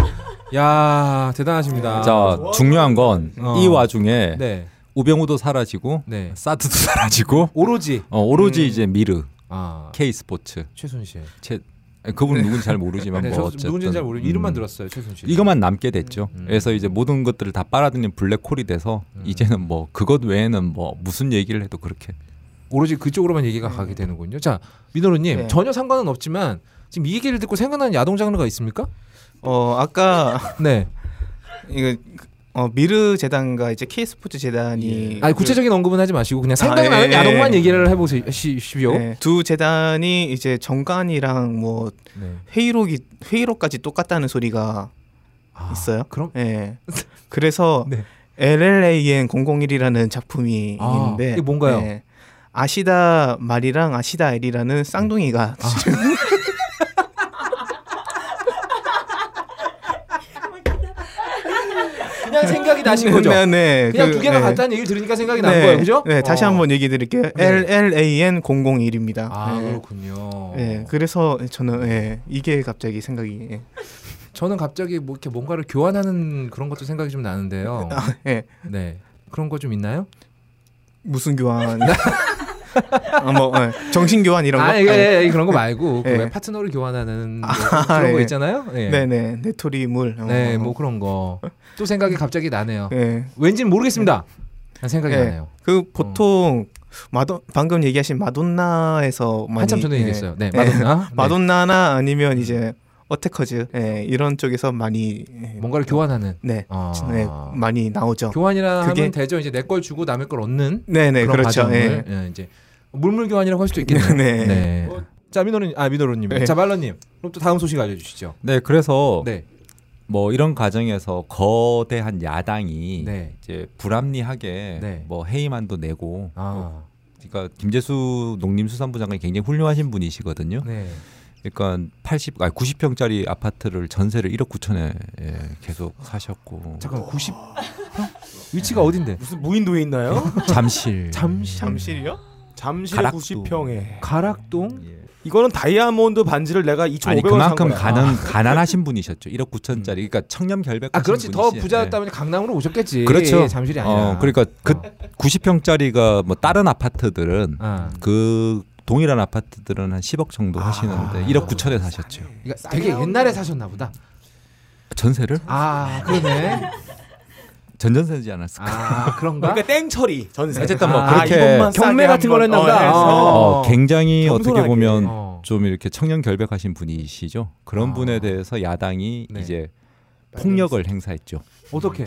[SPEAKER 7] 야 대단하십니다.
[SPEAKER 6] 자 중요한 건 이
[SPEAKER 7] 아, 어.
[SPEAKER 6] 와중에
[SPEAKER 7] 네.
[SPEAKER 6] 우병우도 사라지고 사드도 [LAUGHS] 사라지고
[SPEAKER 7] 오로지
[SPEAKER 6] 어, 오로지
[SPEAKER 7] 음.
[SPEAKER 6] 이제 미르
[SPEAKER 7] 아.
[SPEAKER 6] K 스포츠
[SPEAKER 7] 최순실.
[SPEAKER 6] 최 아니, 그분
[SPEAKER 7] 네.
[SPEAKER 6] 누군지 잘 모르지만
[SPEAKER 7] 네,
[SPEAKER 6] 뭐
[SPEAKER 7] 저도
[SPEAKER 6] 어쨌든 음.
[SPEAKER 7] 누군지는 잘 모르. 음. 이름만 음. 들었어요, 최순실.
[SPEAKER 6] 이것만 남게 됐죠. 그래서 이제 모든 것들을 다 빨아들이는 블랙홀이 돼서
[SPEAKER 7] 음.
[SPEAKER 6] 이제는 뭐 그것 외에는 뭐 무슨 얘기를 해도 그렇게
[SPEAKER 7] 오로지 그쪽으로만 얘기가 가게 되는군요. 자 민호루님
[SPEAKER 8] 네.
[SPEAKER 7] 전혀 상관은 없지만 지금 이 얘기를 듣고 생각나는 야동 장르가 있습니까?
[SPEAKER 8] 어 아까
[SPEAKER 7] 네
[SPEAKER 8] 이거 어 미르 재단과 이제 K 스포츠 재단이
[SPEAKER 6] 그
[SPEAKER 8] 그
[SPEAKER 7] 아니 구체적인 언급은 하지 마시고 그냥 생각나는
[SPEAKER 8] 아, 예, 예.
[SPEAKER 7] 야동만 얘기를 해보시십시오.
[SPEAKER 8] 네, 두 재단이 이제 정관이랑 뭐
[SPEAKER 7] 네.
[SPEAKER 8] 회의록이 회의록까지 똑같다는 소리가 있어요.
[SPEAKER 7] 아, 그럼 네.
[SPEAKER 8] 예.
[SPEAKER 7] [LAUGHS]
[SPEAKER 8] 그래서 LLAN 001이라는 작품이
[SPEAKER 7] 아,
[SPEAKER 8] 있는데
[SPEAKER 7] 이게 뭔가요?
[SPEAKER 8] 예. 아시다 말이랑 아시다 엘이라는 쌍둥이가
[SPEAKER 7] 아,
[SPEAKER 8] [LAUGHS]
[SPEAKER 7] 그냥 생각이 [LAUGHS] 나신 거죠.
[SPEAKER 8] 네, 네.
[SPEAKER 7] 그냥
[SPEAKER 8] 그,
[SPEAKER 7] 두 개가
[SPEAKER 8] 네.
[SPEAKER 7] 같다는 얘기를 들으니까 생각이 난
[SPEAKER 8] 네,
[SPEAKER 7] 거예요, 그죠?
[SPEAKER 8] 네, 다시
[SPEAKER 7] 어.
[SPEAKER 8] 한번 얘기 드릴게요. LLAN 001입니다. 아
[SPEAKER 7] 그렇군요.
[SPEAKER 8] 네, 그래서 저는 예, 이게 갑자기 생각이 예.
[SPEAKER 7] 저는 갑자기 뭐 이렇게 뭔가를 교환하는 그런 것도 생각이 좀 나는데요.
[SPEAKER 8] [LAUGHS] 아, 예.
[SPEAKER 7] 네. 그런 거 좀 있나요?
[SPEAKER 8] 무슨 교환? [LAUGHS] 아, 뭐 예. 정신 교환 이런 거?
[SPEAKER 7] 아, 예, 예,
[SPEAKER 8] 아니.
[SPEAKER 7] 예, 그런 거
[SPEAKER 8] [LAUGHS]
[SPEAKER 7] 말고 그
[SPEAKER 8] 예.
[SPEAKER 7] 왜 파트너를 교환하는 뭐
[SPEAKER 8] 아,
[SPEAKER 7] 그런 거
[SPEAKER 8] 예.
[SPEAKER 7] 있잖아요. 예.
[SPEAKER 8] 네네 네토리 물. 어,
[SPEAKER 7] 네, 뭐 그런 거. 또 생각이 갑자기 나네요.
[SPEAKER 8] 예.
[SPEAKER 7] 왠지는 모르겠습니다. 생각이
[SPEAKER 8] 예.
[SPEAKER 7] 나네요.
[SPEAKER 8] 그 보통 마돈 방금 얘기하신 마돈나에서 많이
[SPEAKER 7] 한참 전에
[SPEAKER 8] 예.
[SPEAKER 7] 얘기했어요. 네,
[SPEAKER 8] [LAUGHS]
[SPEAKER 7] 마돈나. 네.
[SPEAKER 8] 마돈나나 아니면 이제 어테커즈 예, 이런 쪽에서 많이 예,
[SPEAKER 7] 뭔가를 교환하는
[SPEAKER 8] 네,
[SPEAKER 7] 아.
[SPEAKER 8] 네 많이 나오죠.
[SPEAKER 7] 교환이라
[SPEAKER 8] 그게-
[SPEAKER 7] 하면 대저 이제 내 걸 주고 남의 걸 얻는
[SPEAKER 8] 네네,
[SPEAKER 7] 그런
[SPEAKER 8] 그렇죠.
[SPEAKER 7] 과정을 예, 이제 물물 교환이라고 할 수도 있겠네요.
[SPEAKER 6] 네.
[SPEAKER 7] 네.
[SPEAKER 6] 자 민호님, 아 민호로님,
[SPEAKER 7] 네.
[SPEAKER 6] 자 말러님, 그럼 또 다음 소식 알려주시죠. 네, 그래서
[SPEAKER 8] 어.
[SPEAKER 6] 뭐 이런 과정에서 거대한 야당이
[SPEAKER 7] 네.
[SPEAKER 6] 이제 불합리하게 뭐 해임안도 내고,
[SPEAKER 7] 아.
[SPEAKER 6] 뭐 그러니까 김재수 농림수산부 장관이 굉장히 훌륭하신 분이시거든요.
[SPEAKER 7] 네.
[SPEAKER 6] 그러니까 80, 아 90평짜리 아파트를 전세를 1억 9천에 예, 계속 사셨고.
[SPEAKER 7] 잠깐 90 위치가 어딘데?
[SPEAKER 19] 어.
[SPEAKER 7] 네,
[SPEAKER 19] 무슨 무인도에 있나요?
[SPEAKER 7] [LAUGHS]
[SPEAKER 6] 잠실.
[SPEAKER 19] 잠실. 잠실이요? 잠실에
[SPEAKER 6] 가락동.
[SPEAKER 19] 90평에.
[SPEAKER 7] 가락동?
[SPEAKER 19] 이거는 다이아몬드 반지를 내가 2,500원
[SPEAKER 6] 예.
[SPEAKER 19] 산
[SPEAKER 6] 아니 그만큼
[SPEAKER 19] 거야.
[SPEAKER 6] 가난 가난하신 분이셨죠. 1억 9천짜리. 그러니까 청렴 예. 결백.
[SPEAKER 7] 아 그렇지 더 부자였다면 강남으로 오셨겠지.
[SPEAKER 6] 네. 그렇죠.
[SPEAKER 7] 잠실이 아니라.
[SPEAKER 6] 어, 그러니까 그 90평짜리가 뭐 다른 아파트들은 그 동일한 아파트들은 한 10억 정도 하시는데 1억 9천에 사셨죠.
[SPEAKER 7] 그러니까 되게 옛날에 사셨나 보다.
[SPEAKER 6] 전세를?
[SPEAKER 7] 아 그러네.
[SPEAKER 6] 전전세지 않았을까?
[SPEAKER 7] 아
[SPEAKER 8] 예.
[SPEAKER 7] 그런가?
[SPEAKER 19] 그러니까 땡처리 전세.
[SPEAKER 6] 어쨌든 뭐
[SPEAKER 19] 아,
[SPEAKER 6] 그렇게
[SPEAKER 19] 이것만 싸게
[SPEAKER 7] 경매
[SPEAKER 19] 한번
[SPEAKER 7] 같은 걸 했나 보다.
[SPEAKER 19] 해서.
[SPEAKER 6] 어, 굉장히 어떻게
[SPEAKER 19] 겸손하게.
[SPEAKER 6] 보면 좀 이렇게 청년 결백하신 분이시죠. 그런
[SPEAKER 7] 아.
[SPEAKER 6] 분에 대해서 야당이
[SPEAKER 7] 네.
[SPEAKER 6] 이제 폭력을 행사했죠.
[SPEAKER 7] 어떻게?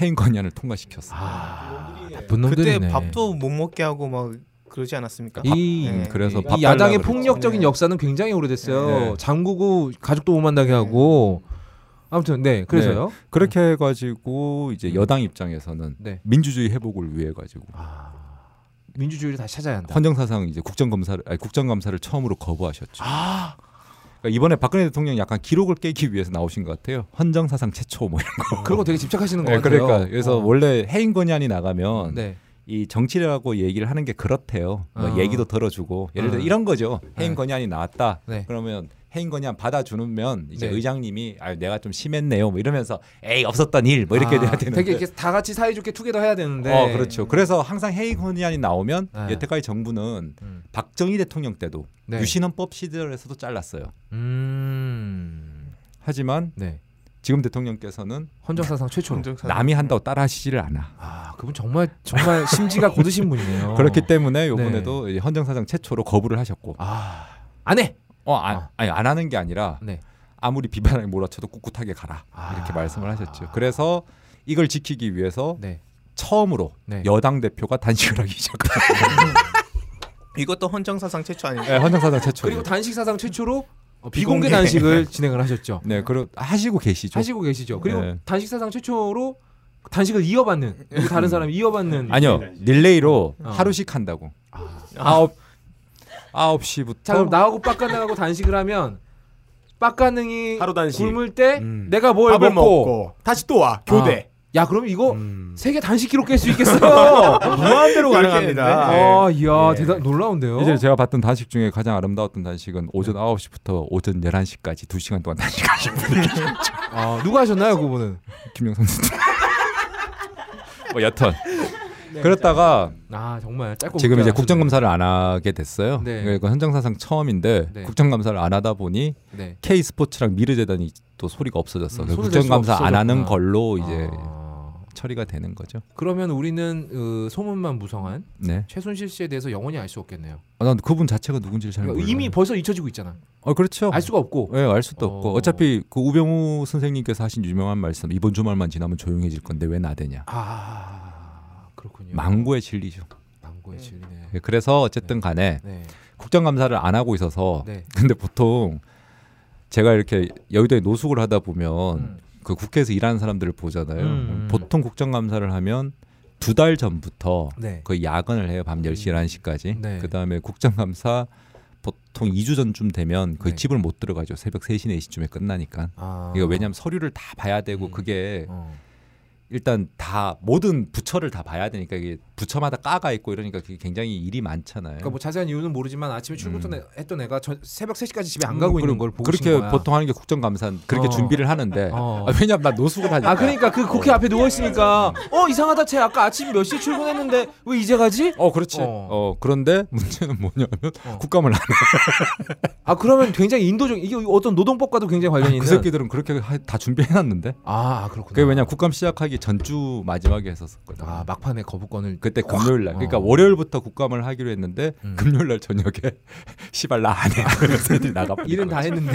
[SPEAKER 6] 해임 건의안을 통과시켰어요.
[SPEAKER 7] 아, 나쁜 놈들이네.
[SPEAKER 8] 그때 밥도 못 먹게 하고 막 그러지 않았습니까?
[SPEAKER 7] 이
[SPEAKER 8] 네.
[SPEAKER 6] 음, 그래서
[SPEAKER 7] 이 야당의
[SPEAKER 6] 그랬죠.
[SPEAKER 7] 폭력적인 역사는 굉장히 오래됐어요.
[SPEAKER 6] 네.
[SPEAKER 7] 장구고 가족도 못 만나게 하고 아무튼 네 그래서요.
[SPEAKER 6] 네, 그렇게 해가지고
[SPEAKER 7] 음.
[SPEAKER 6] 이제 여당 입장에서는
[SPEAKER 7] 네.
[SPEAKER 6] 민주주의 회복을 위해 가지고
[SPEAKER 7] 민주주의를 다시 찾아야 한다.
[SPEAKER 6] 헌정사상 이제 국정검사를 아니 국정감사를 처음으로 거부하셨죠.
[SPEAKER 7] 아.
[SPEAKER 6] 그러니까 이번에 박근혜 대통령 약간 기록을 깨기 위해서 나오신 것 같아요. 헌정사상 최초 뭐 이런 거.
[SPEAKER 7] 그런 거 되게 집착하시는 것
[SPEAKER 6] 네,
[SPEAKER 7] 같아요.
[SPEAKER 6] 그러니까 그래서
[SPEAKER 7] 어.
[SPEAKER 6] 원래 해임 건의안이 나가면
[SPEAKER 7] 네.
[SPEAKER 6] 이 정치라고 얘기를 하는 게 그렇대요. 뭐
[SPEAKER 7] 어.
[SPEAKER 6] 얘기도 들어주고 예를 들어
[SPEAKER 7] 어.
[SPEAKER 6] 이런 거죠. 해임
[SPEAKER 7] 네.
[SPEAKER 6] 건의안이 나왔다.
[SPEAKER 7] 네.
[SPEAKER 6] 그러면 해임 건의안 받아주면 이제
[SPEAKER 7] 네.
[SPEAKER 6] 의장님이 아 내가 좀 심했네요. 뭐 이러면서 에이 없었던 일 뭐 이렇게
[SPEAKER 7] 아,
[SPEAKER 6] 돼야 되는데.
[SPEAKER 7] 되게 이렇게 다 같이 사이좋게 투게더 해야 되는데.
[SPEAKER 6] 어, 그렇죠. 그래서 항상 해임 건의안이 나오면
[SPEAKER 7] 네.
[SPEAKER 6] 여태까지 정부는 박정희 대통령 때도
[SPEAKER 7] 네.
[SPEAKER 6] 유신헌법 시절에서도 잘랐어요.
[SPEAKER 7] 음. 네.
[SPEAKER 6] 하지만 지금 대통령께서는
[SPEAKER 7] 헌정사상 최초로.
[SPEAKER 6] 남이 한다고 따라하시지를 않아.
[SPEAKER 7] 아, 그분 정말 정말 심지가 고드신
[SPEAKER 6] [LAUGHS]
[SPEAKER 7] 분이네요.
[SPEAKER 6] 그렇기 때문에
[SPEAKER 7] 네.
[SPEAKER 6] 이번에도 이 헌정사상 최초로 거부를 하셨고.
[SPEAKER 7] 안 해.
[SPEAKER 6] 어, 아, 안, 아니 안 하는 게 아니라 아무리 비판을 몰아쳐도 아. 꿋꿋하게 가라 이렇게 말씀을 하셨죠. 그래서 이걸 지키기 위해서 처음으로
[SPEAKER 8] 네.
[SPEAKER 6] 여당 대표가 단식을 하기 시작합니다.
[SPEAKER 8] 이것도 헌정사상 최초
[SPEAKER 6] [LAUGHS]
[SPEAKER 8] 아닌가요?
[SPEAKER 6] 네, 헌정사상 최초.
[SPEAKER 7] 그리고 단식 사상 최초로
[SPEAKER 6] 어,
[SPEAKER 7] 비공개
[SPEAKER 6] 비공개.
[SPEAKER 7] 단식을
[SPEAKER 6] [LAUGHS]
[SPEAKER 7] 진행을 하셨죠.
[SPEAKER 6] 네, 그리고 하시고 계시죠.
[SPEAKER 7] 하시고 계시죠. 그리고
[SPEAKER 6] 네.
[SPEAKER 7] 단식 사상 최초로 단식을 이어받는 그리고 다른 사람이 이어받는
[SPEAKER 6] [LAUGHS] 아니요 릴레이로
[SPEAKER 7] 어.
[SPEAKER 6] 하루씩 한다고.
[SPEAKER 7] 아홉
[SPEAKER 6] 아홉 시부터.
[SPEAKER 7] 자 그럼 나하고 빡가능하고 단식을 하면 빡가능이
[SPEAKER 19] 하루 단식.
[SPEAKER 7] 굶을 때
[SPEAKER 6] 음.
[SPEAKER 7] 내가 뭘
[SPEAKER 19] 밥을
[SPEAKER 7] 먹고, 어,
[SPEAKER 19] 먹고 다시 또 와, 교대.
[SPEAKER 7] 아, 야 그럼 이거
[SPEAKER 6] 음.
[SPEAKER 7] 세계 단식 기록 깰 수
[SPEAKER 6] [LAUGHS]
[SPEAKER 7] 있겠어요.
[SPEAKER 19] 무한대로
[SPEAKER 7] 이렇게
[SPEAKER 19] 가능합니다.
[SPEAKER 7] 했는데. 아,
[SPEAKER 6] 네.
[SPEAKER 7] 이야 대단 놀라운데요.
[SPEAKER 6] 이제 제가 봤던 단식 중에 가장 아름다웠던 단식은 오전 9시부터 오전 11시까지 2시간 동안 [LAUGHS] 단식하신 분이 계셨죠.
[SPEAKER 7] 아, 누가 하셨나요, 그분은?
[SPEAKER 6] 김영선 선생. [LAUGHS] 뭐 여튼 그랬다가
[SPEAKER 7] 아 정말 짧고
[SPEAKER 6] 지금 이제
[SPEAKER 7] 굵게
[SPEAKER 6] 국정감사를 안 하게 됐어요.
[SPEAKER 7] 네.
[SPEAKER 6] 그러니까 현장사상 처음인데
[SPEAKER 7] 네.
[SPEAKER 6] 국정감사를 안 하다 보니
[SPEAKER 7] 네.
[SPEAKER 6] K 스포츠랑 미르재단이 또 소리가 없어졌어.
[SPEAKER 7] 음,
[SPEAKER 6] 그래서 아.
[SPEAKER 7] 소리가
[SPEAKER 6] 국정감사 안 하는
[SPEAKER 7] 없어졌구나.
[SPEAKER 6] 걸로 이제 처리가 되는 거죠.
[SPEAKER 7] 아, 그러면 우리는 어, 소문만 무성한
[SPEAKER 6] 네.
[SPEAKER 7] 최순실 씨에 대해서 영원히 알 수 없겠네요.
[SPEAKER 6] 아, 난 그분 자체가 누군지를 잘
[SPEAKER 7] 그러니까
[SPEAKER 6] 몰라요.
[SPEAKER 7] 이미 벌써 잊혀지고 있잖아.
[SPEAKER 6] 아 그렇죠.
[SPEAKER 7] 알 수가 없고.
[SPEAKER 6] 음. 예, 알 수도 없고. 어차피 그 우병우 선생님께서 하신 유명한 말씀, 이번 주말만 지나면 조용해질 건데 왜 나대냐.
[SPEAKER 7] 아, 그렇군요.
[SPEAKER 6] 망고의 진리죠.
[SPEAKER 7] 망고의 진리네.
[SPEAKER 6] 예, 그래서 어쨌든 간에
[SPEAKER 7] 네.
[SPEAKER 6] 국정감사를 안 하고 있어서,
[SPEAKER 7] 네.
[SPEAKER 6] 근데 보통 제가 이렇게 여의도에 노숙을 하다 보면 그 국회에서 일하는 사람들을 보잖아요.
[SPEAKER 7] 음.
[SPEAKER 6] 보통 국정감사를 하면 두 달 전부터
[SPEAKER 7] 네.
[SPEAKER 6] 거의 야근을 해요. 밤 10시, 11시까지.
[SPEAKER 7] 네.
[SPEAKER 6] 그 다음에 국정감사 보통 2주 전쯤 되면
[SPEAKER 7] 네.
[SPEAKER 6] 거의 집을 못네 들어가죠. 새벽 3시, 4시쯤에 끝나니까.
[SPEAKER 7] 아. 어.
[SPEAKER 6] 이거 왜냐하면 서류를 다 봐야 되고 그게 일단 다 모든 부처를 다 봐야 되니까 이게 부처마다 까가 있고 이러니까 그게 굉장히 일이 많잖아요.
[SPEAKER 7] 그러니까 뭐 자세한 이유는 모르지만 아침에 출근했던 애가 저- 새벽 3시까지 집에 안
[SPEAKER 6] 음,
[SPEAKER 7] 가고 있는
[SPEAKER 6] 그럼
[SPEAKER 7] 걸 보고
[SPEAKER 6] 그렇게
[SPEAKER 7] 싶은 거야.
[SPEAKER 6] 보통 하는 게 국정감사는 그렇게
[SPEAKER 7] 어.
[SPEAKER 6] 준비를 하는데
[SPEAKER 7] 어.
[SPEAKER 6] 아, 왜냐면 나 노숙을 하니까
[SPEAKER 7] 아 그러니까 그 국회 앞에 누워 있으니까 어 이상하다 쟤 아까 아침 몇 시에 출근했는데 왜 이제 가지?
[SPEAKER 6] 어 그렇지. 어. 그런데 문제는 뭐냐면
[SPEAKER 7] 어.
[SPEAKER 6] 국감을 안 해.
[SPEAKER 7] 아 그러면 굉장히 인도적 이게 어떤 노동법과도 굉장히 관련이
[SPEAKER 6] 그
[SPEAKER 7] 있는
[SPEAKER 6] 새끼들은 그렇게 하- 다 준비해놨는데.
[SPEAKER 7] 아, 그렇구나.
[SPEAKER 6] 그게 왜냐 면 국감 시작하기 전주 마지막에 했었거든.
[SPEAKER 7] 아 막판에 거부권을
[SPEAKER 6] 그때 금요일 날. 그러니까
[SPEAKER 7] 어. 음.
[SPEAKER 6] 월요일부터 국감을 하기로 했는데 금요일 날 저녁에 [LAUGHS] 시발 나 안 해. 그래서 애들이 나가.
[SPEAKER 7] 일은 다 했는데.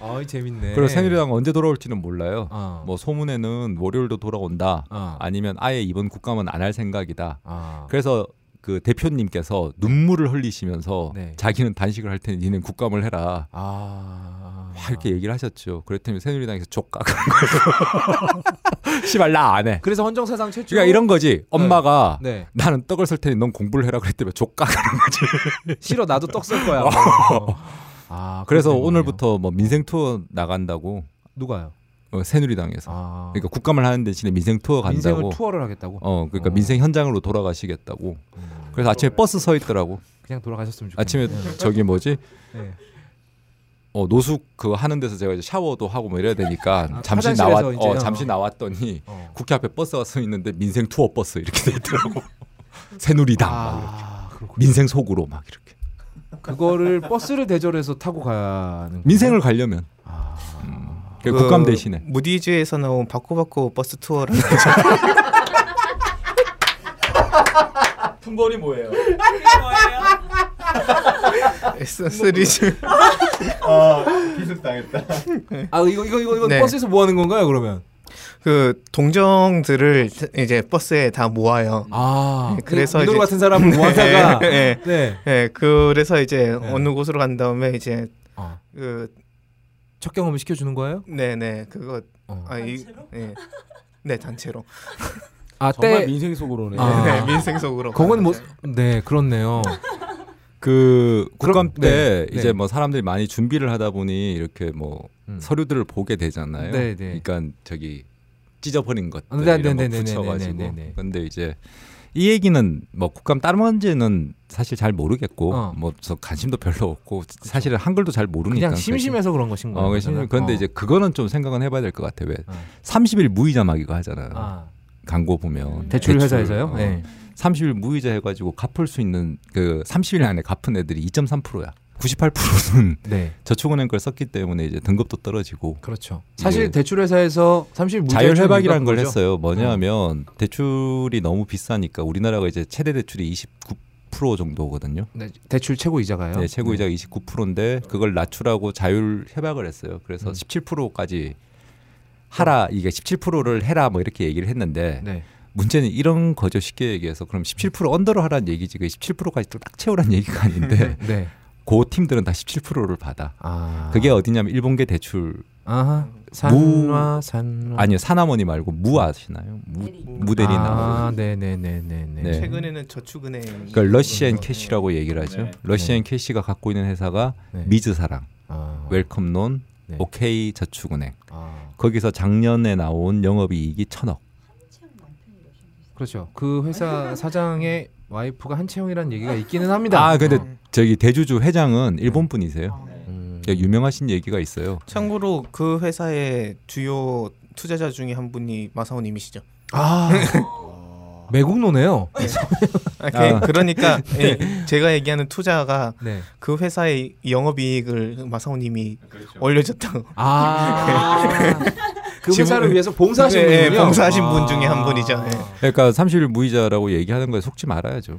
[SPEAKER 7] 아이 재밌네.
[SPEAKER 6] 그리고 새누리당 언제 돌아올지는 몰라요.
[SPEAKER 7] 어.
[SPEAKER 6] 뭐 소문에는 월요일도 돌아온다.
[SPEAKER 7] 어.
[SPEAKER 6] 아니면 아예 이번 국감은 안 할 생각이다.
[SPEAKER 7] 아.
[SPEAKER 6] 그래서 그 대표님께서 눈물을 흘리시면서
[SPEAKER 7] 네. 아.
[SPEAKER 6] 자기는 단식을 할 테니 니는 국감을 해라. 막 이렇게 얘기를 하셨죠. 그랬더니 새누리당에서 족각한 거예요. [LAUGHS] 씨발 나 안 해.
[SPEAKER 7] 그래서 헌정사상 최초.
[SPEAKER 6] 그러니까 이런 거지. 엄마가
[SPEAKER 7] 네.
[SPEAKER 6] 나는 떡을 쓸 테니 넌 공부를 해라 그랬더니 족각하는 거지.
[SPEAKER 7] 싫어 나도 떡
[SPEAKER 6] [LAUGHS]
[SPEAKER 7] 쓸 거야. 아,
[SPEAKER 6] 그래서
[SPEAKER 7] 그렇군요.
[SPEAKER 6] 오늘부터 뭐 민생 투어 나간다고
[SPEAKER 7] 누가요?
[SPEAKER 6] 어, 새누리당에서. 그러니까 국감을 하는 대신에 민생 투어 간다고.
[SPEAKER 7] 아. 민생을 투어를 하겠다고?
[SPEAKER 6] 어, 그러니까 민생 현장으로 돌아가시겠다고.
[SPEAKER 7] 음.
[SPEAKER 6] 그래서 아침에 버스 서 있더라고.
[SPEAKER 7] 그냥 돌아가셨으면 좋겠네.
[SPEAKER 6] 아침에
[SPEAKER 7] 네.
[SPEAKER 6] 저기 뭐지?
[SPEAKER 7] 음. 네.
[SPEAKER 6] 어, 노숙 그 하는 데서 제가 이제 샤워도 하고 뭐 이래야 되니까
[SPEAKER 7] 아,
[SPEAKER 6] 잠시
[SPEAKER 7] 화장실에서 어.
[SPEAKER 6] 나왔 어,
[SPEAKER 7] 이제, 어.
[SPEAKER 6] 잠시 나왔더니 국회 앞에 버스가 서 있는데 민생 투어 버스 이렇게 돼 있더라고. [LAUGHS] 새누리당
[SPEAKER 7] 아,
[SPEAKER 6] 막 이렇게. 민생 속으로 막 이렇게.
[SPEAKER 7] 그거를 버스를 대절해서 타고 가는
[SPEAKER 6] 민생을 가려면
[SPEAKER 7] 아.
[SPEAKER 6] 그 국감 대신에.
[SPEAKER 8] 무디즈에서 나온 바코바코 버스 [LAUGHS] 투어라는
[SPEAKER 20] 품번이
[SPEAKER 8] [LAUGHS]
[SPEAKER 20] 뭐예요?
[SPEAKER 8] 시리즈
[SPEAKER 20] 아, 기습당했다.
[SPEAKER 7] 아 이거 이거 이거, 이거
[SPEAKER 8] 네.
[SPEAKER 7] 버스에서 뭐 하는 건가요 그러면?
[SPEAKER 8] 그 동정들을 이제 버스에 다 모아요.
[SPEAKER 7] 아,
[SPEAKER 8] 네, 그래서
[SPEAKER 7] 이- 이노
[SPEAKER 8] 이제-
[SPEAKER 7] 같은
[SPEAKER 8] [LAUGHS]
[SPEAKER 7] 사람을 모아다가-
[SPEAKER 8] 네,
[SPEAKER 7] 네.
[SPEAKER 8] 네. 네, 그래서 이제 어느 곳으로 간 다음에 이제
[SPEAKER 7] 어.
[SPEAKER 8] 그
[SPEAKER 7] 첫 경험을 시켜주는 거예요?
[SPEAKER 8] 네네 그거
[SPEAKER 7] 어.
[SPEAKER 8] 아, 이, 네. 네 단체로
[SPEAKER 7] 아, 때- 아.
[SPEAKER 8] 네, 민생 속으로
[SPEAKER 7] 그건 뭐, 네, 그렇네요.
[SPEAKER 6] 그 국감 때
[SPEAKER 7] 네, 네.
[SPEAKER 6] 이제 뭐 사람들이 많이 준비를 하다 보니 이렇게 뭐 서류들을 보게 되잖아요.
[SPEAKER 7] 음. 네, 네.
[SPEAKER 6] 그러니까 저기 찢어버린 것들
[SPEAKER 7] 아, 네,
[SPEAKER 6] 이런
[SPEAKER 7] 네,
[SPEAKER 6] 거
[SPEAKER 7] 네, 네,
[SPEAKER 6] 붙여가지고.
[SPEAKER 7] 네, 네, 네, 네.
[SPEAKER 6] 근데 이제 이 얘기는 뭐 국감 따로 한지는 사실 잘 모르겠고
[SPEAKER 7] 어.
[SPEAKER 6] 뭐저 관심도 별로 없고 사실은 한글도 잘 모르니까
[SPEAKER 7] 그냥 심심해서 그런 것인
[SPEAKER 6] 그러니까
[SPEAKER 7] 거예요,
[SPEAKER 6] 어, 그냥 심심-
[SPEAKER 7] 그냥?
[SPEAKER 6] 그런데
[SPEAKER 7] 어.
[SPEAKER 6] 이제 그거는 좀 생각은 해봐야 될 것 같아. 왜 30일 무이자 막이가 하잖아요.
[SPEAKER 7] 아.
[SPEAKER 6] 광고 보면
[SPEAKER 7] 대출 회사에서요?
[SPEAKER 6] 어.
[SPEAKER 7] 네.
[SPEAKER 6] 30일 무이자 해가지고 갚을 수 있는 그 30일 안에 갚은 애들이 2.3%야. 98%는 [LAUGHS]
[SPEAKER 7] 네.
[SPEAKER 6] 저축은행 걸 썼기 때문에 이제 등급도 떨어지고.
[SPEAKER 7] 그렇죠. 사실 대출회사에서 30일 무자
[SPEAKER 6] 네. 자율 회박이라는 걸 했어요. 뭐냐면 대출이 너무 비싸니까 우리나라가 이제 최대 대출이 29% 정도거든요.
[SPEAKER 7] 네, 대출 최고 이자가요.
[SPEAKER 6] 네, 최고 이자가 29%인데 그걸 낮추라고 자율 협약을 했어요.
[SPEAKER 7] 음.
[SPEAKER 6] 그래서 17%까지 하라 이게 17%를 해라 뭐 이렇게 얘기를 했는데
[SPEAKER 7] 네.
[SPEAKER 6] 문제는 이런 거죠 쉽게 얘기해서 그럼 17% 언더로 하라는 얘기지 그 17%까지 또 딱 채우라는 얘기가
[SPEAKER 7] [LAUGHS]
[SPEAKER 6] 아닌데
[SPEAKER 7] 네.
[SPEAKER 6] 그 팀들은 다 17%를 받아. 그게 어디냐면 일본계 대출
[SPEAKER 7] 아하. 산화, 산화.
[SPEAKER 6] 아니요 산화머니 말고 무 아시나요? 무, 무대리나
[SPEAKER 7] 아, 네, 네, 네, 네, 네.
[SPEAKER 8] 최근에는 저축은행
[SPEAKER 6] 그러니까 러시앤 캐시라고 얘기를 하죠.
[SPEAKER 7] 네.
[SPEAKER 6] 러시앤 캐시가 갖고 있는 회사가 미즈사랑,
[SPEAKER 7] 어. 아,
[SPEAKER 6] 웰컴론,
[SPEAKER 7] 네.
[SPEAKER 6] 오케이 저축은행. 거기서 작년에 나온 영업이익이 천억.
[SPEAKER 7] 그렇죠. 그 회사 사장의 와이프가 한채영이라는 얘기가 있기는 합니다.
[SPEAKER 6] 아 근데 저기 대주주
[SPEAKER 7] 네.
[SPEAKER 6] 회장은 일본 분이세요.
[SPEAKER 7] 음.
[SPEAKER 6] 그러니까 유명하신 얘기가 있어요.
[SPEAKER 8] 참고로 그 회사의 주요 투자자 중에 한 분이 마사오님이시죠.
[SPEAKER 7] 아 매국노네요.
[SPEAKER 8] 아, 그-
[SPEAKER 7] [LAUGHS]
[SPEAKER 8] 그러니까 예, 제가 얘기하는 투자가
[SPEAKER 7] 네.
[SPEAKER 8] 그 회사의 영업이익을 마사오님이 올려줬다고.
[SPEAKER 7] [LAUGHS] 아. [LAUGHS] 그 회사를 위해서 봉사하신
[SPEAKER 8] 네,
[SPEAKER 7] 분이군요.
[SPEAKER 8] 봉사하신
[SPEAKER 7] 아.
[SPEAKER 8] 분 중에 한 분이죠. 예.
[SPEAKER 6] 그러니까 30일 무이자라고 얘기하는 거에 속지 말아야죠.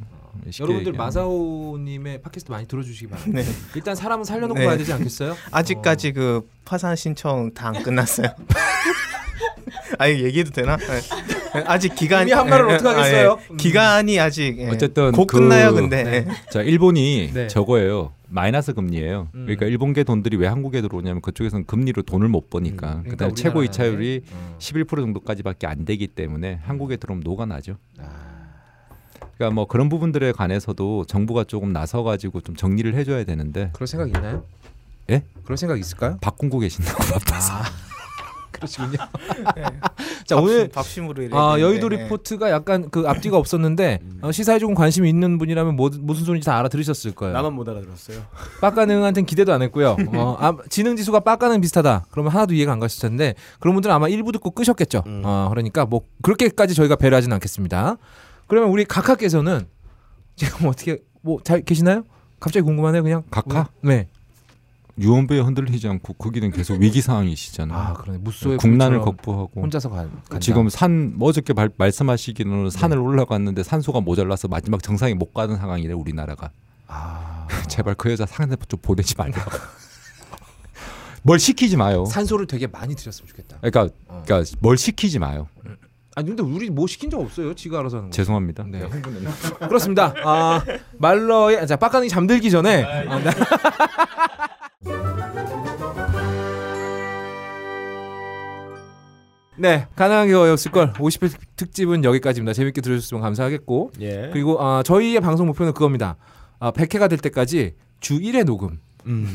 [SPEAKER 6] 쉽게
[SPEAKER 7] 여러분들
[SPEAKER 6] 얘기하면.
[SPEAKER 7] 마사오님의 팟캐스트 많이 들어주시기 바랍니다.
[SPEAKER 8] 네.
[SPEAKER 7] 일단 사람은 살려놓고
[SPEAKER 8] 네.
[SPEAKER 7] 가야 되지 않겠어요?
[SPEAKER 8] 아직까지 그 파산 신청 다
[SPEAKER 7] [LAUGHS]
[SPEAKER 8] 안 끝났어요. 아 이거 얘기해도 되나? 예. 아직 기간
[SPEAKER 7] 이미 한 말을
[SPEAKER 8] 예,
[SPEAKER 7] 어떻게
[SPEAKER 8] 아, 예.
[SPEAKER 7] 하겠어요?
[SPEAKER 8] 기간이 아직 예.
[SPEAKER 6] 어쨌든
[SPEAKER 8] 곧
[SPEAKER 6] 그-
[SPEAKER 8] 끝나요, 근데. 예.
[SPEAKER 6] 자 일본이
[SPEAKER 8] 네.
[SPEAKER 6] 저거예요 마이너스 금리예요
[SPEAKER 7] 음.
[SPEAKER 6] 그러니까 일본계 돈들이 왜 한국에 들어오냐면 그쪽에서는 금리로 돈을 못 버니까 그다음에
[SPEAKER 7] 그러니까 어.
[SPEAKER 6] 최고
[SPEAKER 7] 우리나라에.
[SPEAKER 6] 이차율이 11% 정도까지밖에 안 되기 때문에 한국에 들어오면 녹아나죠 그러니까 뭐 그런 부분들에 관해서도 정부가 조금 나서 가지고 좀 정리를 해줘야 되는데
[SPEAKER 7] 그럴 생각 있나요?
[SPEAKER 6] 예
[SPEAKER 7] 그럴 생각 있을까요
[SPEAKER 6] [LAUGHS]
[SPEAKER 7] 아.
[SPEAKER 6] 바꾼고 계신다고 바빠서
[SPEAKER 7] 그러시군요. 자 오늘
[SPEAKER 21] 밥심으로 일해야
[SPEAKER 7] 아, 여의도
[SPEAKER 8] 예.
[SPEAKER 21] 되는데, 네.
[SPEAKER 7] 리포트가 약간 그 앞뒤가 없었는데
[SPEAKER 8] 음.
[SPEAKER 7] 어, 시사에 조금 관심이 있는 분이라면 뭐, 무슨 소리인지 다 알아들으셨을 거예요.
[SPEAKER 8] 나만 못 알아들었어요.
[SPEAKER 7] [LAUGHS] 빡가능한테는 기대도 안 했고요. 어, 아, 지능 지수가 빡가능 비슷하다. 그러면 하나도 이해가 안 가실 텐데 그런 분들은 아마 1부 듣고 끄셨겠죠.
[SPEAKER 8] 음.
[SPEAKER 7] 어, 그러니까 뭐 그렇게까지 저희가 배려하진 않겠습니다. 그러면 우리 각하께서는 지금 어떻게 뭐 잘 계시나요? 갑자기 궁금하네요. 그냥 각하? 네.
[SPEAKER 6] 유언비에 흔들리지 않고 그 거기는 계속 위기 상황이시잖아요.
[SPEAKER 7] 아, 그렇죠. 그러네. 무쏘의
[SPEAKER 6] 국난을
[SPEAKER 7] 굴처럼
[SPEAKER 6] 극복하고
[SPEAKER 7] 혼자서 가- 간다. 네.
[SPEAKER 6] 지금 산 어저께 발- 말씀하시기로는 산을 올라갔는데 산소가 모자라서 마지막 정상에 못 가는 상황이래 우리나라가.
[SPEAKER 7] 아.
[SPEAKER 6] 제발 그 여자 상대 좀 보내지 말라고. [LAUGHS] 뭘 시키지 마요.
[SPEAKER 7] 산소를 되게 많이 드셨으면 좋겠다.
[SPEAKER 6] 그러니까
[SPEAKER 7] 어.
[SPEAKER 6] 그러니까 뭘 시키지 마요.
[SPEAKER 7] 아니 근데 우리 뭐 시킨 적 없어요. 지가 알아서 하는 거.
[SPEAKER 6] 죄송합니다.
[SPEAKER 7] 네, 흥분했네. 그렇습니다. 아, 말러의 자, 빡가능이 잠들기 전에 아, 나- [LAUGHS] 네, 가능한 게 어였을 걸. 50회 특집은 여기까지입니다. 재밌게 들으셨으면 감사하겠고.
[SPEAKER 8] 예.
[SPEAKER 7] 그리고 아, 저희의 방송 목표는 그겁니다. 아, 100회가 될 때까지 주 1회 녹음.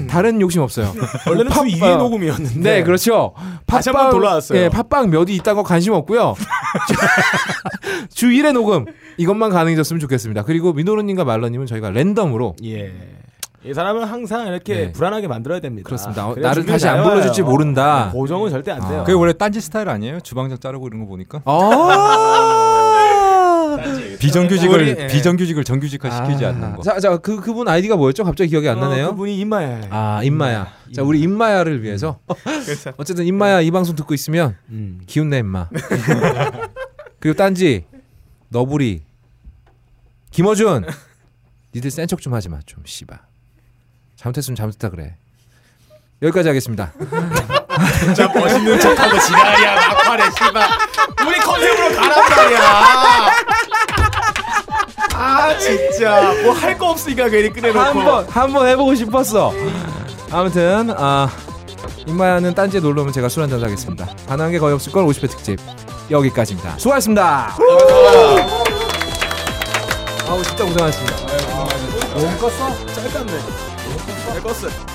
[SPEAKER 7] 다른 욕심 [LAUGHS] 없어요.
[SPEAKER 8] 원래는 주
[SPEAKER 7] 팝-
[SPEAKER 8] 2회
[SPEAKER 7] 아,
[SPEAKER 8] 녹음이었는데.
[SPEAKER 7] 네, 그렇죠.
[SPEAKER 8] 다시 한번
[SPEAKER 7] 팟빵-
[SPEAKER 8] 돌아왔어요.
[SPEAKER 7] 예, 팟빵 몇이 있다는 거 관심 없고요. 주 1회 녹음 이것만 가능해졌으면 좋겠습니다. 그리고 민호로님과 말러님은 저희가 랜덤으로
[SPEAKER 8] 예. 이 사람은 항상 이렇게
[SPEAKER 7] 네.
[SPEAKER 8] 불안하게 만들어야 됩니다.
[SPEAKER 7] 아, 그렇습니다.
[SPEAKER 8] 그래야
[SPEAKER 7] 나를
[SPEAKER 8] 준비가
[SPEAKER 7] 다시 안
[SPEAKER 8] 잘 와요.
[SPEAKER 7] 불러줄지 모른다.
[SPEAKER 8] 보정은 절대 안 돼요.
[SPEAKER 6] 그게 원래 딴지 스타일 아니에요? 주방장 자르고 이런 거 보니까.
[SPEAKER 7] 아.
[SPEAKER 6] 비정규직을
[SPEAKER 7] 우리, 예.
[SPEAKER 6] 비정규직을 정규직화 시키지
[SPEAKER 7] 네, 아.
[SPEAKER 6] 않는 거.
[SPEAKER 7] 자, 자, 그 그분 아이디가 뭐였죠? 갑자기 기억이 안
[SPEAKER 8] 어,
[SPEAKER 7] 나네요.
[SPEAKER 8] 그분이 임마야.
[SPEAKER 7] 아, 임마야. 자, 우리 임마야를 위해서.
[SPEAKER 8] 음. [LAUGHS]
[SPEAKER 7] 어쨌든 임마야 이 방송 듣고 있으면 기운 내
[SPEAKER 8] [LAUGHS]
[SPEAKER 7] 임마. 그리고 딴지 너부리 김어준 니들 센 척 좀 하지 마. 좀 씨발. 잘못했으면 잘못했다 그래. 여기까지 하겠습니다.
[SPEAKER 8] 진짜 멋있는 척하고 지랄이야 막판에 씨발 우리 컨셉으로 가란 말이야 아 진짜 뭐 할 거 없으니까 괜히 꺼내놓고
[SPEAKER 7] 한번 한번 해보고 싶었어. 아무튼 아 임마야는 딴지에 놀러 오면 제가 술 한잔 하겠습니다. 가능한 게 거의 없을 걸 50회 특집 여기까지입니다. 수고하셨습니다. 아우 진짜 고생하셨습니다.
[SPEAKER 8] 너무 껐어? 짧았네 너무 껐어? 잘 껐어